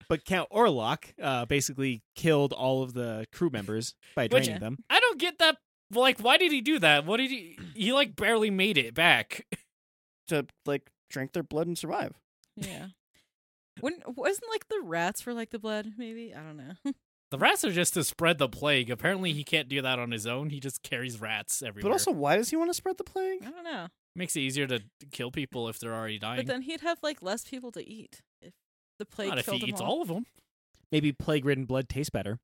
Speaker 3: But Count Orlock uh, basically killed all of the crew members by
Speaker 2: Which-
Speaker 3: draining them.
Speaker 2: I don't get that. Like, why did he do that? What did he? He like barely made it back.
Speaker 1: To like drink their blood and survive.
Speaker 4: yeah. When, wasn't like the rats for like the blood, maybe? I don't know.
Speaker 2: The rats are just to spread the plague. Apparently, he can't do that on his own. He just carries rats everywhere.
Speaker 1: But also, why does he want to spread the plague?
Speaker 4: I don't know.
Speaker 2: makes it easier to kill people if they're already dying.
Speaker 4: But then he'd have like less people to eat if the plague
Speaker 2: Not if he
Speaker 4: killed them
Speaker 2: eats
Speaker 4: all.
Speaker 2: all of them.
Speaker 3: Maybe plague-ridden blood tastes better.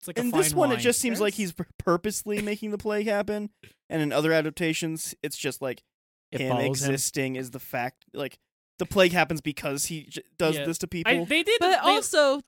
Speaker 2: It's like a
Speaker 1: In
Speaker 2: fine
Speaker 1: this one,
Speaker 2: wine.
Speaker 1: it just seems like
Speaker 4: Yes.
Speaker 1: he's pur- purposely making the plague happen, and in other adaptations, it's just like
Speaker 3: It
Speaker 1: him
Speaker 3: follows him.
Speaker 1: existing is the fact. Like the plague happens because he j- does
Speaker 2: Yeah.
Speaker 1: this to people.
Speaker 2: I, they did.
Speaker 4: But
Speaker 2: they-
Speaker 4: also,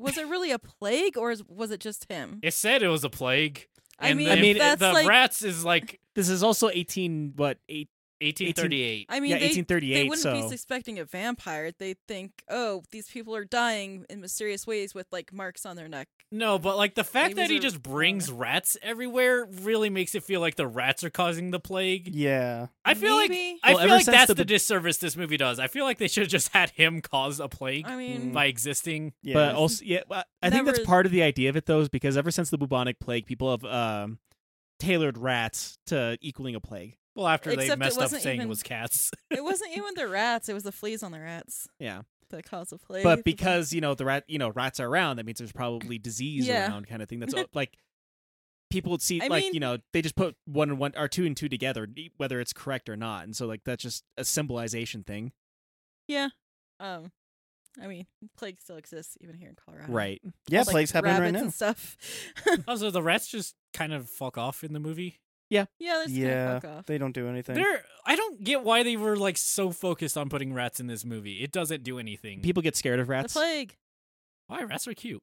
Speaker 4: was it really a plague or is, was it just him?
Speaker 2: it said it was a plague.
Speaker 4: I
Speaker 2: and
Speaker 4: mean,
Speaker 2: the,
Speaker 3: I mean,
Speaker 4: that's
Speaker 2: the
Speaker 4: like,
Speaker 2: rats is like
Speaker 3: This is also eighteen what eight?
Speaker 2: 1838.
Speaker 4: I mean,
Speaker 3: yeah,
Speaker 4: they,
Speaker 3: eighteen
Speaker 4: they
Speaker 3: thirty-eight.
Speaker 4: wouldn't
Speaker 3: So
Speaker 4: be expecting a vampire. They think, oh, these people are dying in mysterious ways with like marks on their neck.
Speaker 2: no, but like the fact
Speaker 4: Maybe
Speaker 2: that he
Speaker 4: they're-
Speaker 2: just brings rats everywhere really makes it feel like the rats are causing the plague.
Speaker 1: yeah,
Speaker 2: I feel
Speaker 4: Maybe.
Speaker 2: like I
Speaker 3: Well,
Speaker 2: feel
Speaker 3: ever
Speaker 2: like
Speaker 3: since
Speaker 2: that's
Speaker 3: the
Speaker 2: the, disservice this movie does. I feel like they should have just had him cause a plague
Speaker 4: I mean,
Speaker 2: by existing.
Speaker 1: yeah.
Speaker 3: But also, yeah, well, I think that's
Speaker 4: Never-
Speaker 3: part of the idea of it, though, is because ever since the bubonic plague, people have um, tailored rats to equaling a plague.
Speaker 2: Well, after they
Speaker 4: Except it
Speaker 2: messed up
Speaker 4: wasn't
Speaker 2: saying it
Speaker 4: even-
Speaker 2: was cats.
Speaker 4: it wasn't even the rats; it was the fleas on the rats
Speaker 3: Yeah,
Speaker 4: that caused the plague.
Speaker 3: but because you know the rat, you know rats are around, that means there's probably disease
Speaker 4: Yeah.
Speaker 3: around, kind of thing. That's uh, like people would see,
Speaker 4: I
Speaker 3: like
Speaker 4: mean-
Speaker 3: you know, they just put one and one or two and two together, e- whether it's correct or not, and so like that's just a symbolization thing,
Speaker 4: um, I mean, plague still exists even here in Colorado.
Speaker 3: right?
Speaker 1: yeah,
Speaker 4: Like,
Speaker 1: plague's happening right
Speaker 4: rabbits
Speaker 1: now.
Speaker 4: And stuff.
Speaker 2: also, the rats just kind of fuck off in the movie.
Speaker 4: yeah, there's
Speaker 1: Yeah,
Speaker 4: fuck off.
Speaker 1: they don't do anything.
Speaker 2: They're, I don't get why they were like so focused on putting rats in this movie. It doesn't do anything.
Speaker 3: People get scared of
Speaker 4: the
Speaker 3: rats.
Speaker 4: plague.
Speaker 2: why rats are cute?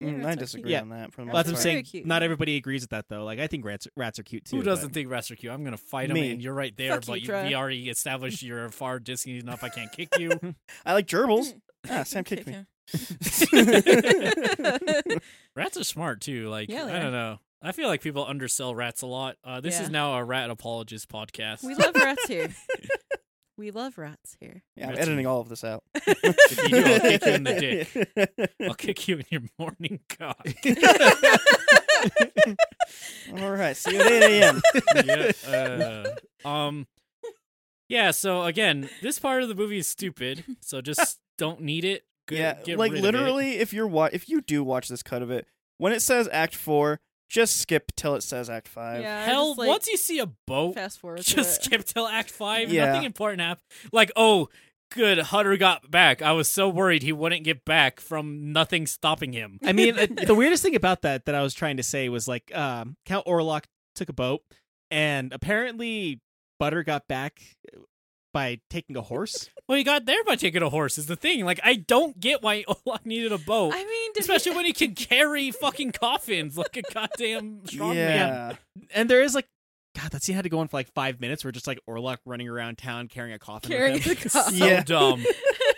Speaker 1: Mm,
Speaker 4: Yeah,
Speaker 1: I
Speaker 4: it's
Speaker 1: disagree
Speaker 3: Yeah.
Speaker 1: on that. For the
Speaker 4: Well,
Speaker 3: Well, that's
Speaker 1: most
Speaker 3: what
Speaker 4: Very
Speaker 1: part.
Speaker 3: I'm saying.
Speaker 4: cute.
Speaker 3: Not everybody agrees with that, though. Like I think rats rats are cute too.
Speaker 2: Who doesn't
Speaker 3: but-
Speaker 2: think rats are cute? I'm gonna fight them,
Speaker 1: Me.
Speaker 2: and you're right there.
Speaker 4: Fuck
Speaker 2: but
Speaker 4: you,
Speaker 2: you, we
Speaker 4: Tra.
Speaker 2: already established you're far distant enough. I can't kick you.
Speaker 1: I like gerbils. Ah, Sam
Speaker 4: Kick
Speaker 1: kicked me.
Speaker 4: him.
Speaker 2: rats are smart too. Like
Speaker 4: Yeah, they
Speaker 2: I
Speaker 4: are.
Speaker 2: don't know. I feel like people undersell rats a lot. Uh, this
Speaker 4: Yeah.
Speaker 2: is now a rat apologist podcast.
Speaker 4: we love rats here. We love rats here.
Speaker 1: Yeah, I'm
Speaker 2: That's-
Speaker 1: editing all of this out.
Speaker 2: If you do, I'll kick you in the dick. I'll kick you in your morning cock.
Speaker 1: All right, see you at 8 a.m.
Speaker 2: yeah, uh, um, yeah. So again, this part of the movie is stupid. So just don't need it. Get-
Speaker 1: yeah,
Speaker 2: get
Speaker 1: like
Speaker 2: rid of it.
Speaker 1: literally, if you're wa- if you do watch this cut of it, when it says Act Four, just skip till it says Act Five.
Speaker 4: Yeah,
Speaker 2: Hell,
Speaker 4: just, like,
Speaker 2: once you see a boat,
Speaker 4: fast forward. to
Speaker 2: just
Speaker 4: it.
Speaker 2: skip till Act Five.
Speaker 1: Yeah.
Speaker 2: Nothing important happened. Like, oh, good, Hutter got back. I was so worried he wouldn't get back from nothing stopping him.
Speaker 3: I mean, uh, the weirdest thing about that that I was trying to say was like um, Count Orlok took a boat, and apparently Butter got back uh, by taking a horse.
Speaker 2: Well, he got there by taking a horse. Is the thing. Like, I don't get why Olaf needed a boat.
Speaker 4: I e mean, did
Speaker 2: Especially
Speaker 4: he,
Speaker 2: when he can carry fucking coffins like a goddamn strongman.
Speaker 1: yeah.
Speaker 3: and there is like, God, that scene had to go on for like five minutes. Where just like Orlok running around town carrying a coffin.
Speaker 4: carrying
Speaker 3: with him.
Speaker 4: the
Speaker 2: So
Speaker 4: coffin.
Speaker 1: Yeah.
Speaker 2: dumb.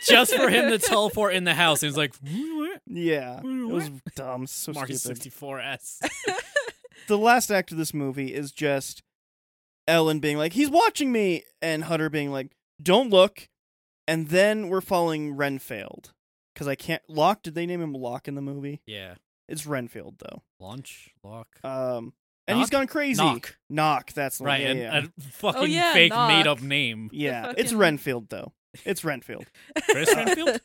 Speaker 2: Just for him to teleport in the house. And he's like, "What?
Speaker 1: yeah, It
Speaker 2: What?
Speaker 1: was dumb, so
Speaker 2: Marcus
Speaker 1: stupid.
Speaker 2: 64S.
Speaker 1: The last act of this movie is just Ellen being like, "He's watching me," and Hutter being like, "Don't look." And then we're following Renfield because I can't. Locke? Did they name him Locke in the movie?
Speaker 2: Yeah.
Speaker 1: It's Renfield though.
Speaker 2: Launch, lock.
Speaker 1: Um, and he's
Speaker 2: Knock?
Speaker 1: gone crazy.
Speaker 2: Knock.
Speaker 1: Knock, that's the one,
Speaker 2: Right,
Speaker 1: Yeah,
Speaker 2: and
Speaker 1: yeah.
Speaker 2: a fucking
Speaker 4: Oh, yeah,
Speaker 2: fake
Speaker 4: Knock.
Speaker 2: made up name.
Speaker 1: yeah.
Speaker 4: The
Speaker 1: It's
Speaker 4: fucking-
Speaker 1: Renfield though. It's Renfield.
Speaker 2: Chris Renfield?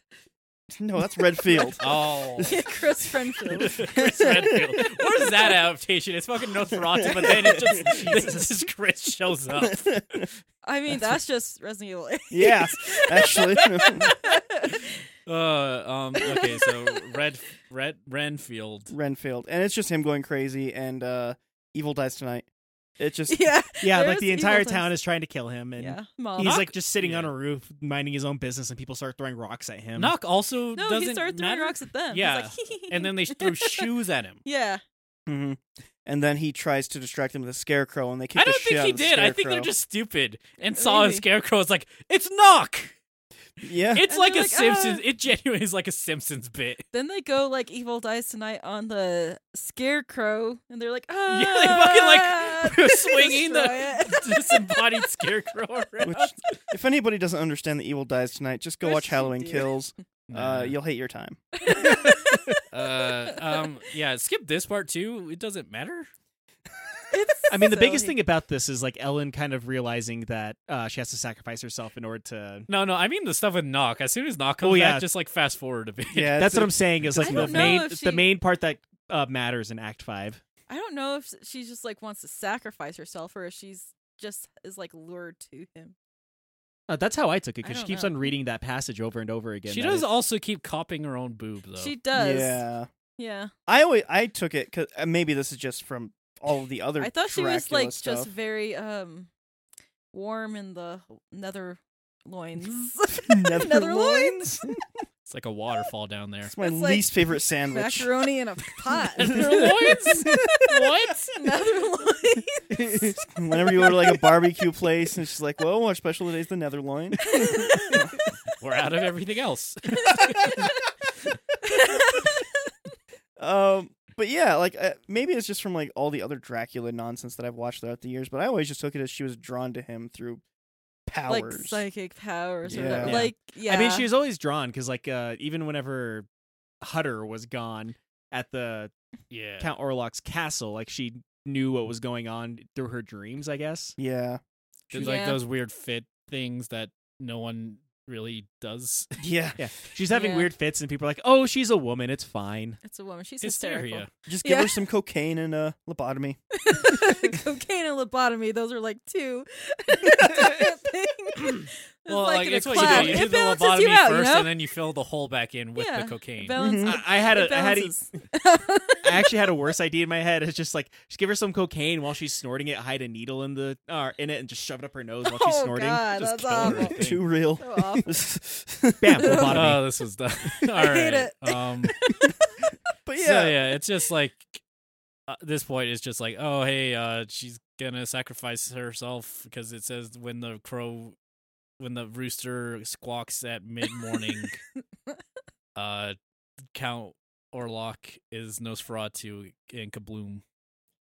Speaker 1: No, that's Redfield.
Speaker 2: Oh.
Speaker 4: Chris Renfield.
Speaker 2: Chris Redfield. What is that adaptation? It's fucking Nosferatu, but then it just, Jesus. just Chris shows up.
Speaker 4: I mean, that's just Resident Evil. eight.
Speaker 1: yeah, actually.
Speaker 2: Uh, um, okay, so Red, Red, Renfield.
Speaker 1: Renfield. And it's just him going crazy and uh Evil dies tonight. It's just
Speaker 4: yeah.
Speaker 3: Yeah,
Speaker 4: There's
Speaker 3: like the entire
Speaker 4: evil
Speaker 3: town
Speaker 4: things.
Speaker 3: is trying to kill him, and
Speaker 4: Yeah. Mom.
Speaker 3: he's like just sitting on
Speaker 2: Yeah.
Speaker 3: a roof minding his own business, and people start throwing rocks at him.
Speaker 2: Knock also
Speaker 4: no,
Speaker 2: doesn't
Speaker 4: he started throwing
Speaker 2: matter.
Speaker 4: rocks at them. He's
Speaker 2: Yeah.
Speaker 4: like,
Speaker 2: and then they threw shoes at him.
Speaker 4: yeah.
Speaker 1: Mhm. And then he tries to distract him with a scarecrow and they kick
Speaker 2: I
Speaker 1: the
Speaker 2: don't
Speaker 1: shit
Speaker 2: think
Speaker 1: out
Speaker 2: he
Speaker 1: of the
Speaker 2: did. I think they're
Speaker 1: scarecrow.
Speaker 2: just stupid and saw a
Speaker 4: Maybe.
Speaker 2: scarecrow. It's like it's knock.
Speaker 1: Yeah.
Speaker 2: It's
Speaker 4: And
Speaker 2: like a
Speaker 4: they're like,
Speaker 2: Simpsons.
Speaker 4: "Ah."
Speaker 2: It genuinely is like a Simpsons bit.
Speaker 4: Then they go like evil dies tonight on the scarecrow, and they're like, ah,
Speaker 2: Yeah, they fucking, like, swinging the
Speaker 4: destroy it.
Speaker 2: disembodied scarecrow around. Uh,
Speaker 1: Which, if anybody doesn't understand that Evil dies tonight, just go
Speaker 4: Of course
Speaker 1: watch
Speaker 4: you
Speaker 1: Halloween
Speaker 4: do.
Speaker 1: Kills. Uh, you'll hate your time.
Speaker 2: uh, um, yeah, skip this part too. It doesn't matter.
Speaker 4: It's
Speaker 3: I mean, the
Speaker 4: so
Speaker 3: biggest
Speaker 4: he-
Speaker 3: thing about this is like Ellen kind of realizing that uh, she has to sacrifice herself in order to.
Speaker 2: No, no, I mean the stuff with knock. As soon as knock comes
Speaker 3: Oh, yeah.
Speaker 2: back, just like fast forward a bit.
Speaker 1: Yeah,
Speaker 3: That's
Speaker 1: it's-
Speaker 3: what I'm saying is like
Speaker 4: I
Speaker 3: the
Speaker 4: don't know
Speaker 3: main
Speaker 4: if
Speaker 3: the
Speaker 4: she-
Speaker 3: main part that uh, matters in Act Five.
Speaker 4: I don't know if she just like wants to sacrifice herself, or if she's just is like lured to him.
Speaker 3: Uh, that's how I took it
Speaker 4: I
Speaker 3: because she
Speaker 4: don't
Speaker 3: keeps
Speaker 4: know.
Speaker 3: on reading that passage over and over again.
Speaker 2: she
Speaker 3: that
Speaker 2: does
Speaker 3: is-
Speaker 2: also keep copying her own boob though.
Speaker 4: She does.
Speaker 1: Yeah.
Speaker 4: Yeah.
Speaker 1: I always I took it because uh, maybe this is just from all of the other.
Speaker 4: I thought she was
Speaker 1: Dracula
Speaker 4: like
Speaker 1: stuff.
Speaker 4: just very um warm in the nether loins.
Speaker 2: Mm-hmm.
Speaker 1: Nether
Speaker 4: loins.
Speaker 2: It's like a waterfall down there.
Speaker 1: It's my
Speaker 4: It's like
Speaker 1: least favorite sandwich.
Speaker 4: Macaroni in a pot.
Speaker 2: Nether loins? What?
Speaker 4: Nether loins.
Speaker 1: Whenever you order like a barbecue place, and she's like, "Well, our special today's the Netherloin."
Speaker 2: We're out of everything else.
Speaker 1: Um, but yeah, like uh, maybe it's just from like all the other Dracula nonsense that I've watched throughout the years. But I always just took it as she was drawn to him through powers.
Speaker 4: Like psychic powers or
Speaker 1: Yeah.
Speaker 4: whatever.
Speaker 3: Yeah.
Speaker 4: Like yeah.
Speaker 3: I mean, she was always drawn because like uh, even whenever Hutter was gone at the
Speaker 2: Yeah.
Speaker 3: Count Orlok's castle, like she knew what was going on through her dreams. I guess.
Speaker 1: yeah,
Speaker 2: There's like
Speaker 4: Yeah.
Speaker 2: those weird fit things that no one really does.
Speaker 1: yeah.
Speaker 3: Yeah, she's having
Speaker 4: Yeah.
Speaker 3: weird fits, and people are like, "Oh, she's a woman. It's fine."
Speaker 4: it's a woman. She's
Speaker 2: Hysteria.
Speaker 1: Just give
Speaker 4: Yeah.
Speaker 1: her some cocaine and a lobotomy.
Speaker 4: hysterical. Cocaine and lobotomy, those are like two different things. It's
Speaker 2: Well,
Speaker 4: like,
Speaker 2: like,
Speaker 4: in
Speaker 2: it's
Speaker 4: a
Speaker 2: what
Speaker 4: class.
Speaker 2: you do. You
Speaker 4: it
Speaker 2: do the
Speaker 4: balances
Speaker 2: lobotomy
Speaker 4: you out,
Speaker 2: first,
Speaker 4: you know?
Speaker 2: and then Mm-hmm. you fill the hole back in with
Speaker 4: Yeah,
Speaker 2: the cocaine.
Speaker 4: Balance-
Speaker 1: Mhm.
Speaker 3: I, I had
Speaker 4: Mm, it
Speaker 3: a I had a,
Speaker 4: balances.
Speaker 3: I actually had a worse idea in my head. It's just like just give her some cocaine while she's snorting it, hide a needle in the uh, in it, and just shove it up her nose while she's
Speaker 4: Oh,
Speaker 3: snorting.
Speaker 4: God,
Speaker 3: just
Speaker 4: that's
Speaker 3: kill her.
Speaker 4: awful.
Speaker 1: Too real. Uh,
Speaker 4: So awful.
Speaker 3: Bam, lobotomy.
Speaker 2: Oh, this was done. All
Speaker 4: I hate
Speaker 2: right.
Speaker 4: it.
Speaker 2: Um,
Speaker 1: But
Speaker 2: yeah.
Speaker 1: yeah,
Speaker 2: So yeah, it's just like uh, this point is just like, oh hey, uh, she's gonna sacrifice herself because it says when the crow, when the rooster squawks at mid morning, uh, Count Orlok is Nosferatu in Kabloom.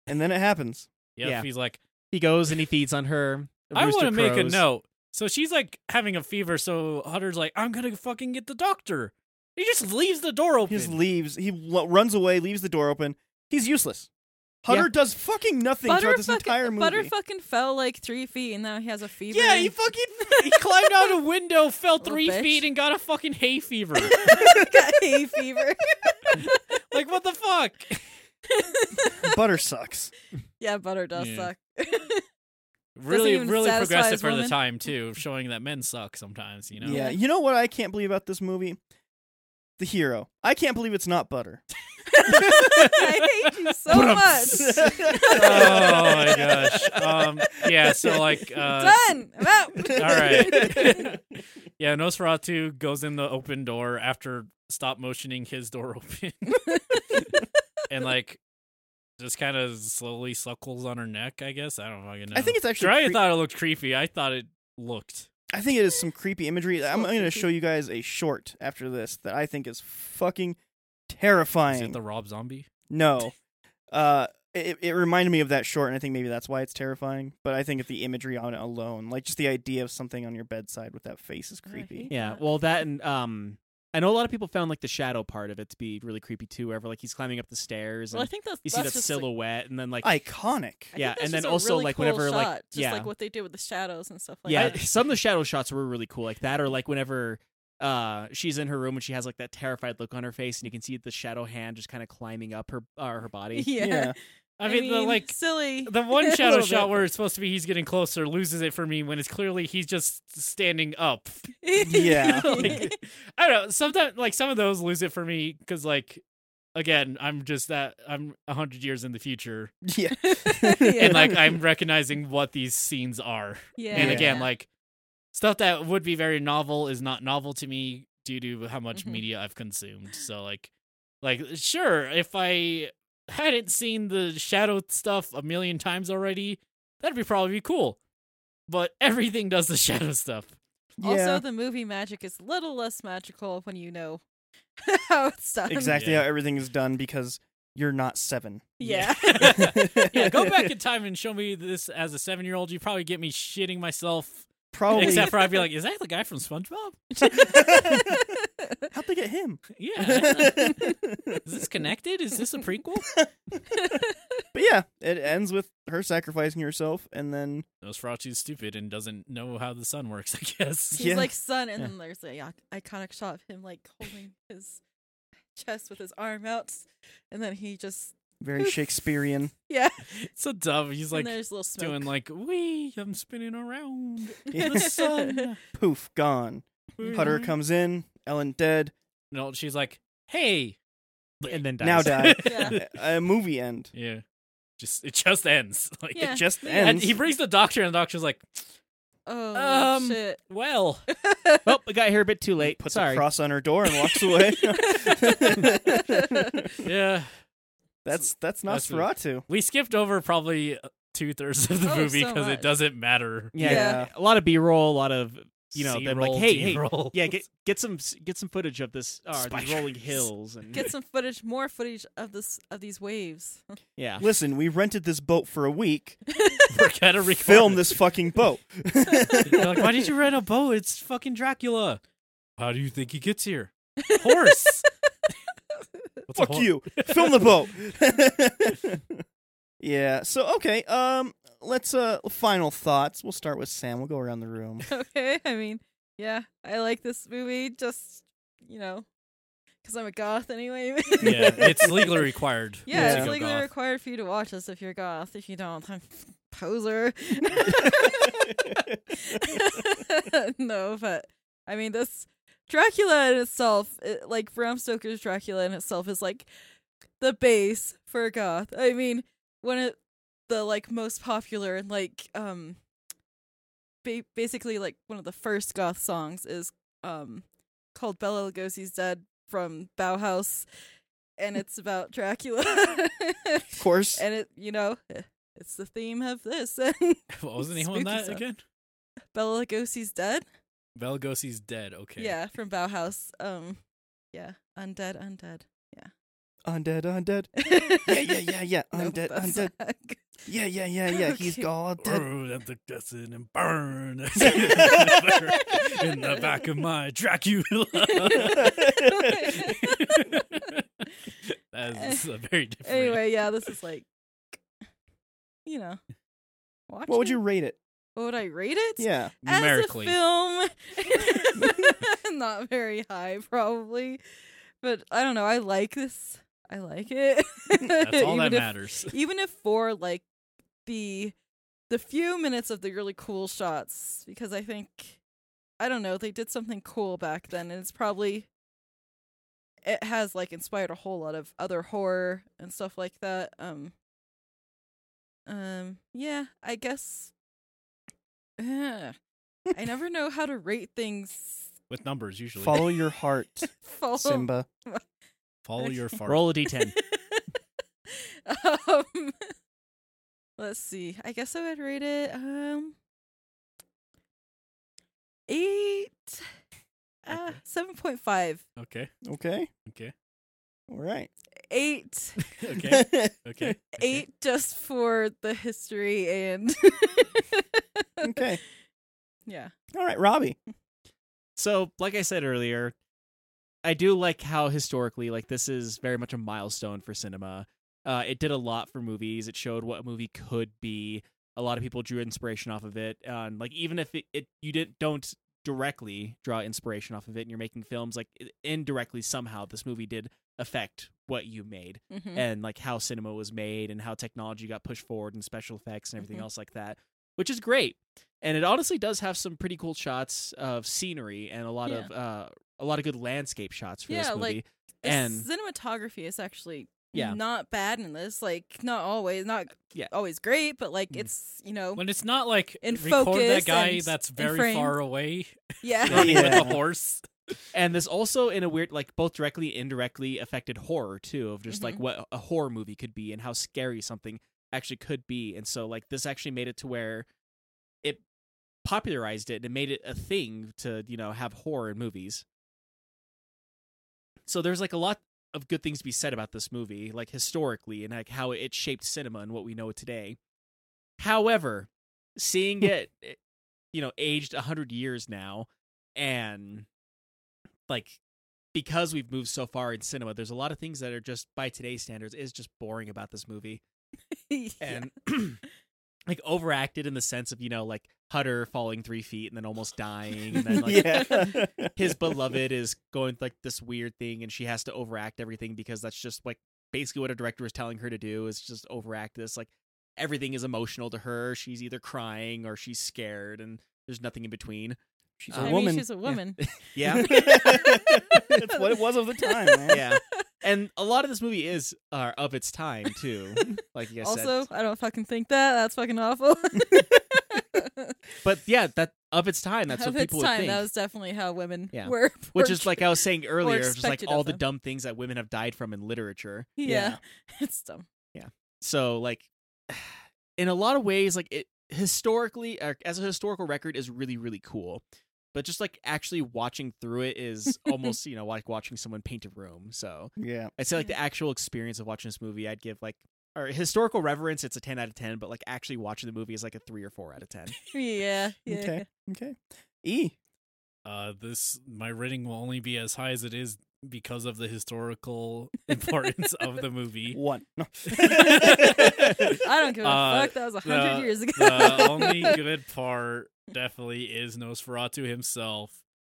Speaker 1: and then it happens.
Speaker 2: Yep,
Speaker 3: Yeah.
Speaker 2: he's like,
Speaker 3: He goes and he feeds on her. The
Speaker 2: I
Speaker 3: rooster
Speaker 2: want to make a
Speaker 3: crows.
Speaker 2: note. So she's like having a fever. So Hunter's like, I'm gonna fucking get the doctor. He just leaves the door
Speaker 1: He
Speaker 2: open.
Speaker 1: just leaves. He w- runs away, leaves the door open. He's useless. Hutter
Speaker 3: Yeah.
Speaker 1: does fucking nothing
Speaker 4: Butter
Speaker 1: throughout this
Speaker 4: fucking,
Speaker 1: entire movie.
Speaker 4: Butter fucking fell like three feet and now he has a fever.
Speaker 2: Yeah,
Speaker 4: and-
Speaker 2: he fucking he climbed out a window, fell
Speaker 4: Little
Speaker 2: three
Speaker 4: bitch.
Speaker 2: feet, and got a fucking hay fever.
Speaker 4: got hay fever.
Speaker 2: like what the fuck?
Speaker 1: Butter sucks.
Speaker 4: Yeah, butter does
Speaker 2: Yeah.
Speaker 4: suck.
Speaker 2: Really,
Speaker 4: even
Speaker 2: really
Speaker 4: satisfy
Speaker 2: progressive
Speaker 4: his
Speaker 2: for the
Speaker 4: woman.
Speaker 2: time too, showing that men suck sometimes. You know.
Speaker 1: Yeah. You know what I can't believe about this movie? The hero. I can't believe it's not butter.
Speaker 4: I hate you so much.
Speaker 2: oh my gosh. Um, yeah. So like. Uh,
Speaker 4: Done. I'm out.
Speaker 2: all right. yeah, Nosferatu goes in the open door after stop motioning his door open, and like. Just kind of slowly suckles on her neck, I guess. I don't fucking know.
Speaker 1: I think it's actually.
Speaker 2: Soraya
Speaker 1: cre-
Speaker 2: thought it looked creepy. I thought it looked.
Speaker 1: I think it is some creepy imagery. I'm
Speaker 4: little
Speaker 1: going to
Speaker 4: creepy.
Speaker 1: show you guys a short after this that I think is fucking
Speaker 2: Is
Speaker 1: terrifying.
Speaker 2: it the Rob Zombie?
Speaker 1: No. Uh, it, it reminded me of that short, and I think maybe that's why it's terrifying. But I think if the imagery on it alone, like just the idea of something on your bedside with that face is
Speaker 4: I
Speaker 1: creepy.
Speaker 4: hate
Speaker 3: Yeah.
Speaker 4: that.
Speaker 3: Well, that and um,
Speaker 5: I know a lot of people found like the shadow part of it to be really creepy too. Wherever like he's climbing up the stairs and
Speaker 4: Well, I think that's
Speaker 5: you see
Speaker 4: that's
Speaker 5: that
Speaker 4: just like-
Speaker 5: silhouette, and then like
Speaker 1: Iconic.
Speaker 4: I
Speaker 5: Yeah,
Speaker 4: think that's
Speaker 5: and then
Speaker 4: just a
Speaker 5: also,
Speaker 4: really
Speaker 5: like,
Speaker 4: cool
Speaker 5: whenever, like-
Speaker 4: shot, just
Speaker 5: yeah.
Speaker 4: like what they did with the shadows and stuff like
Speaker 5: yeah,
Speaker 4: that.
Speaker 5: some of the shadow shots were really cool, like that, or like whenever uh she's in her room and she has like that terrified look on her face, and you can see the shadow hand just kind of climbing up her uh, her body.
Speaker 4: Yeah.
Speaker 1: Yeah.
Speaker 2: I mean, the like
Speaker 4: silly.
Speaker 2: the one
Speaker 4: A
Speaker 2: shadow
Speaker 4: little
Speaker 2: shot
Speaker 4: bit.
Speaker 2: where it's supposed to be he's getting closer loses it for me when it's clearly he's just standing up.
Speaker 1: Yeah.
Speaker 2: Like, I don't know. Sometimes like some of those lose it for me because like again I'm just that I'm a hundred years in the future
Speaker 1: Yeah.
Speaker 2: and like I'm recognizing what these scenes are.
Speaker 4: yeah.
Speaker 2: And again,
Speaker 4: yeah.
Speaker 2: like stuff that would be very novel is not novel to me due to how much
Speaker 4: Mhm.
Speaker 2: media I've consumed. So like like sure, if I hadn't seen the shadow stuff a million times already, that'd be probably be cool. But everything does the shadow stuff.
Speaker 4: also the movie magic is a little less magical when you know how it's done.
Speaker 1: exactly
Speaker 2: Yeah.
Speaker 1: how everything is done because you're not seven.
Speaker 4: Yeah.
Speaker 2: yeah, go back in time and show me this as a seven year old, you probably get me shitting myself.
Speaker 4: Oh,
Speaker 1: Probably.
Speaker 2: Except for I'd be like, is that the guy from SpongeBob?
Speaker 1: How'd they get him?
Speaker 2: Yeah.
Speaker 1: but
Speaker 2: Is this connected? Is this a prequel?
Speaker 1: yeah, it ends with her sacrificing herself, and then
Speaker 2: Nosferatu's stupid and doesn't know how the sun works, I guess.
Speaker 4: He's
Speaker 1: Yeah.
Speaker 4: like son, and
Speaker 1: Yeah.
Speaker 4: then there's the iconic shot of him like holding his chest with his arm out, and then he just
Speaker 1: very Shakespearean.
Speaker 4: yeah.
Speaker 2: It's so dumb. He's like
Speaker 4: and there's a little smoke.
Speaker 2: doing like, wee, I'm spinning around in
Speaker 1: Yeah.
Speaker 2: the sun.
Speaker 1: Poof, gone.
Speaker 2: Mm-hmm.
Speaker 1: Hutter comes in. Ellen dead.
Speaker 2: No, she's like, hey.
Speaker 5: And then dies.
Speaker 1: Now die.
Speaker 4: Yeah.
Speaker 1: A movie end.
Speaker 2: yeah. Just it just ends. Like
Speaker 4: Yeah.
Speaker 1: It just ends.
Speaker 2: and he brings the doctor and the doctor's like,
Speaker 4: oh
Speaker 2: Um,
Speaker 4: shit.
Speaker 2: well,
Speaker 5: Oh, we got here a bit too late.
Speaker 1: puts
Speaker 5: Sorry.
Speaker 1: a cross on her door and walks away.
Speaker 2: yeah.
Speaker 1: that's that's
Speaker 2: That's a-
Speaker 1: Nosferatu.
Speaker 2: We skipped over probably two thirds of the
Speaker 4: Oh,
Speaker 2: movie
Speaker 4: so
Speaker 2: because
Speaker 4: much.
Speaker 2: it doesn't matter.
Speaker 5: yeah,
Speaker 1: Yeah.
Speaker 5: a lot of B roll, a lot of you know them like
Speaker 2: C-roll,
Speaker 5: hey, hey
Speaker 2: D-roll.
Speaker 5: yeah get get some get some footage of this uh, these
Speaker 2: Spiders.
Speaker 5: rolling hills and
Speaker 4: Get some footage, more footage of this of these waves.
Speaker 5: yeah
Speaker 1: Listen, we rented this boat for a week.
Speaker 2: we're gonna record
Speaker 1: Film
Speaker 2: it.
Speaker 1: this fucking boat.
Speaker 2: They're like, why did you rent a boat? It's fucking Dracula. How do you think he gets here? Horse. What's a
Speaker 1: Fuck
Speaker 2: hor-
Speaker 1: you. Film the boat. yeah. So okay. Um. Let's. Uh. Final thoughts. We'll start with Sam. We'll go around the room.
Speaker 4: okay, I mean, yeah, I like this movie. Just you know, because I'm a goth anyway.
Speaker 2: Yeah, it's legally required.
Speaker 4: Yeah,
Speaker 2: to
Speaker 4: it's
Speaker 2: go
Speaker 4: legally
Speaker 2: goth.
Speaker 4: required for you to watch this if you're goth. If you don't, I'm poser. no, but I mean this Dracula in itself, it, like Bram Stoker's Dracula in itself, is like the base for goth. I mean, one of the like most popular and like um, ba- basically like one of the first goth songs is um called Bella Lugosi's Dead from Bauhaus, and it's about Dracula.
Speaker 1: Of course.
Speaker 4: and it, you know, eh, it's the theme of this.
Speaker 2: What was the name on
Speaker 4: Spooky
Speaker 2: that
Speaker 4: stuff.
Speaker 2: again?
Speaker 4: Bella Lugosi's Dead.
Speaker 2: Bela Lugosi's dead. Okay.
Speaker 4: Yeah, from Bauhaus. Um, yeah, undead, undead.
Speaker 1: undead. Undead. Yeah. Yeah. Yeah. Yeah. Undead. undead. Yeah. Yeah. Yeah. Yeah. He's
Speaker 4: Okay.
Speaker 1: all dead.
Speaker 2: Burn at the dustin and burn at the dustin in the back of my Dracula. that is a very different.
Speaker 4: anyway, yeah, this is like, you know, watch
Speaker 1: What would
Speaker 4: it.
Speaker 1: you rate it?
Speaker 4: What would I rate it?
Speaker 1: Yeah.
Speaker 4: As
Speaker 2: numerically,
Speaker 4: a film, not very high probably, but I don't know. I like this. I like it.
Speaker 2: that's all that
Speaker 4: Even if-
Speaker 2: matters.
Speaker 4: even if for like the the few minutes of the really cool shots because i think i don't know they did something cool back then and it's probably it has like inspired a whole lot of other horror and stuff like that um um yeah i guess Ugh. i never know how to rate things
Speaker 2: With numbers, usually.
Speaker 1: Follow your heart,
Speaker 4: Follow-
Speaker 1: Simba.
Speaker 2: Follow your fart.
Speaker 5: roll a d10
Speaker 4: um, let's see. I guess I would rate it um eight, uh,
Speaker 2: Okay.
Speaker 4: seven point five,
Speaker 2: Okay.
Speaker 1: Okay.
Speaker 2: Okay.
Speaker 1: All right.
Speaker 4: eight,
Speaker 2: Okay. Okay.
Speaker 4: eight, just for the history and
Speaker 1: okay.
Speaker 4: yeah,
Speaker 1: All right, Robbie.
Speaker 5: so like i said earlier
Speaker 3: I do like how historically, like this is very much a milestone for cinema. Uh, it did a lot for movies. It showed what a movie could be. A lot of people drew inspiration off of it. Uh, and like even if it, it you didn't don't directly draw inspiration off of it, and you're making films like i- indirectly somehow, this movie did affect what you made
Speaker 4: Mhm.
Speaker 3: and like how cinema was made and how technology got pushed forward and special effects and everything
Speaker 4: Mhm.
Speaker 3: else like that, which is great. And it honestly does have some pretty cool shots of scenery and a lot
Speaker 4: Yeah.
Speaker 3: of uh, a lot of good landscape shots for this
Speaker 4: Yeah,
Speaker 3: movie.
Speaker 4: like, The
Speaker 3: and
Speaker 4: cinematography is actually
Speaker 3: Yeah.
Speaker 4: not bad in this. Like not always, not
Speaker 3: Yeah.
Speaker 4: always great, but like
Speaker 3: Mm.
Speaker 4: it's you know
Speaker 2: When it's not like
Speaker 4: In
Speaker 2: record
Speaker 4: focus
Speaker 2: that guy
Speaker 4: and-
Speaker 2: that's
Speaker 4: and
Speaker 2: very
Speaker 4: framed.
Speaker 2: far away
Speaker 4: yeah.
Speaker 2: running with
Speaker 1: Yeah.
Speaker 2: a horse.
Speaker 3: and this also in a weird like both directly indirectly affected horror too of just like
Speaker 4: Mhm.
Speaker 3: what a horror movie could be and how scary something actually could be and so like this actually made it to where it popularized it and it made it a thing to you know have horror in movies so there's like a lot of good things to be said about this movie like historically and like how it shaped cinema and what we know today however seeing it eh, you know aged 100 years now and like because we've moved so far in cinema there's a lot of things that are just by today's standards is just boring about this movie
Speaker 4: yeah.
Speaker 3: and like overacted in the sense of you know like hutter falling three feet and then almost dying and then like
Speaker 1: yeah.
Speaker 3: his beloved is going like this weird thing and she has to overact everything because that's just like basically what a director is telling her to do is just overact this like everything is emotional to her she's either crying or she's scared and there's nothing in between
Speaker 1: She's
Speaker 3: I
Speaker 1: a
Speaker 4: I
Speaker 1: woman.
Speaker 4: mean, she's a woman.
Speaker 3: yeah
Speaker 1: That's what it was of the time, man.
Speaker 3: yeah. And a lot of this movie is uh, of its time too, like you guys
Speaker 4: also,
Speaker 3: said.
Speaker 4: I don't fucking think that. That's fucking awful.
Speaker 3: But yeah, that of its time. That's
Speaker 4: of
Speaker 3: what
Speaker 4: its
Speaker 3: people
Speaker 4: time,
Speaker 3: would think.
Speaker 4: that was definitely how women
Speaker 3: Yeah.
Speaker 4: were.
Speaker 3: Which is
Speaker 4: portrayed.
Speaker 3: like I was saying earlier, just like
Speaker 4: expected
Speaker 3: all
Speaker 4: of
Speaker 3: the
Speaker 4: them.
Speaker 3: dumb things that women have died from in literature.
Speaker 4: yeah, it's dumb.
Speaker 3: So like, in a lot of ways, like it historically or as a historical record is really really cool. But just like actually watching through it is almost you know like watching someone paint a room. So
Speaker 1: Yeah.
Speaker 3: I'd say like the actual experience of watching this movie, I'd give like or historical reverence, it's a ten out of ten, but like actually watching the movie is like a three or four out of ten.
Speaker 4: Yeah, yeah.
Speaker 1: Okay. Okay. E.
Speaker 2: Uh, this my rating will only be as high as it is because of the historical importance of the movie.
Speaker 1: One. No.
Speaker 4: I don't give a
Speaker 2: Uh,
Speaker 4: fuck. That was a hundred
Speaker 2: the-
Speaker 4: years ago.
Speaker 2: The only good part definitely is Nosferatu himself,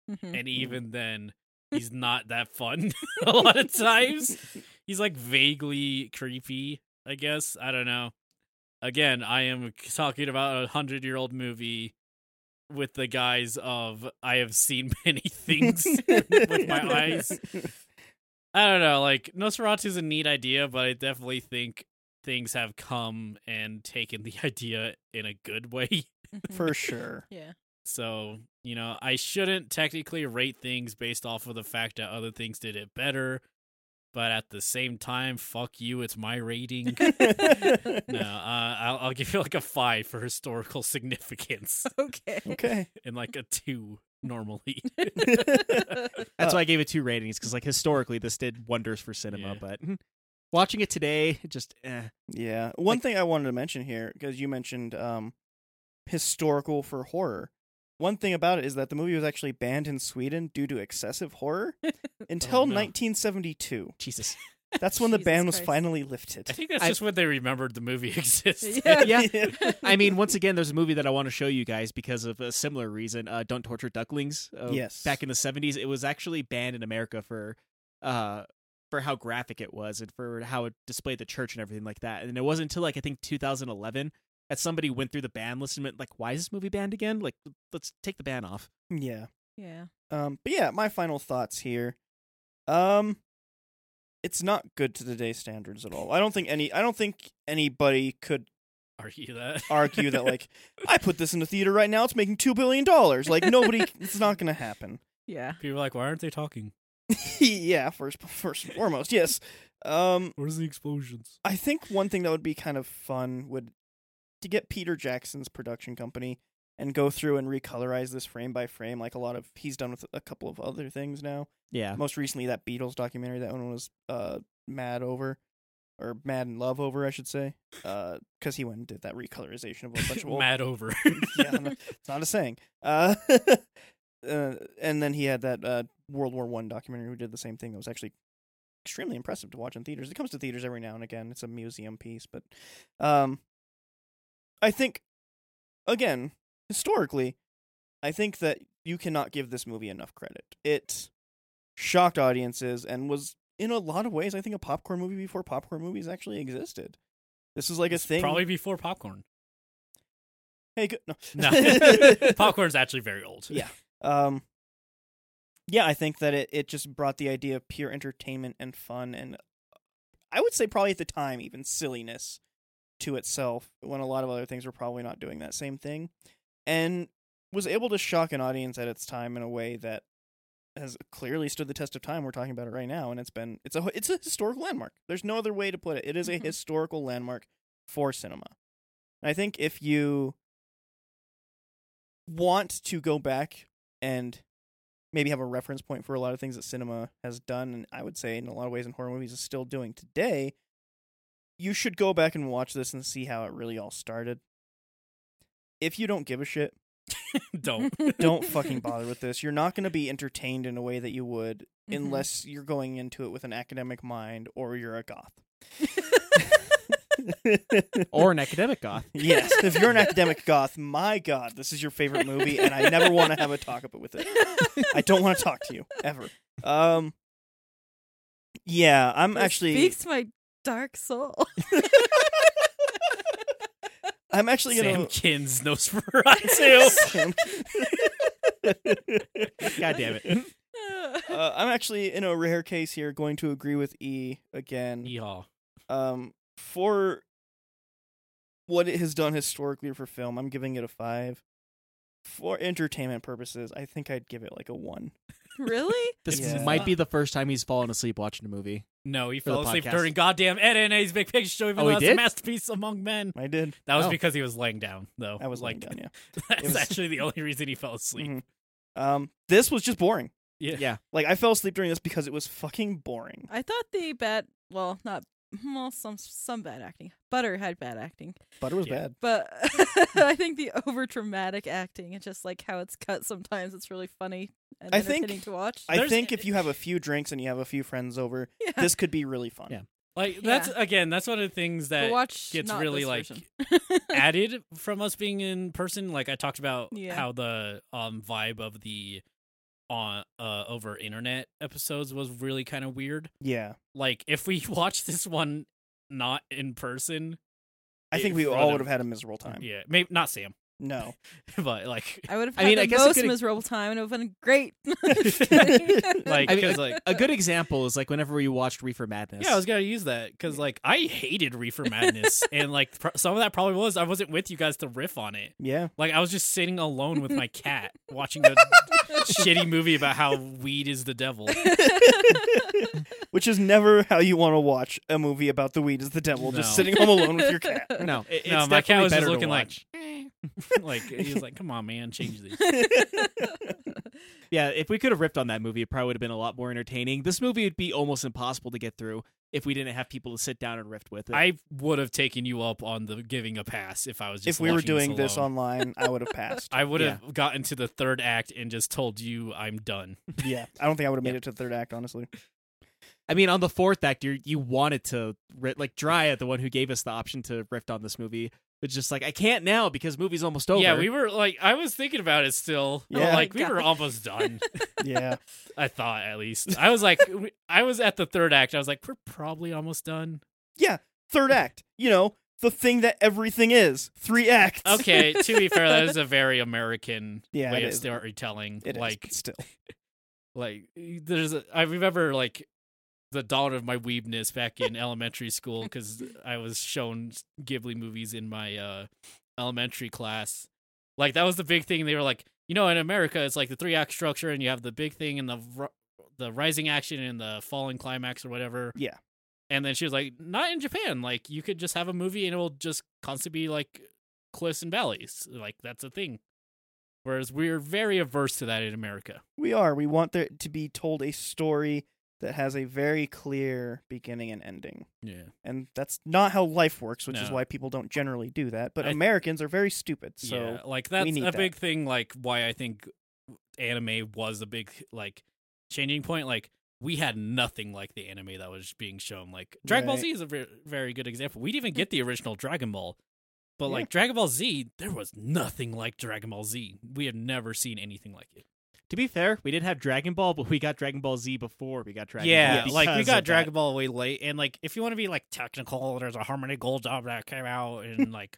Speaker 4: Mhm.
Speaker 2: and even then, he's not that fun a lot of times. He's like vaguely creepy, I guess. I don't know. Again, I am talking about a hundred year old movie with the guise of I have seen many things with my eyes. I don't know. Like Nosferatu is a neat idea, but I definitely think things have come and taken the idea in a good way.
Speaker 4: Mhm.
Speaker 1: For sure.
Speaker 4: yeah.
Speaker 2: So, you know, I shouldn't technically rate things based off of the fact that other things did it better. But at the same time, fuck you, it's my rating. no, uh, I'll, I'll give you like a five for historical significance
Speaker 4: Okay.
Speaker 1: Okay.
Speaker 2: and like a two normally.
Speaker 3: That's
Speaker 1: Uh,
Speaker 3: why I gave it two ratings because like historically this did wonders for cinema,
Speaker 2: Yeah.
Speaker 3: but hmm, watching it today, it just eh.
Speaker 1: Yeah. One thing I wanted to mention here, because you mentioned um, historical for horror. One thing about it is that the movie was actually banned in Sweden due to excessive horror until
Speaker 2: Oh, no.
Speaker 1: 1972.
Speaker 3: Jesus.
Speaker 1: That's when the
Speaker 4: Jesus
Speaker 1: ban was
Speaker 4: Christ.
Speaker 1: finally
Speaker 2: I
Speaker 1: lifted.
Speaker 2: think that's
Speaker 3: I-
Speaker 2: just when they remembered the movie exists.
Speaker 4: Yeah.
Speaker 3: yeah. I mean, once again, there's a movie that I want to show you guys because of a similar reason. Uh, Don't torture ducklings. Uh,
Speaker 1: Yes.
Speaker 3: Back in the 70s, it was actually banned in America for, uh, for how graphic it was and for how it displayed the church and everything like that. And it wasn't until like I think 2011 that somebody went through the ban list and went like, "Why is this movie banned again? Like, let's take the ban off."
Speaker 1: Yeah.
Speaker 4: Yeah.
Speaker 1: Um, but yeah, my final thoughts here. Um, it's not good to today's standards at all. I don't think any. I don't think anybody could
Speaker 2: Are you that?
Speaker 1: argue that like I put this in the theater right now. It's making two billion dollars. Like nobody. It's not going to happen.
Speaker 4: Yeah.
Speaker 2: People are like, why aren't they talking?
Speaker 1: yeah. First, first and foremost, yes. Um,
Speaker 2: Where's the explosions?
Speaker 1: I think one thing that would be kind of fun would to get Peter Jackson's production company and go through and recolorize this frame by frame, like a lot of he's done with a couple of other things now.
Speaker 3: Yeah.
Speaker 1: most recently that Beatles documentary that one was uh mad over or mad in love over I should say uh because he went and did that recolorization of a bunch of old
Speaker 2: Mad over.
Speaker 1: yeah I'm not- it's not a saying uh uh, and then he had that uh, World War One documentary who did the same thing. That was actually extremely impressive to watch in theaters. It comes to theaters every now and again. It's a museum piece, but um, I think again historically, I think that you cannot give this movie enough credit. It shocked audiences and was in a lot of ways, I think, a popcorn movie before popcorn movies actually existed. This was like a thing.
Speaker 2: Probably before popcorn.
Speaker 1: hey, good. No.
Speaker 2: No, popcorn's actually very old.
Speaker 1: Yeah. Um, yeah, I think that it, it just brought the idea of pure entertainment and fun, and I would say probably at the time even silliness to itself when a lot of other things were probably not doing that same thing, and was able to shock an audience at its time in a way that has clearly stood the test of time. We're talking about it right now, and it's been it's a it's a historical landmark. There's no other way to put it. It is a
Speaker 4: Mhm.
Speaker 1: historical landmark for cinema. I think if you want to go back and maybe have a reference point for a lot of things that cinema has done and I would say in a lot of ways in horror movies is still doing today, you should go back and watch this and see how it really all started. If you don't give a shit,
Speaker 2: Don't.
Speaker 1: don't fucking bother with this. You're not going to be entertained in a way that you would
Speaker 4: Mm-hmm.
Speaker 1: unless you're going into it with an academic mind or you're a goth.
Speaker 5: or an academic goth.
Speaker 1: yes, if you're an academic goth, my god, this is your favorite movie and I never want to have a talk about with it. I don't want to talk to you ever. Um Yeah, I'm
Speaker 4: This
Speaker 1: actually
Speaker 4: speaks to my dark soul.
Speaker 1: I'm actually
Speaker 2: Sam
Speaker 1: going to
Speaker 2: Kins Nosferatu.
Speaker 5: God damn it.
Speaker 1: uh, I'm actually in a rare case here going to agree with E again.
Speaker 2: Yeehaw.
Speaker 1: Um, for what it has done historically for film, I'm giving it a five. For entertainment purposes, I think I'd give it like a one.
Speaker 4: really?
Speaker 5: This
Speaker 1: Yeah.
Speaker 5: might be the first time he's fallen asleep watching a movie.
Speaker 2: No, he
Speaker 5: For the
Speaker 2: fell asleep
Speaker 5: podcast.
Speaker 2: during goddamn Ed and A's Big Picture Show, even
Speaker 5: Oh,
Speaker 2: though
Speaker 5: he
Speaker 2: that's a
Speaker 5: did?
Speaker 2: masterpiece among men.
Speaker 1: I did.
Speaker 2: That was
Speaker 5: Oh.
Speaker 2: because he was laying down, though.
Speaker 1: I was
Speaker 2: Oh, like,
Speaker 1: like, down, yeah.
Speaker 2: that's
Speaker 1: was-
Speaker 2: actually the only reason he fell
Speaker 5: Mm-hmm.
Speaker 2: asleep.
Speaker 1: Mhm. Um, this was just boring.
Speaker 2: Yeah.
Speaker 1: Like I fell asleep during this because it was fucking boring.
Speaker 4: I thought the bad, well, not well, some some bad acting. Butter had bad acting,
Speaker 1: Butter was
Speaker 2: Yeah.
Speaker 1: bad.
Speaker 4: but I think the over dramatic acting and just like how it's cut sometimes it's really funny and
Speaker 1: I think-
Speaker 4: entertaining to watch.
Speaker 1: I
Speaker 2: There's-
Speaker 1: think if you have a few drinks and you have a few friends over,
Speaker 4: yeah.
Speaker 1: this could be really fun.
Speaker 5: Yeah.
Speaker 2: Like that's again, that's one of the things
Speaker 4: But
Speaker 2: that
Speaker 4: watch
Speaker 2: gets
Speaker 4: not
Speaker 2: really
Speaker 4: this
Speaker 2: like
Speaker 4: version.
Speaker 2: added from us being in person. Like I talked about
Speaker 4: Yeah.
Speaker 2: how the um vibe of the on uh over internet episodes was really kind of weird.
Speaker 1: Yeah.
Speaker 2: Like if we watched this one not in person,
Speaker 1: I
Speaker 2: It-
Speaker 1: think we
Speaker 2: for
Speaker 1: all
Speaker 2: the-
Speaker 1: would have had a miserable time.
Speaker 2: yeah, maybe not Sam,
Speaker 1: No.
Speaker 2: but like
Speaker 4: I would have
Speaker 5: I
Speaker 4: had
Speaker 5: mean,
Speaker 4: the
Speaker 5: I guess it
Speaker 4: most
Speaker 5: could've-
Speaker 4: miserable time and it would have been great.
Speaker 5: I
Speaker 2: like
Speaker 5: mean,
Speaker 2: because like
Speaker 5: A good example is like whenever we watched Reefer Madness.
Speaker 2: Yeah, I was gonna use that because like I hated Reefer Madness, and like pr- some of that probably was I wasn't with you guys to riff on it.
Speaker 1: Yeah.
Speaker 2: Like I was just sitting alone with my cat watching a shitty movie about how weed is the devil.
Speaker 1: Which is never how you want to watch a movie about the weed is the devil, just
Speaker 2: No.
Speaker 1: sitting home alone with your cat.
Speaker 5: no, it-
Speaker 2: No,
Speaker 5: it's
Speaker 2: my cat
Speaker 5: definitely
Speaker 2: was just
Speaker 5: better to
Speaker 2: looking like-
Speaker 5: watch.
Speaker 2: like he was like, "Come on, man, change this."
Speaker 5: Yeah, if we could have ripped on that movie, it probably would have been a lot more entertaining. This movie would be almost impossible to get through if we didn't have people to sit down and riff with. It.
Speaker 2: I would have taken you up on the giving a pass if I was just
Speaker 1: if we were
Speaker 2: watching
Speaker 1: doing this
Speaker 2: alone.
Speaker 1: online, I would have passed.
Speaker 2: I would have gotten to the third act and just told you I'm done.
Speaker 1: yeah, I don't think I would have made
Speaker 5: Yeah.
Speaker 1: it to the third act, honestly.
Speaker 5: I mean, on the fourth act, you you wanted to ri- like Dryad, the one who gave us the option to riff on this movie, was just like, I can't now because movie's almost over.
Speaker 2: Yeah, we were like, I was thinking about it still.
Speaker 1: Yeah.
Speaker 2: like we
Speaker 4: God.
Speaker 2: were almost done.
Speaker 1: Yeah,
Speaker 2: I thought at least. I was like, we- I was at the third act. I was like, we're probably almost done.
Speaker 1: third act. You know, the thing that everything is. Three acts.
Speaker 2: Okay, to be fair, that is a very American
Speaker 1: Yeah,
Speaker 2: way
Speaker 1: it
Speaker 2: of
Speaker 1: is.
Speaker 2: storytelling.
Speaker 1: It is,
Speaker 2: like,
Speaker 1: but still.
Speaker 2: like there's, a, I remember like the dawn of my weebness back in elementary school because I was shown Ghibli movies in my uh elementary class. Like that was the big thing. They were like, you know, in America, it's like the three act structure, and you have the big thing and the r- the rising action and the falling climax or whatever.
Speaker 1: Yeah.
Speaker 2: And then she was like, not in Japan. Like you could just have a movie and it will just constantly be like cliffs and valleys. Like that's a thing. Whereas we're very averse to that in America.
Speaker 1: We are. We want there to be told a story that has a very clear beginning and ending.
Speaker 2: Yeah.
Speaker 1: And that's not how life works, which is
Speaker 2: No.
Speaker 1: why people don't generally do that. But
Speaker 2: I-
Speaker 1: Americans are very stupid. So
Speaker 2: yeah. Like that's
Speaker 1: need
Speaker 2: a
Speaker 1: that.
Speaker 2: big thing. Like why I think anime was a big like changing point. Like we had nothing like the anime that was being shown. Like Dragon Ball
Speaker 1: Right. Hmm.
Speaker 2: Z is a very, very good example. We didn't even get the original Dragon Ball, but like Dragon Ball Z, there was nothing like Dragon Ball Z. We had never seen anything like it.
Speaker 3: To be fair, we did have Dragon Ball, but we got Dragon Ball Z before we got Dragon
Speaker 2: yeah,
Speaker 3: Ball.
Speaker 2: like we
Speaker 3: because
Speaker 2: got
Speaker 3: of
Speaker 2: Dragon Ball way late, and like if you want to be like technical, there's a Harmony Gold dub that came out, and like,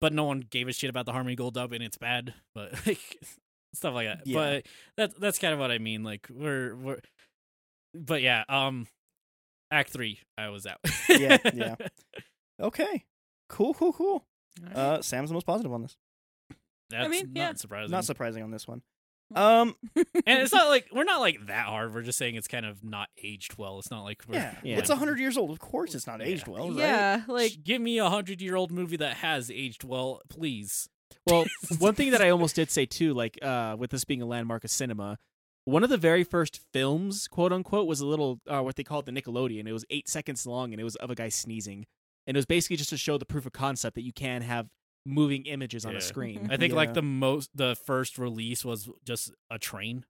Speaker 2: but no one gave a shit about the Harmony Gold dub, and it's bad, but like, stuff like that.
Speaker 1: Yeah.
Speaker 2: But that's that's kind of what I mean. Like we're we're, but yeah, um, Act Three, I was out.
Speaker 1: Yeah, yeah. Okay. Cool, cool, cool. Uh, Sam's the most positive on this.
Speaker 2: That's
Speaker 4: mean,
Speaker 2: not
Speaker 4: yeah.
Speaker 2: surprising.
Speaker 1: Not surprising on this one. Um,
Speaker 2: and it's not like we're not like that hard. We're just saying it's kind of not aged well. It's not like we're
Speaker 1: yeah,
Speaker 3: Yeah.
Speaker 1: it's a hundred years old. Of course, it's not aged well, right?
Speaker 4: yeah, like
Speaker 2: give me a hundred year old movie that has aged well, please.
Speaker 3: Well, one thing that I almost did say too, like uh, with this being a landmark of cinema, one of the very first films, quote unquote, was a little uh, what they called the Nickelodeon. It was eight seconds long, and it was of a guy sneezing, and it was basically just to show the proof of concept that you can have moving images on
Speaker 2: Yeah.
Speaker 3: a screen.
Speaker 2: I think like
Speaker 1: Yeah.
Speaker 2: the most the first release was just a train.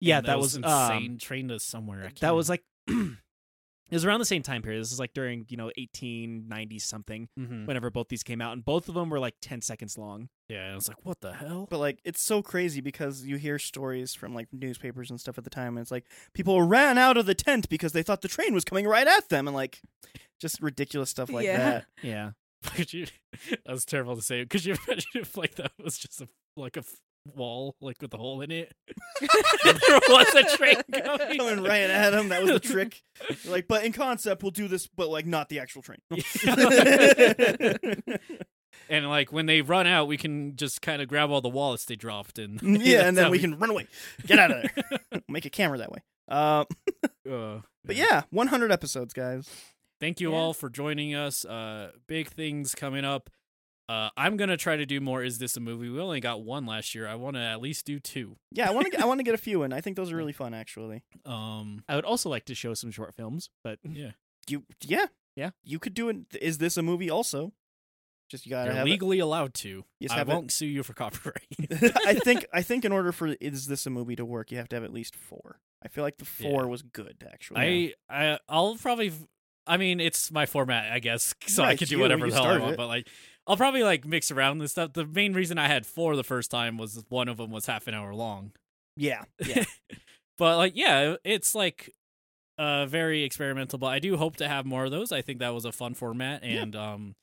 Speaker 3: yeah,
Speaker 2: And
Speaker 3: that, was,
Speaker 2: insane.
Speaker 3: um,
Speaker 2: train to somewhere. I
Speaker 3: that
Speaker 2: can't-
Speaker 3: was like it was around the same time period. This is like during you know eighteen ninety something,
Speaker 2: Mhm.
Speaker 3: whenever both these came out, and both of them were like ten seconds long.
Speaker 2: yeah. And I was like, what the hell?
Speaker 1: But like, it's so crazy because you hear stories from like newspapers and stuff at the time, and it's like people ran out of the tent because they thought the train was coming right at them, and like, just ridiculous stuff like
Speaker 4: Yeah.
Speaker 1: that.
Speaker 3: Yeah,
Speaker 2: Could you? That was terrible to say. Could you imagine if like that was just a like a f- wall like with a hole in it? And there was a train coming,
Speaker 1: Coming right at them, that was the trick. Like, but in concept, we'll do this, but like not the actual train. yeah,
Speaker 2: and like when they run out, we can just kind of grab all the wallets they dropped and
Speaker 1: and
Speaker 2: that's
Speaker 1: then
Speaker 2: how
Speaker 1: we can run away, get out of there, make a camera that way. Um,
Speaker 2: Uh,
Speaker 1: but yeah, 100 episodes, guys.
Speaker 2: thank you
Speaker 4: Yeah.
Speaker 2: all for joining us uh big things coming up uh i'm gonna try to do more is this a movie we only got one last year i want to at least do two
Speaker 1: Yeah, I want to. I want to get a few in. I think those are really fun, actually.
Speaker 2: um
Speaker 3: I would also like to show some short films, but
Speaker 1: You, yeah,
Speaker 3: Yeah.
Speaker 1: You could do it. Is this a movie? Also, just you gotta
Speaker 2: you're
Speaker 1: have. it.
Speaker 2: legally allowed to
Speaker 1: Yes,
Speaker 2: i
Speaker 1: have it.
Speaker 2: won't sue you for copyright
Speaker 1: I think. I think in order for is this a movie to work, you have to have at least four. I feel like the four
Speaker 2: Yeah.
Speaker 1: was good, actually.
Speaker 2: i i i'll probably v- i mean it's my format i guess so i
Speaker 1: Right,
Speaker 2: could do
Speaker 1: you-
Speaker 2: whatever
Speaker 1: you
Speaker 2: the hell i
Speaker 1: started
Speaker 2: want
Speaker 1: it.
Speaker 2: but like i'll probably like mix around this stuff the main reason i had four the first time was one of them was half an hour long
Speaker 1: Yeah. Yeah.
Speaker 2: but like yeah it's like uh very experimental but i do hope to have more of those i think that was a fun format
Speaker 1: Yeah.
Speaker 2: and um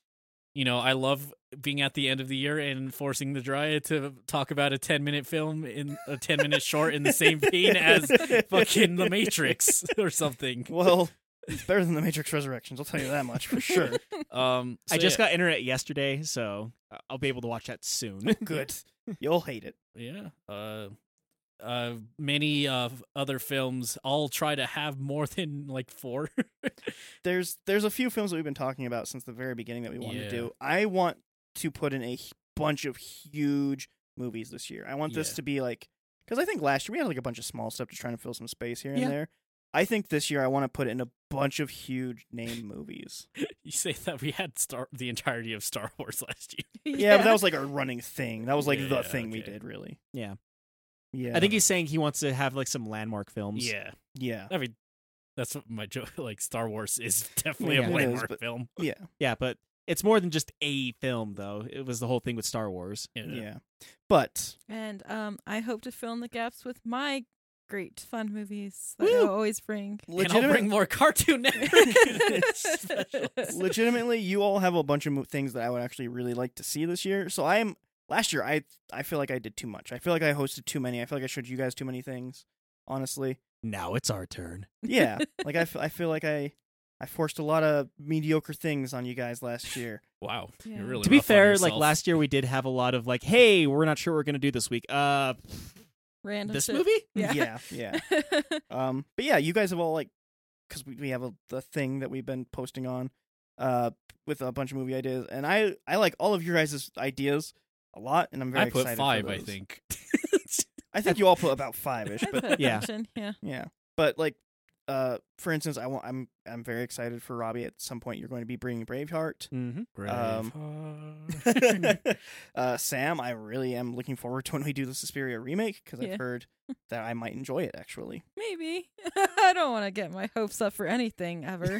Speaker 2: you know i love being at the end of the year and forcing the dry to talk about a 10 minute film in a 10 minute short in the same vein as fucking the matrix or something
Speaker 1: Well, it's better than the Matrix Resurrections. I'll tell you that much for sure.
Speaker 2: um
Speaker 3: I just got internet yesterday, so I'll be able to watch that soon.
Speaker 1: Good. You'll hate it.
Speaker 2: yeah uh uh many uh other films i'll try to have more than like four
Speaker 1: There's there's a few films that we've been talking about since the very beginning that we want
Speaker 2: Yeah.
Speaker 1: to do. I want to put in a h- bunch of huge movies this year. I want this
Speaker 2: Yeah.
Speaker 1: to be like because I think last year we had like a bunch of small stuff just trying to fill some space here and
Speaker 3: Yeah.
Speaker 1: there. I think this year I want to put in a bunch of huge name movies.
Speaker 2: you say that we had star the entirety of star wars last year
Speaker 1: Yeah, but that was like our running thing. That was like
Speaker 2: Yeah,
Speaker 1: the thing we
Speaker 2: okay.
Speaker 1: did, really.
Speaker 3: Yeah.
Speaker 1: Yeah.
Speaker 3: I think he's saying he wants to have like some landmark films.
Speaker 2: yeah
Speaker 1: yeah.
Speaker 2: I mean, that's what my joke. Like Star Wars is definitely
Speaker 3: Yeah,
Speaker 2: a
Speaker 3: it
Speaker 2: landmark
Speaker 1: is, but-
Speaker 2: film.
Speaker 1: Yeah.
Speaker 3: yeah, but it's more than just a film though. It was the whole thing with Star Wars.
Speaker 2: Yeah.
Speaker 1: Yeah. But
Speaker 4: And um, I hope to fill in the gaps with my great fun movies that I
Speaker 1: Woo!
Speaker 4: always bring.
Speaker 2: And I'll
Speaker 1: legitimate,
Speaker 2: bring more Cartoon Network specials.
Speaker 1: legitimately, you all have a bunch of mo- things that I would actually really like to see this year. So I am last year I I feel like I did too much. I feel like I hosted too many. I feel like I showed you guys too many things, honestly.
Speaker 3: Now it's our turn.
Speaker 1: Yeah. like I, f- I feel like I I forced a lot of mediocre things on you guys last year.
Speaker 2: Wow,
Speaker 4: Yeah.
Speaker 2: you're really
Speaker 3: to be
Speaker 2: rough on
Speaker 3: fair, like
Speaker 2: yourself.
Speaker 3: last year we did have a lot of like, hey, we're not sure what we're gonna do this week. Uh
Speaker 4: Random
Speaker 3: this
Speaker 4: shit.
Speaker 3: movie?
Speaker 4: Yeah.
Speaker 1: Yeah. yeah. Um, but yeah, you guys have all like, because we, we have a, a thing that we've been posting on, uh, with a bunch of movie ideas, and I I like all of your guys' ideas a lot, and I'm very
Speaker 2: I put
Speaker 1: excited for
Speaker 2: five. I
Speaker 1: those.
Speaker 2: think.
Speaker 1: I think you all put about five ish,
Speaker 4: I
Speaker 1: but
Speaker 4: put a
Speaker 3: Yeah.
Speaker 4: bunch in, yeah.
Speaker 1: yeah, but like uh, for instance, I want I'm I'm very excited for Robbie. At some point, you're going to be bringing Braveheart.
Speaker 5: Mm-hmm.
Speaker 1: Um, uh, Sam, I really am looking forward to when we do the Suspiria remake because
Speaker 4: Yeah.
Speaker 1: I've heard that I might enjoy it actually.
Speaker 4: Maybe. I don't want to get my hopes up for anything ever.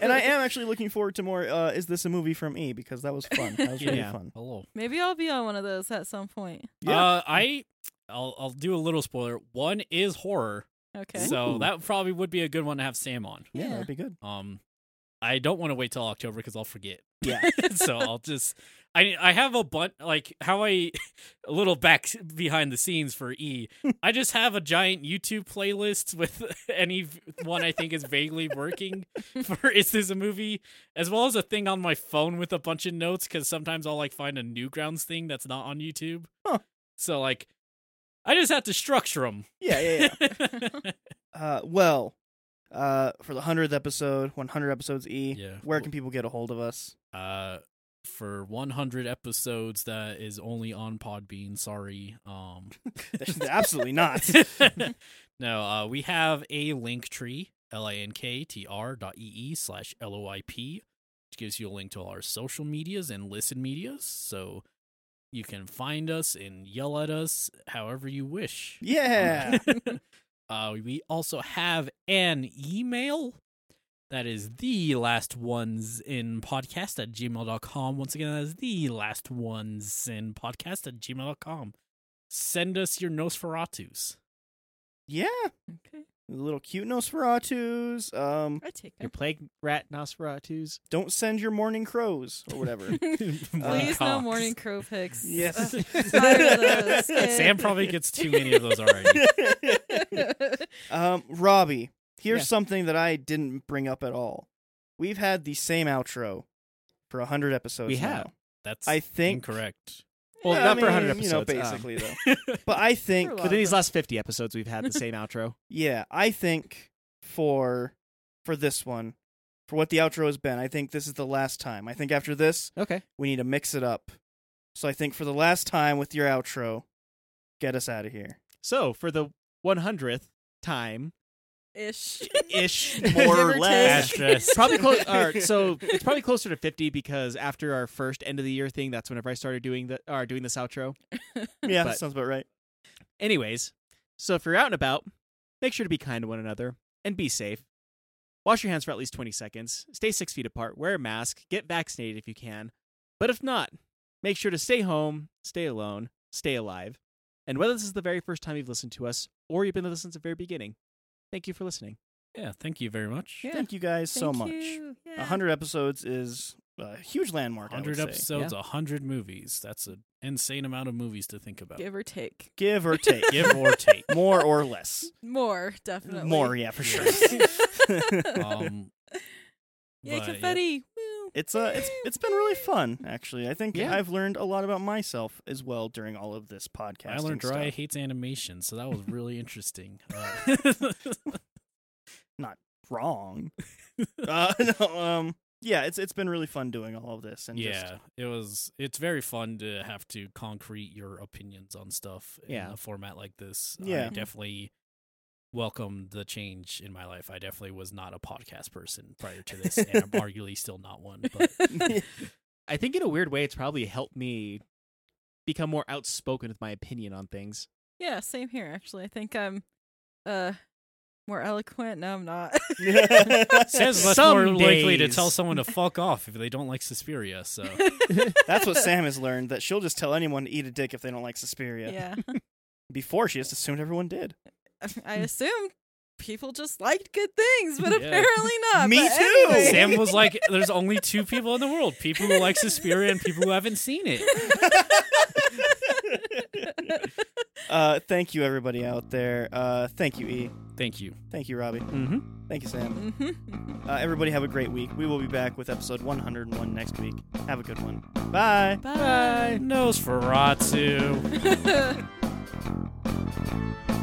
Speaker 1: And I am actually looking forward to more. Uh, is this a movie from E? Because that was fun. That was really
Speaker 5: Yeah.
Speaker 1: fun.
Speaker 2: Hello.
Speaker 4: Maybe I'll be on one of those at some point.
Speaker 1: Yeah.
Speaker 2: Uh, I I'll I'll do a little spoiler. One is horror,
Speaker 4: Okay.
Speaker 2: so
Speaker 1: Ooh.
Speaker 2: that probably would be a good one to have Sam on.
Speaker 1: Yeah,
Speaker 4: Yeah.
Speaker 1: that'd be good.
Speaker 2: Um, I don't want to wait till October because I'll forget.
Speaker 1: Yeah.
Speaker 2: so I'll just I I have a bunch like how I a little back s- behind the scenes for E. I just have a giant YouTube playlist with any v- one I think is vaguely working for is this a movie as well as a thing on my phone with a bunch of notes cuz sometimes I'll like find a Newgrounds thing that's not on YouTube.
Speaker 1: Huh.
Speaker 2: So like I just have to structure them.
Speaker 1: Yeah, yeah, yeah. Uh, well, uh, for the hundredth episode, one hundred episodes E,
Speaker 2: Yeah.
Speaker 1: where can people get a hold of us?
Speaker 2: uh for 100 episodes that is only on Podbean, sorry. Um
Speaker 1: Absolutely not.
Speaker 2: no, uh, we have a link tree, L I N K T R dot E E slash L O I P, which gives you a link to all our social medias and listen medias. So you can find us and yell at us however you wish.
Speaker 1: Yeah.
Speaker 2: uh, we also have an email that is the last ones in podcast at gmail.com. Once again, that is the last ones in podcast at gmail.com. Send us your Nosferatus.
Speaker 1: yeah.
Speaker 4: okay.
Speaker 1: Little cute Nosferatus. Um,
Speaker 4: I take
Speaker 5: Your
Speaker 4: it.
Speaker 5: plague rat Nosferatus.
Speaker 1: don't send your morning crows or whatever.
Speaker 4: Please no
Speaker 2: Cox.
Speaker 4: morning crow pics.
Speaker 1: yes.
Speaker 4: tired of those.
Speaker 2: Sam probably gets too many of those already.
Speaker 1: um, Robbie, here's
Speaker 5: Yeah.
Speaker 1: something that I didn't bring up at all. We've had the same outro for hundred episodes.
Speaker 5: We have.
Speaker 1: now.
Speaker 2: That's
Speaker 1: I think.
Speaker 2: incorrect.
Speaker 5: Well,
Speaker 1: Yeah,
Speaker 5: not
Speaker 1: I
Speaker 5: for 100
Speaker 1: mean,
Speaker 5: episodes.
Speaker 1: You know,
Speaker 5: um,
Speaker 1: basically though. But I think
Speaker 4: For a
Speaker 5: but in these last 50 episodes, we've had the same outro.
Speaker 1: Yeah, I think for for this one, for what the outro has been, I think this is the last time. I think after this,
Speaker 5: Okay.
Speaker 1: we need to mix it up. So I think for the last time with your outro, get us out of here.
Speaker 5: So for the 100th time,
Speaker 4: Ish.
Speaker 5: ish,
Speaker 4: More or less.
Speaker 2: Asterisk.
Speaker 5: probably close. All right, so it's probably closer to 50 because after our first end of the year thing, that's whenever I started doing the or doing this outro.
Speaker 1: Yeah,
Speaker 5: But-
Speaker 1: that sounds about right.
Speaker 5: Anyways, so if you're out and about, make sure to be kind to one another and be safe. Wash your hands for at least 20 seconds. Stay six feet apart. Wear a mask. Get vaccinated if you can. But if not, make sure to stay home, stay alone, stay alive. And whether this is the very first time you've listened to us or you've been listening since the very beginning, thank you for listening.
Speaker 2: Yeah, thank you very much.
Speaker 4: Yeah.
Speaker 1: Thank you guys so
Speaker 4: Thank
Speaker 1: much.
Speaker 4: you. Yeah.
Speaker 1: A 100 episodes is a huge landmark, I
Speaker 2: 100
Speaker 1: would say.
Speaker 2: episodes, a 100 movies. That's an insane amount of movies to think about.
Speaker 4: Give or take.
Speaker 1: Give or take.
Speaker 2: Give or take.
Speaker 1: More or less.
Speaker 4: More, definitely.
Speaker 1: More, yeah, for sure.
Speaker 2: Um,
Speaker 4: Yay,
Speaker 2: but,
Speaker 4: confetti. Woo.
Speaker 1: It's uh, it's it's been really fun actually. I think
Speaker 5: Yeah.
Speaker 1: I've learned a lot about myself as well during all of this podcast.
Speaker 2: I learned Dry
Speaker 1: stuff.
Speaker 2: hates animation, so that was really interesting. Uh,
Speaker 1: wrong. uh, no, um, yeah, it's it's been really fun doing all of this, and
Speaker 2: yeah,
Speaker 1: just,
Speaker 2: it was. It's very fun to have to concrete your opinions on stuff
Speaker 5: Yeah.
Speaker 2: in a format like this.
Speaker 1: Yeah.
Speaker 2: I definitely welcome the change in my life. I definitely was not a podcast person prior to this, and I'm arguably still not one. But
Speaker 5: I think in a weird way, it's probably helped me become more outspoken with my opinion on things.
Speaker 4: yeah, same here, actually. I think I'm uh more eloquent. No, I'm not.
Speaker 2: says less
Speaker 5: Some
Speaker 2: more likely to
Speaker 5: days.
Speaker 2: tell someone to fuck off if they don't like Suspiria. So
Speaker 1: that's what Sam has learned that she'll just tell anyone to eat a dick if they don't like Suspiria.
Speaker 4: yeah.
Speaker 1: Before she just assumed everyone did.
Speaker 4: I assumed people just liked good things, but
Speaker 2: Yeah.
Speaker 4: apparently not.
Speaker 1: Me
Speaker 4: But
Speaker 1: too.
Speaker 4: anyway.
Speaker 2: Sam was like, "There's only two people in the world: people who like Suspiria and people who haven't seen it."
Speaker 1: Uh, thank you everybody out there. Uh, thank you E.
Speaker 2: Thank you.
Speaker 1: Thank you Robbie.
Speaker 5: Mm-hmm.
Speaker 1: Thank you Sam.
Speaker 4: Mhm.
Speaker 1: Uh, everybody have a great week. We will be back with episode 101 next week. Have a good one. Bye.
Speaker 4: Bye.
Speaker 2: Nosferatu.
Speaker 4: Bye.